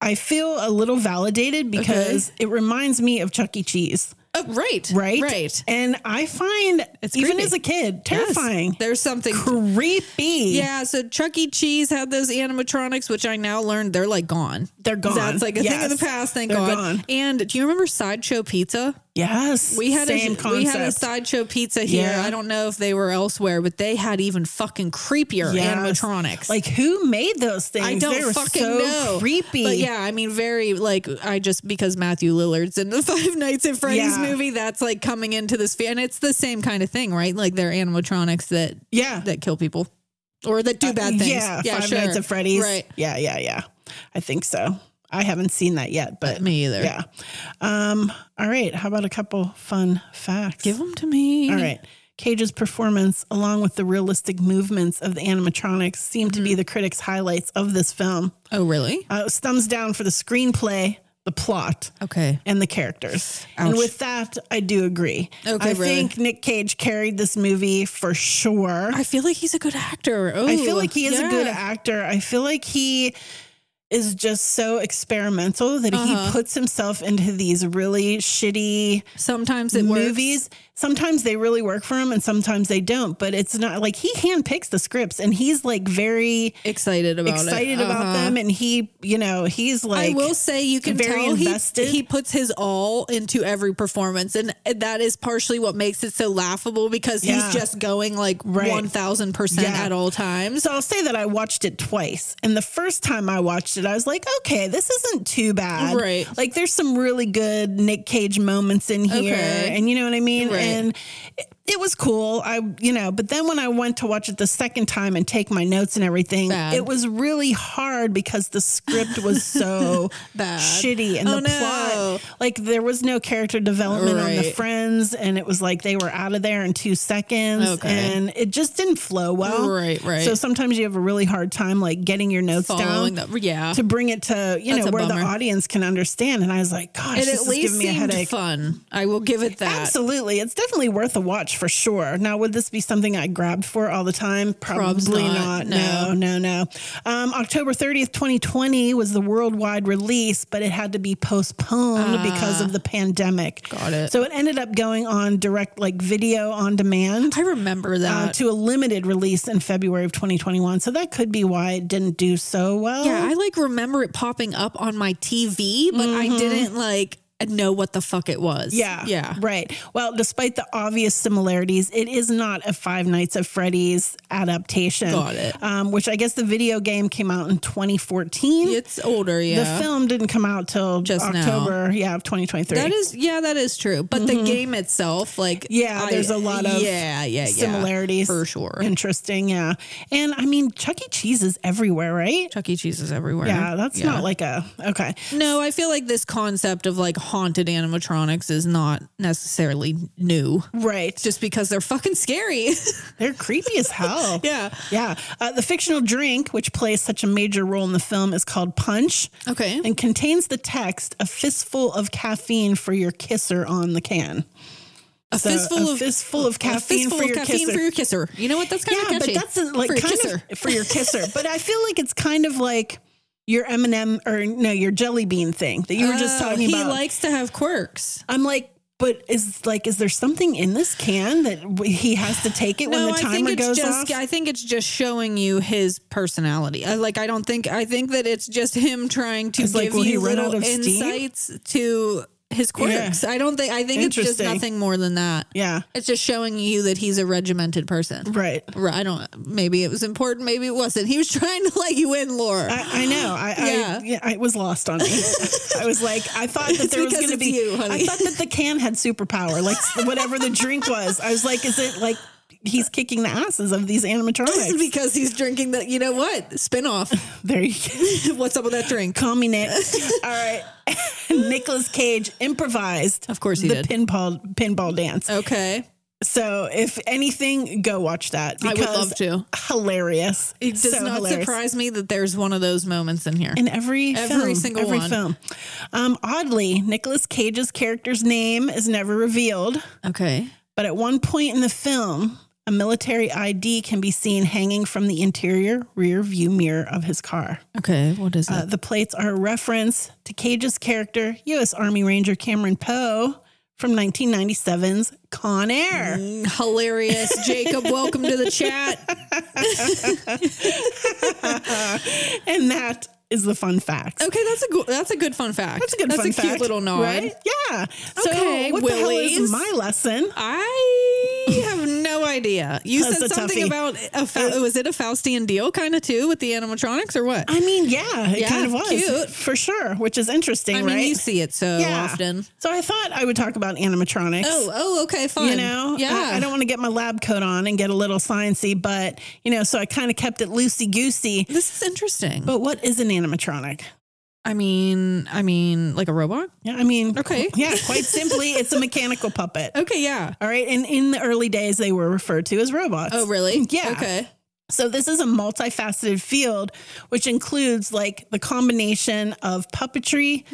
Speaker 1: I feel a little validated because it reminds me of Chuck E. Cheese,
Speaker 2: Oh, right,
Speaker 1: right?
Speaker 2: right.
Speaker 1: And I find,
Speaker 2: It's
Speaker 1: even
Speaker 2: creepy.
Speaker 1: as a kid,
Speaker 2: Yes.
Speaker 1: terrifying.
Speaker 2: There's something.
Speaker 1: Creepy.
Speaker 2: Yeah, so Chuck E. Cheese had those animatronics, which I now learned they're like gone.
Speaker 1: They're gone.
Speaker 2: That's like a thing
Speaker 1: Yes.
Speaker 2: of the past. Thank
Speaker 1: They're
Speaker 2: God.
Speaker 1: gone.
Speaker 2: And do you remember Sideshow Pizza?
Speaker 1: Yes.
Speaker 2: We had
Speaker 1: Same
Speaker 2: a
Speaker 1: concept.
Speaker 2: we had a sideshow pizza here.
Speaker 1: Yeah.
Speaker 2: I don't know if they were elsewhere, but they had even fucking creepier
Speaker 1: Yes.
Speaker 2: animatronics.
Speaker 1: Like who made those things?
Speaker 2: I don't
Speaker 1: they were
Speaker 2: fucking
Speaker 1: so
Speaker 2: know.
Speaker 1: Creepy.
Speaker 2: But yeah, I mean, very like I just because Matthew Lillard's in the Five Nights at Freddy's
Speaker 1: Yeah.
Speaker 2: movie, that's like coming into this, fe- and it's the same kind of thing, right? Like they're animatronics that
Speaker 1: Yeah.
Speaker 2: that kill people or that do bad things.
Speaker 1: Uh, Yeah, Five Nights at Freddy's.
Speaker 2: Right.
Speaker 1: Yeah, yeah, yeah. I think so. I haven't seen that yet, but
Speaker 2: Me either.
Speaker 1: Yeah. Um, all right. How about a couple fun facts?
Speaker 2: Give them to me.
Speaker 1: all right. Cage's performance, along with the realistic movements of the animatronics, seem
Speaker 2: Mm-hmm.
Speaker 1: to be the critics' highlights of this film.
Speaker 2: Oh, really?
Speaker 1: Uh, it was thumbs down for the screenplay, the plot,
Speaker 2: Okay.
Speaker 1: and the characters. And
Speaker 2: Ouch.
Speaker 1: with that, I do agree.
Speaker 2: Okay,
Speaker 1: I
Speaker 2: really?
Speaker 1: think Nick Cage carried this movie for sure.
Speaker 2: I feel like he's a good actor. Oh,
Speaker 1: I feel like he is a good
Speaker 2: yeah.
Speaker 1: actor. I feel like he is just so experimental that
Speaker 2: Uh-huh.
Speaker 1: he puts himself into these really shitty
Speaker 2: Sometimes it works.
Speaker 1: movies. Sometimes they really work for him and sometimes they don't, but it's not like he handpicks the scripts and he's like very
Speaker 2: Excited about it.
Speaker 1: excited
Speaker 2: Uh-huh.
Speaker 1: about them and he, you know, he's like
Speaker 2: I will say you can
Speaker 1: very
Speaker 2: tell
Speaker 1: invested.
Speaker 2: He, he puts his all into every performance, and that is partially what makes it so laughable because
Speaker 1: Yeah.
Speaker 2: he's just going like
Speaker 1: Right.
Speaker 2: one thousand percent
Speaker 1: Yeah.
Speaker 2: at all times.
Speaker 1: so I'll say that I watched it twice. And the first time I watched it, I was like, okay, this isn't too bad.
Speaker 2: Right.
Speaker 1: Like there's some really good Nick Cage moments in here.
Speaker 2: Okay.
Speaker 1: And you know what I mean?
Speaker 2: Right.
Speaker 1: And it- it was cool. I, you know, but then when I went to watch it the second time and take my notes and everything,
Speaker 2: Bad.
Speaker 1: it was really hard because the script was so
Speaker 2: Bad.
Speaker 1: shitty and
Speaker 2: Oh,
Speaker 1: the
Speaker 2: no.
Speaker 1: plot, like there was no character development on the
Speaker 2: Right.
Speaker 1: friends, and it was like they were out of there in two seconds,
Speaker 2: Okay.
Speaker 1: and it just didn't flow well.
Speaker 2: Right, right.
Speaker 1: So sometimes you have a really hard time like getting your notes
Speaker 2: Following
Speaker 1: down.
Speaker 2: the yeah.
Speaker 1: to bring it to you
Speaker 2: That's
Speaker 1: know
Speaker 2: a
Speaker 1: where the
Speaker 2: bummer.
Speaker 1: audience can understand, and I was like, "Gosh,
Speaker 2: It
Speaker 1: this
Speaker 2: at
Speaker 1: is
Speaker 2: least
Speaker 1: giving me a
Speaker 2: seemed
Speaker 1: headache."
Speaker 2: fun. I will give it that.
Speaker 1: Absolutely. It's definitely worth a watch for sure. Now, would this be something I grabbed for all the time?
Speaker 2: Probs
Speaker 1: Probably
Speaker 2: not,
Speaker 1: not. No, no, no. Um, October 30th, 2020 was the worldwide release, but it had to be postponed because of the pandemic.
Speaker 2: Ah. Got it.
Speaker 1: So it ended up going on direct, like video on demand.
Speaker 2: I remember
Speaker 1: uh,
Speaker 2: that.
Speaker 1: to a limited release in February of 2021. So that could be why it didn't do so well.
Speaker 2: yeah, I like remember it popping up on my TV, but I didn't like know what the fuck it was.
Speaker 1: Mm-hmm. Yeah.
Speaker 2: Yeah.
Speaker 1: Right. Well, despite the obvious similarities, it is not a Five Nights at Freddy's adaptation.
Speaker 2: Got it.
Speaker 1: Um, which I guess the video game came out in 2014.
Speaker 2: It's older, yeah.
Speaker 1: The film didn't come out till
Speaker 2: Just now.
Speaker 1: October, yeah, of 2023.
Speaker 2: That is, yeah, that is true. But the game itself, like,
Speaker 1: Mm-hmm. Yeah, there's a lot of
Speaker 2: yeah, yeah, yeah,
Speaker 1: similarities.
Speaker 2: for sure.
Speaker 1: Interesting, yeah. And I mean, Chuck E. Cheese is everywhere, right?
Speaker 2: Chuck E. Cheese is everywhere.
Speaker 1: Yeah, that's not like a okay.
Speaker 2: No, I feel like this concept of like haunted animatronics is not necessarily new.
Speaker 1: Right.
Speaker 2: Just because they're fucking scary.
Speaker 1: They're creepy as hell.
Speaker 2: yeah.
Speaker 1: Yeah. Uh, the fictional drink, which plays such a major role in the film, is called Punch.
Speaker 2: Okay.
Speaker 1: and contains the text a fistful of caffeine for your kisser on the can.
Speaker 2: A
Speaker 1: So,
Speaker 2: fistful
Speaker 1: a
Speaker 2: of
Speaker 1: fistful of
Speaker 2: a
Speaker 1: caffeine
Speaker 2: fistful
Speaker 1: for
Speaker 2: of
Speaker 1: your
Speaker 2: caffeine
Speaker 1: kisser.
Speaker 2: for your kisser. You know what? That's kind
Speaker 1: yeah,
Speaker 2: of catchy.
Speaker 1: but that's a, like
Speaker 2: for your
Speaker 1: kind
Speaker 2: kisser.
Speaker 1: of for your kisser. but I feel like it's kind of like your M and m or no, your jelly bean thing that you were just
Speaker 2: Oh,
Speaker 1: talking
Speaker 2: he
Speaker 1: about.
Speaker 2: likes to have quirks.
Speaker 1: I'm like, but is like, is there something in this can that w- he has to take it when the timer
Speaker 2: I think it's
Speaker 1: goes
Speaker 2: just,
Speaker 1: off?
Speaker 2: I think it's just showing you his personality. I, like I don't think I think that it's just him trying to
Speaker 1: It's like,
Speaker 2: give
Speaker 1: will he
Speaker 2: you
Speaker 1: run
Speaker 2: little
Speaker 1: out of steam?
Speaker 2: insights to his quirks. I don't think I think it's just
Speaker 1: Interesting.
Speaker 2: nothing more than that.
Speaker 1: yeah,
Speaker 2: It's just showing you that he's a regimented person.
Speaker 1: right.
Speaker 2: Right. I don't. Maybe it was important. Maybe it wasn't. He was trying to let you in, Laura.
Speaker 1: I, I know. I,
Speaker 2: Yeah.
Speaker 1: I yeah, I- it was lost on me. I was like, I thought that there was
Speaker 2: because
Speaker 1: going
Speaker 2: it's
Speaker 1: to be.
Speaker 2: you, honey.
Speaker 1: I thought that the can had superpower, like whatever the drink was. I was like, is it like he's kicking the asses of these animatronics?
Speaker 2: because he's drinking the. You know what? Spin off.
Speaker 1: There you go.
Speaker 2: What's up with that drink?
Speaker 1: Call me Nick. All right. Nicolas Cage improvised.
Speaker 2: Of course he
Speaker 1: the
Speaker 2: did.
Speaker 1: pinball pinball dance.
Speaker 2: Okay.
Speaker 1: So if anything, go watch that.
Speaker 2: I would love to.
Speaker 1: Hilarious.
Speaker 2: It does
Speaker 1: So
Speaker 2: not
Speaker 1: hilarious.
Speaker 2: surprise me that there's one of those moments in here.
Speaker 1: in every
Speaker 2: Every
Speaker 1: film,
Speaker 2: single
Speaker 1: every
Speaker 2: one.
Speaker 1: film. Um, oddly, Nicolas Cage's character's name is never revealed,
Speaker 2: Okay.
Speaker 1: but at one point in the film, a military ID can be seen hanging from the interior rear view mirror of his car.
Speaker 2: Okay. What is
Speaker 1: Uh,
Speaker 2: it?
Speaker 1: the plates are a reference to Cage's character, U.S. Army Ranger Cameron Poe, from 1997's Con Air.
Speaker 2: Mm. Hilarious. Jacob, welcome to the chat.
Speaker 1: And that is the fun fact.
Speaker 2: Okay, that's a good that's a good fun fact.
Speaker 1: That's a good
Speaker 2: That's
Speaker 1: fun
Speaker 2: a
Speaker 1: fact.
Speaker 2: cute little nod.
Speaker 1: Right? Yeah. So,
Speaker 2: Okay,
Speaker 1: what the hell
Speaker 2: Willies.
Speaker 1: is my lesson?
Speaker 2: I have no idea. You
Speaker 1: That's
Speaker 2: said
Speaker 1: a
Speaker 2: something
Speaker 1: toughie. Uh,
Speaker 2: about a Fa- was it a Faustian deal kind of too with the animatronics or what? I,
Speaker 1: I mean, yeah, it
Speaker 2: Yeah,
Speaker 1: kind of was
Speaker 2: cute.
Speaker 1: for sure, which is interesting,
Speaker 2: mean,
Speaker 1: right?
Speaker 2: you see it so
Speaker 1: yeah.
Speaker 2: often.
Speaker 1: So I thought I would talk about animatronics.
Speaker 2: Oh, oh, okay, fine.
Speaker 1: You know,
Speaker 2: yeah.
Speaker 1: I, I don't want to get my lab coat on and get a little sciency, but you know, so I kind of kept it loosey goosey.
Speaker 2: This is interesting.
Speaker 1: But what is an animatronic?
Speaker 2: I mean, I mean, like a robot.
Speaker 1: Yeah, I mean,
Speaker 2: Okay.
Speaker 1: qu- yeah, quite simply, it's a mechanical puppet.
Speaker 2: Okay, yeah.
Speaker 1: All right, and in the early days, they were referred to as robots.
Speaker 2: Oh, really?
Speaker 1: Yeah.
Speaker 2: Okay.
Speaker 1: So this is a multifaceted field, which includes like the combination of puppetry,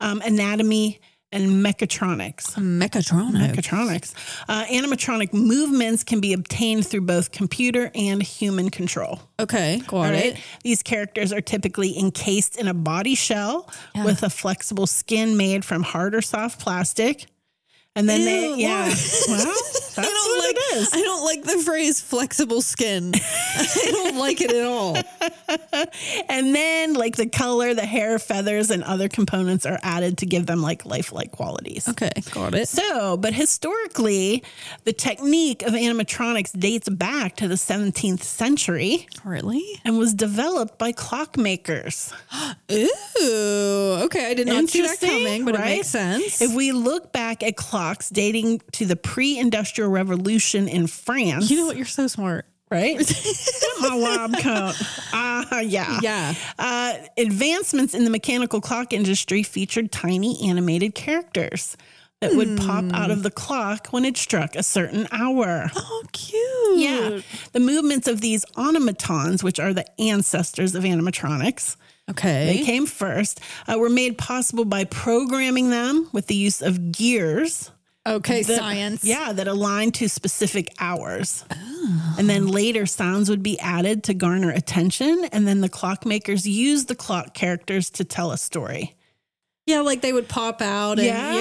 Speaker 1: um, anatomy, and mechatronics.
Speaker 2: Mechatronic.
Speaker 1: Mechatronics. Uh, animatronic movements can be obtained through both computer and human control.
Speaker 2: Okay, got
Speaker 1: All
Speaker 2: it.
Speaker 1: right. These characters are typically encased in a body shell with a flexible skin made from hard or soft plastic. And then
Speaker 2: Ew,
Speaker 1: they, yeah.
Speaker 2: Laura.
Speaker 1: Well, that's
Speaker 2: I don't
Speaker 1: what
Speaker 2: like
Speaker 1: it is.
Speaker 2: I don't like the phrase flexible skin. I don't like it at all.
Speaker 1: And then, like the color, the hair, feathers, and other components are added to give them like lifelike qualities.
Speaker 2: Okay, got it.
Speaker 1: So, but historically, the technique of animatronics dates back to the 17th century
Speaker 2: Really?
Speaker 1: and was developed by clockmakers.
Speaker 2: Ooh. Okay, I did not see that
Speaker 1: Interesting,
Speaker 2: coming, but it
Speaker 1: right?
Speaker 2: makes sense.
Speaker 1: If we look back at clocks dating to the pre Industrial Revolution in France.
Speaker 2: You know what? You're so smart.
Speaker 1: right? Put my wob coat. Ah, yeah.
Speaker 2: Yeah.
Speaker 1: Uh, advancements in the mechanical clock industry featured tiny animated characters that would pop out of the clock when it struck a certain hour.
Speaker 2: Hmm. Oh, cute.
Speaker 1: Yeah. The movements of these automatons, which are the ancestors of animatronics,
Speaker 2: Okay.
Speaker 1: they came first, uh, were made possible by programming them with the use of gears.
Speaker 2: okay.
Speaker 1: that-
Speaker 2: science.
Speaker 1: Yeah, that aligned to specific hours. And then later sounds would be added to garner attention. And then the clockmakers used the clock characters to tell a story.
Speaker 2: Yeah. Like they would pop out. And, yeah.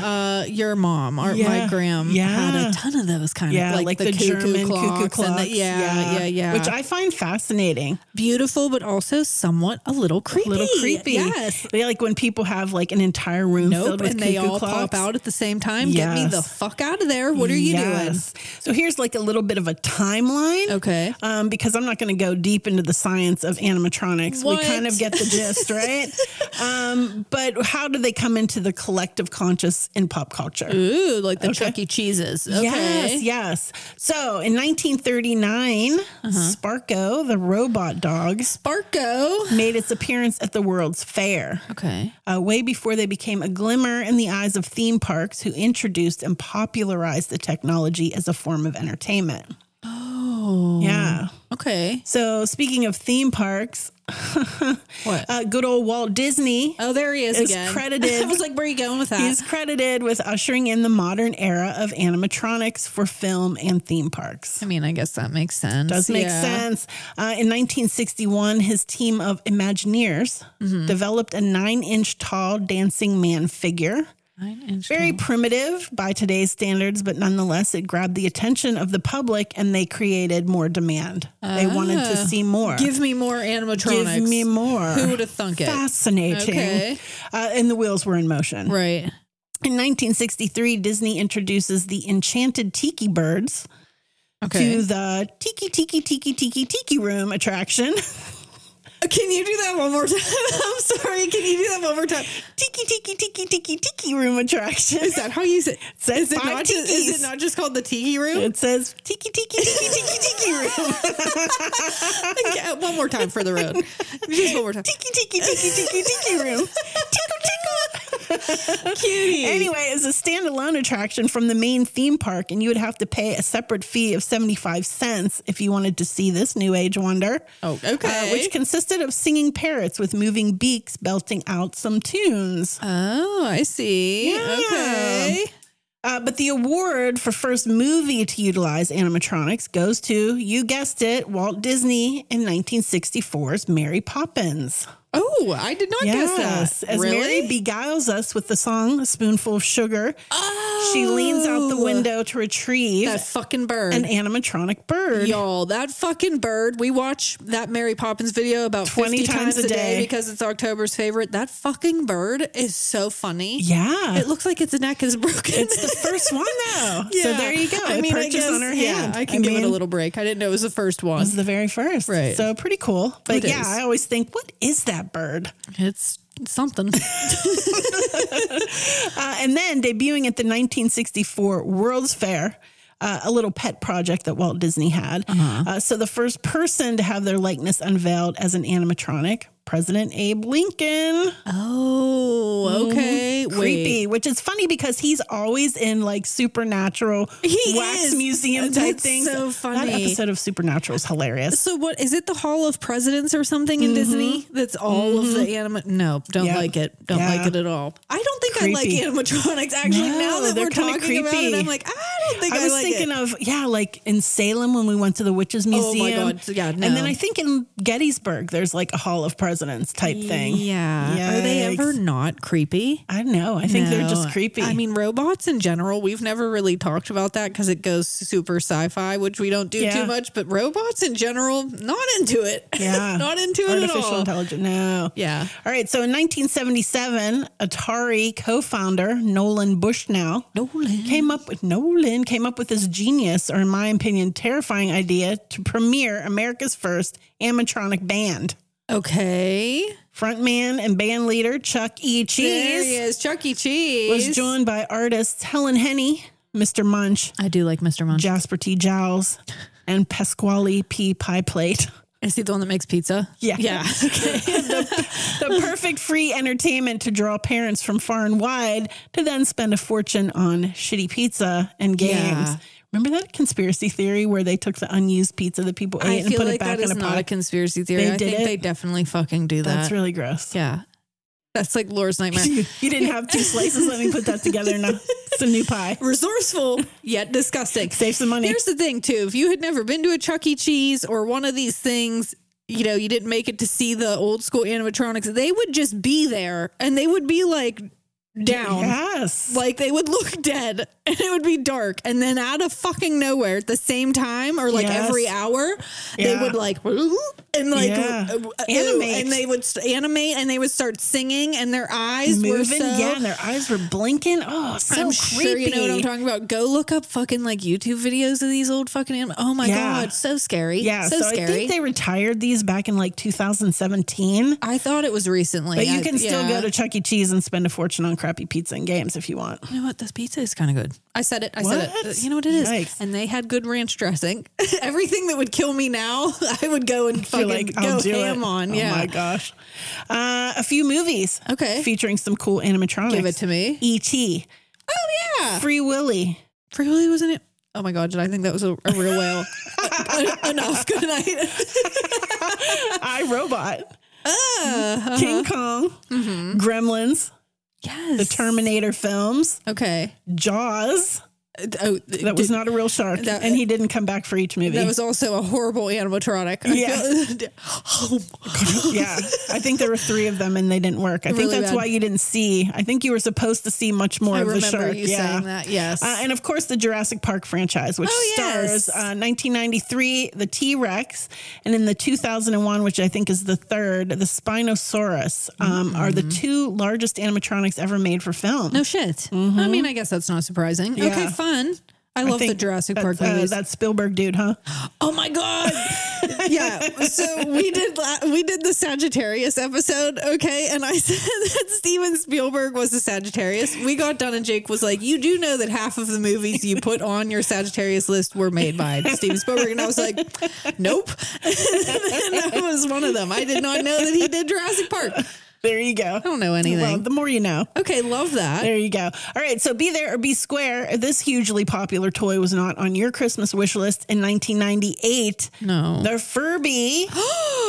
Speaker 1: Yeah.
Speaker 2: Uh, your mom or my
Speaker 1: Yeah.
Speaker 2: gram had
Speaker 1: Yeah.
Speaker 2: a ton of those kind
Speaker 1: Yeah,
Speaker 2: of like, the, cuckoo clocks. and the- yeah, yeah. Yeah.
Speaker 1: Which I find fascinating.
Speaker 2: beautiful, but also somewhat a little creepy.
Speaker 1: A little creepy.
Speaker 2: Yes.
Speaker 1: They like when people have like an entire room
Speaker 2: Nope.
Speaker 1: filled with
Speaker 2: And they
Speaker 1: cuckoo
Speaker 2: all
Speaker 1: clocks.
Speaker 2: pop out at the same time. Get me
Speaker 1: Yes.
Speaker 2: the fuck out of there. What are you
Speaker 1: Yes. So here's like a little bit of a timeline.
Speaker 2: doing? Okay.
Speaker 1: um, because I'm not going to go deep into the science of animatronics.
Speaker 2: What?
Speaker 1: We kind of get the gist, right? um, but how do they come into the collective conscious in pop culture?
Speaker 2: Ooh, like the Chuck E. Cheese's. Mm, Okay.
Speaker 1: Yes, yes. So in 1939,
Speaker 2: Uh-huh.
Speaker 1: Sparko, the robot dog,
Speaker 2: Sparko.
Speaker 1: made its appearance at the World's Fair,
Speaker 2: Okay.
Speaker 1: uh, way before they became a glimmer in the eyes of theme parks who introduced and popularized the technology as a form of entertainment.
Speaker 2: Oh.
Speaker 1: Yeah.
Speaker 2: Okay.
Speaker 1: So speaking of theme parks,
Speaker 2: What?
Speaker 1: uh, good old Walt Disney
Speaker 2: oh, there he is
Speaker 1: is
Speaker 2: again.
Speaker 1: credited-
Speaker 2: I was like, where are you going with that?
Speaker 1: is credited with ushering in the modern era of animatronics for film and theme parks.
Speaker 2: I mean, I guess that makes sense.
Speaker 1: Does make
Speaker 2: Yeah.
Speaker 1: sense. Uh, in 1961, his team of Imagineers
Speaker 2: Mm-hmm.
Speaker 1: developed a nine inch tall dancing man figure.
Speaker 2: Nine inch
Speaker 1: Very primitive by today's standards, but nonetheless, it grabbed the attention of the public and they created more demand. they wanted to see more.
Speaker 2: Ah. Give me more animatronics.
Speaker 1: Give me more.
Speaker 2: Who would have thunk it?
Speaker 1: Fascinating.
Speaker 2: Okay.
Speaker 1: Uh, and the wheels were in motion.
Speaker 2: Right.
Speaker 1: In 1963, Disney introduces the enchanted tiki birds
Speaker 2: Okay.
Speaker 1: to the tiki tiki tiki tiki tiki room attraction.
Speaker 2: Uh, Can you do that one more time? I'm sorry. Can you do that one more time?
Speaker 1: tiki tiki tiki tiki tiki room attraction.
Speaker 2: Is that how you say?
Speaker 1: says
Speaker 2: Is it,
Speaker 1: five
Speaker 2: not just, is
Speaker 1: tikis.
Speaker 2: it not just called the tiki room?
Speaker 1: It says tiki tiki tiki tiki tiki room.
Speaker 2: yeah, one more time for the road. Just one more time.
Speaker 1: Tiki tiki tiki tiki tiki room.
Speaker 2: Cutie.
Speaker 1: Anyway, it's a standalone attraction from the main theme park, and you would have to pay a separate fee of 75 cents if you wanted to see this new age wonder.
Speaker 2: Oh, okay.
Speaker 1: Uh, which consisted of singing parrots with moving beaks belting out some tunes.
Speaker 2: oh, I see. Okay.
Speaker 1: Uh, but the award for first movie to utilize animatronics goes to, you guessed it, Walt Disney in 1964's Mary Poppins.
Speaker 2: Oh, I did not guess that.
Speaker 1: As
Speaker 2: really?
Speaker 1: Mary beguiles us with the song A Spoonful of Sugar,
Speaker 2: oh,
Speaker 1: she leans out the window to retrieve
Speaker 2: That fucking bird.
Speaker 1: an animatronic bird.
Speaker 2: Y'all, that fucking bird. We watch that Mary Poppins video about
Speaker 1: 20
Speaker 2: 50 times,
Speaker 1: times
Speaker 2: a
Speaker 1: a
Speaker 2: day.
Speaker 1: day.
Speaker 2: because it's October's favorite. That fucking bird is so funny.
Speaker 1: Yeah.
Speaker 2: It looks like its neck is broken.
Speaker 1: it's the first one, though. So
Speaker 2: Yeah.
Speaker 1: there you go.
Speaker 2: I
Speaker 1: A
Speaker 2: mean, I
Speaker 1: purchase
Speaker 2: guess,
Speaker 1: on her
Speaker 2: yeah,
Speaker 1: hand.
Speaker 2: I can give it a
Speaker 1: mean,
Speaker 2: little break. I didn't know it was the first one.
Speaker 1: was the very first.
Speaker 2: Right.
Speaker 1: So pretty cool. But
Speaker 2: It
Speaker 1: yeah,
Speaker 2: is.
Speaker 1: I always think, what is that bird?
Speaker 2: It's something.
Speaker 1: Uh, and then debuting at the 1964 World's Fair. Uh, a little pet project that Walt Disney had. uh
Speaker 2: Uh-huh.
Speaker 1: so, the first person to have their likeness unveiled as an animatronic, President Abe Lincoln.
Speaker 2: oh, okay.
Speaker 1: Creepy, which is funny because he's always in like supernatural
Speaker 2: He
Speaker 1: wax
Speaker 2: is.
Speaker 1: museum type
Speaker 2: That's
Speaker 1: things.
Speaker 2: so funny.
Speaker 1: That episode of Supernatural is hilarious.
Speaker 2: So what is it? The Hall of Presidents or something in Disney? That's all of the anima. No, don't
Speaker 1: Yeah.
Speaker 2: like it. Don't
Speaker 1: Yeah.
Speaker 2: like it at all. Mm-hmm. I don't think I like
Speaker 1: Creepy.
Speaker 2: animatronics. Actually,
Speaker 1: No,
Speaker 2: now that
Speaker 1: they're
Speaker 2: we're
Speaker 1: kinda
Speaker 2: talking about it,
Speaker 1: creepy.
Speaker 2: I'm like, I don't think I,
Speaker 1: I was
Speaker 2: like
Speaker 1: thinking
Speaker 2: it.
Speaker 1: of yeah, like in Salem when we went to the witches
Speaker 2: Oh
Speaker 1: museum.
Speaker 2: my God, so yeah, no.
Speaker 1: And then I think in Gettysburg there's like a Hall of Presidents type thing.
Speaker 2: Yeah. Are they
Speaker 1: Yikes.
Speaker 2: ever not creepy?
Speaker 1: I don't know. I think they're just
Speaker 2: No.
Speaker 1: creepy.
Speaker 2: I mean, robots in general, we've never really talked about that because it goes super sci fi, which we don't do
Speaker 1: Yeah.
Speaker 2: too much. But robots in general, not into it.
Speaker 1: yeah,
Speaker 2: not into it at
Speaker 1: artificial
Speaker 2: all.
Speaker 1: intelligence. No.
Speaker 2: Yeah.
Speaker 1: All right. So in 1977, Atari co-founder Nolan Bushnell
Speaker 2: Nolan.
Speaker 1: came up with Nolan came up with this genius, or in my opinion, terrifying idea to premiere America's first animatronic band.
Speaker 2: Okay.
Speaker 1: Frontman and band leader Chuck E.
Speaker 2: There
Speaker 1: Cheese
Speaker 2: he is, Chuck E. Cheese.
Speaker 1: was joined by artists Helen Henny, Mr. Munch,
Speaker 2: I do like Mr. Munch.
Speaker 1: Jasper T. Jowls, and Pasquale P. Pie Plate.
Speaker 2: Is he the one that makes pizza?
Speaker 1: Yeah.
Speaker 2: Yeah.
Speaker 1: The perfect free entertainment to draw parents from far and wide to then spend a fortune on shitty pizza and games.
Speaker 2: Yeah.
Speaker 1: Remember that conspiracy theory where they took the unused pizza that people
Speaker 2: I
Speaker 1: ate and
Speaker 2: feel
Speaker 1: put
Speaker 2: like
Speaker 1: it
Speaker 2: that
Speaker 1: back in
Speaker 2: is
Speaker 1: a
Speaker 2: not a
Speaker 1: pot?
Speaker 2: conspiracy theory.
Speaker 1: They
Speaker 2: I
Speaker 1: did
Speaker 2: think
Speaker 1: it?
Speaker 2: they definitely fucking do that.
Speaker 1: That's really gross.
Speaker 2: yeah. That's like Laura's nightmare.
Speaker 1: You, you didn't have two slices. Let me put that together. Now it's a new pie.
Speaker 2: resourceful yet disgusting.
Speaker 1: Save some money.
Speaker 2: Here's the thing, too. If you had never been to a Chuck E. Cheese or one of these things, you know, you didn't make it to see the old school animatronics, they would just be there and they would be like down.
Speaker 1: Yes.
Speaker 2: Like they would look dead and it would be dark. And then out of fucking nowhere at the same time or like
Speaker 1: Yes.
Speaker 2: every hour, they
Speaker 1: Yeah.
Speaker 2: would like, and like,
Speaker 1: Yeah.
Speaker 2: uh, uh,
Speaker 1: Animate.
Speaker 2: and they would st- animate and they would start singing and their eyes were
Speaker 1: Moving.
Speaker 2: so
Speaker 1: yeah. And their eyes were blinking. Oh, so
Speaker 2: I'm
Speaker 1: creepy.
Speaker 2: sure you know what I'm talking about. Go look up fucking like YouTube videos of these old fucking animals. Oh my
Speaker 1: Yeah.
Speaker 2: god, so scary.
Speaker 1: yeah.
Speaker 2: so,
Speaker 1: So, I
Speaker 2: scary. I,
Speaker 1: think they retired these back in like 2017.
Speaker 2: thought it was recently.
Speaker 1: But
Speaker 2: I-
Speaker 1: you can still
Speaker 2: yeah.
Speaker 1: go to Chuck E. Cheese and spend a fortune on crappy pizza and games if you want.
Speaker 2: You know what? This pizza is kind of good. I said it. I said it.
Speaker 1: What?
Speaker 2: Uh, You know what it is.
Speaker 1: Yikes.
Speaker 2: And they had good ranch dressing. Everything that would kill me now, I would go and
Speaker 1: You're
Speaker 2: fucking
Speaker 1: like,
Speaker 2: go
Speaker 1: I'll do
Speaker 2: ham
Speaker 1: it.
Speaker 2: on.
Speaker 1: Oh
Speaker 2: yeah.
Speaker 1: my gosh. Uh, a few movies.
Speaker 2: Okay.
Speaker 1: Featuring some cool animatronics.
Speaker 2: Give it to me.
Speaker 1: E.T.,
Speaker 2: Oh yeah.
Speaker 1: Free Willy,
Speaker 2: Really wasn't it? Oh my god, did I think that was a, a real whale? Enough. Good night.
Speaker 1: I Robot,
Speaker 2: Uh,
Speaker 1: King Kong,
Speaker 2: Mm-hmm.
Speaker 1: Gremlins,
Speaker 2: yes.
Speaker 1: the Terminator films,
Speaker 2: Okay.
Speaker 1: Jaws.
Speaker 2: Uh, Oh,
Speaker 1: That was not a real shark,
Speaker 2: that-
Speaker 1: and he didn't come back for each movie.
Speaker 2: That was also a horrible animatronic. I
Speaker 1: Yeah.
Speaker 2: feel- oh,
Speaker 1: yeah, I think there were three of them, and they didn't work. I think
Speaker 2: Really
Speaker 1: that's
Speaker 2: bad.
Speaker 1: why you didn't see. I think you were supposed to see much more
Speaker 2: I
Speaker 1: of the
Speaker 2: remember
Speaker 1: shark.
Speaker 2: you
Speaker 1: yeah.
Speaker 2: saying that. Yes.
Speaker 1: Uh, and of course, the Jurassic Park franchise, which
Speaker 2: Oh, yes.
Speaker 1: stars uh, 1993, the T Rex, and in the 2001, which I think is the third, the Spinosaurus, um, are the two largest animatronics ever made for film.
Speaker 2: Mm-hmm. no shit. I mean, I guess that's not surprising. Okay,
Speaker 1: Yeah.
Speaker 2: fun. I
Speaker 1: I
Speaker 2: love the
Speaker 1: think
Speaker 2: Jurassic
Speaker 1: that's,
Speaker 2: Park
Speaker 1: uh,
Speaker 2: movies.
Speaker 1: that Spielberg dude, huh?
Speaker 2: oh my god! yeah. So we did la- we did the Sagittarius episode, okay? And I said that Steven Spielberg was a Sagittarius. We got done, and Jake was like, "You do know that half of the movies you put on your Sagittarius list were made by Steven Spielberg," and I was like, "Nope." and I was one of them. I did not know that he did Jurassic Park.
Speaker 1: There you go. I
Speaker 2: don't know anything.
Speaker 1: Well, the more you know.
Speaker 2: Okay, love that.
Speaker 1: There you go. All right, so be there or be square. This hugely popular toy was not on your Christmas wish list in 1998.
Speaker 2: No.
Speaker 1: The Furby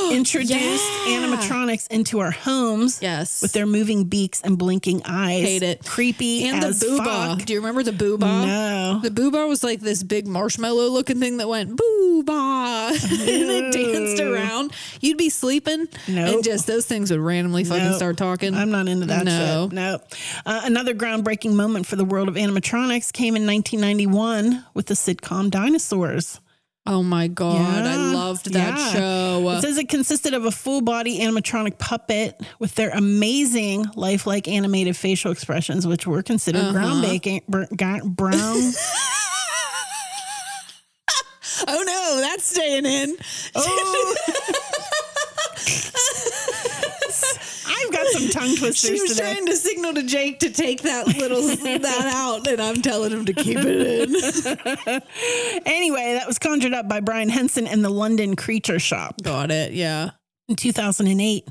Speaker 1: introduced
Speaker 2: Yeah.
Speaker 1: animatronics into our homes.
Speaker 2: Yes.
Speaker 1: With their moving beaks and blinking eyes.
Speaker 2: Hate it.
Speaker 1: Creepy
Speaker 2: And the
Speaker 1: as
Speaker 2: booba.
Speaker 1: fuck.
Speaker 2: Do you remember the booba?
Speaker 1: No.
Speaker 2: The booba was like this big marshmallow looking thing that went booba and it danced around. You'd be sleeping and
Speaker 1: Nope.
Speaker 2: just those things would randomly fucking
Speaker 1: Nope.
Speaker 2: start talking.
Speaker 1: I'm not into that
Speaker 2: No.
Speaker 1: shit. No. Uh, another groundbreaking moment for the world of animatronics came in 1991 with the sitcom Dinosaurs.
Speaker 2: Oh my God. I
Speaker 1: Yeah.
Speaker 2: loved that
Speaker 1: Yeah.
Speaker 2: show.
Speaker 1: It says it consisted of a full body animatronic puppet with their amazing lifelike animated facial expressions, which were considered
Speaker 2: Uh-huh.
Speaker 1: groundbreaking. br- ga- brown.
Speaker 2: oh no, that's staying in.
Speaker 1: oh. I've got some tongue twisters
Speaker 2: She was
Speaker 1: today.
Speaker 2: trying to signal to Jake to take that little that out, and I'm telling him to keep it in.
Speaker 1: Anyway, that was conjured up by Brian Henson and the London Creature Shop.
Speaker 2: Got it. Yeah.
Speaker 1: In 2008,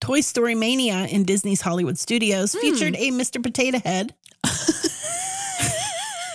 Speaker 1: Toy Story Mania in Disney's Hollywood Studios featured a Mr. Potato Head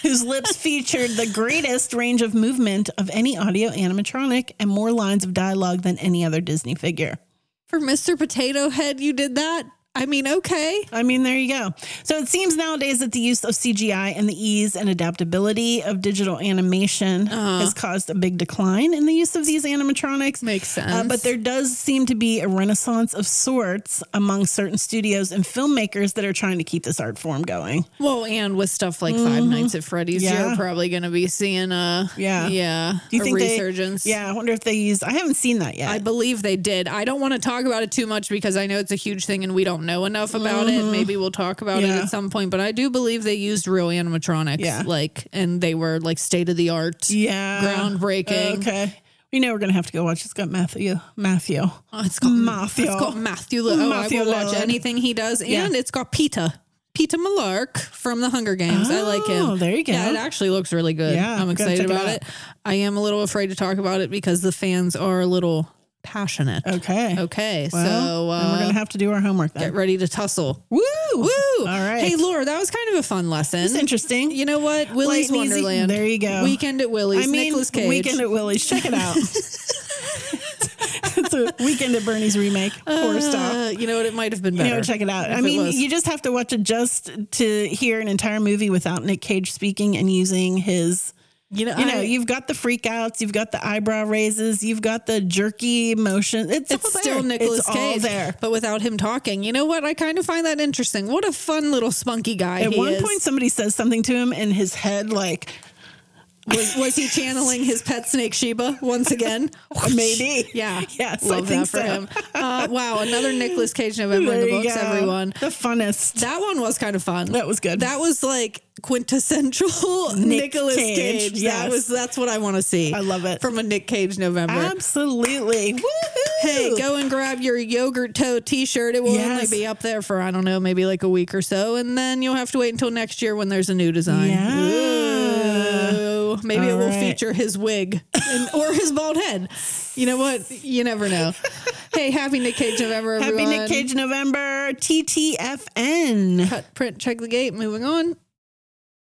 Speaker 1: whose lips featured the greatest range of movement of any audio animatronic and more lines of dialogue than any other Disney figure.
Speaker 2: For Mr. Potato Head, you did that? I mean, okay.
Speaker 1: I mean, there you go. So it seems nowadays that the use of CGI and the ease and adaptability of digital animation
Speaker 2: Uh-huh.
Speaker 1: has caused a big decline in the use of these animatronics.
Speaker 2: Makes sense.
Speaker 1: Uh, but there does seem to be a renaissance of sorts among certain studios and filmmakers that are trying to keep this art form going.
Speaker 2: well, and with stuff like Five Nights at Freddy's, you're
Speaker 1: Yeah.
Speaker 2: probably going to be seeing a
Speaker 1: Yeah.
Speaker 2: yeah,
Speaker 1: Do you
Speaker 2: a
Speaker 1: think
Speaker 2: resurgence.
Speaker 1: they? Yeah, I wonder if they use. I haven't seen that yet.
Speaker 2: I believe they did. I don't want to talk about it too much because I know it's a huge thing and we don't know enough about it. Maybe we'll talk about it
Speaker 1: Yeah.
Speaker 2: at some point, but I do believe they used real animatronics
Speaker 1: Yeah.
Speaker 2: like and they were like state of the art.
Speaker 1: yeah,
Speaker 2: groundbreaking.
Speaker 1: Okay, we know we're gonna have to go watch. It's got Matthew. Matthew.
Speaker 2: Oh, it's got
Speaker 1: Matthew.
Speaker 2: It's got Matthew. Lo- oh,
Speaker 1: Matthew
Speaker 2: I will watch
Speaker 1: Lillard.
Speaker 2: anything he does, and
Speaker 1: Yeah.
Speaker 2: it's got Peter. Peter Malark from The Hunger Games. I like him.
Speaker 1: Oh, there you go.
Speaker 2: Yeah, it actually looks really good.
Speaker 1: Yeah,
Speaker 2: I'm
Speaker 1: gotta
Speaker 2: excited
Speaker 1: check it
Speaker 2: about
Speaker 1: out.
Speaker 2: it. I am a little afraid to talk about it because the fans are a little passionate. Okay,
Speaker 1: Okay.
Speaker 2: so
Speaker 1: then we're
Speaker 2: uh,
Speaker 1: gonna have to do our homework
Speaker 2: get
Speaker 1: then.
Speaker 2: ready to tussle.
Speaker 1: Woo!
Speaker 2: Woo!
Speaker 1: All right.
Speaker 2: Hey, Laura, that was kind of a fun lesson.
Speaker 1: It's interesting.
Speaker 2: You know what? Willie's
Speaker 1: Light and easy.
Speaker 2: Wonderland.
Speaker 1: There you go.
Speaker 2: Weekend at Willie's.
Speaker 1: I mean,
Speaker 2: Nicolas Cage.
Speaker 1: Weekend at Willie's. Check it out. it's a Weekend at Bernie's remake. Poor stuff.
Speaker 2: Uh, you know what? It might have been
Speaker 1: You
Speaker 2: better.
Speaker 1: know, check it out.
Speaker 2: If
Speaker 1: I
Speaker 2: it
Speaker 1: mean,
Speaker 2: was.
Speaker 1: you just have to watch it just to hear an entire movie without Nick Cage speaking and using his.
Speaker 2: You know,
Speaker 1: You know,
Speaker 2: I-
Speaker 1: you've got the freak outs, you've got the eyebrow raises, you've got the jerky motion. It's, all
Speaker 2: it's still
Speaker 1: there.
Speaker 2: Nicolas
Speaker 1: it's
Speaker 2: Cage,
Speaker 1: All there.
Speaker 2: but without him talking. You know what? I kind of find that interesting. What a fun little spunky guy
Speaker 1: At
Speaker 2: he
Speaker 1: one
Speaker 2: is.
Speaker 1: point, somebody says something to him, and his head like
Speaker 2: was, was he channeling his pet snake Sheba once again?
Speaker 1: maybe.
Speaker 2: Yeah,
Speaker 1: Yes, I
Speaker 2: love that
Speaker 1: think
Speaker 2: for
Speaker 1: so.
Speaker 2: him. Uh, wow, another Nicolas Cage November
Speaker 1: There
Speaker 2: in the
Speaker 1: you
Speaker 2: books,
Speaker 1: go.
Speaker 2: everyone.
Speaker 1: The funnest.
Speaker 2: That one was kind of fun.
Speaker 1: That was good.
Speaker 2: That was like quintessential
Speaker 1: Nick
Speaker 2: Nicolas
Speaker 1: Cage,
Speaker 2: Cage.
Speaker 1: yes.
Speaker 2: That was that's what I want to see.
Speaker 1: I love it.
Speaker 2: from a Nick Cage November.
Speaker 1: Absolutely. Woohoo.
Speaker 2: Hey, go and grab your yogurt toe T-shirt. It will
Speaker 1: Yes.
Speaker 2: only be up there for I don't know, maybe like a week or so, and then you'll have to wait until next year when there's a new design.
Speaker 1: Yeah.
Speaker 2: Ooh. Maybe
Speaker 1: All
Speaker 2: it will
Speaker 1: right.
Speaker 2: feature his wig and, or his bald head. You know what? You never know. hey, happy Nick Cage November,
Speaker 1: Happy
Speaker 2: everyone.
Speaker 1: Nick Cage November. TTFN.
Speaker 2: Cut, print, check the gate. Moving on.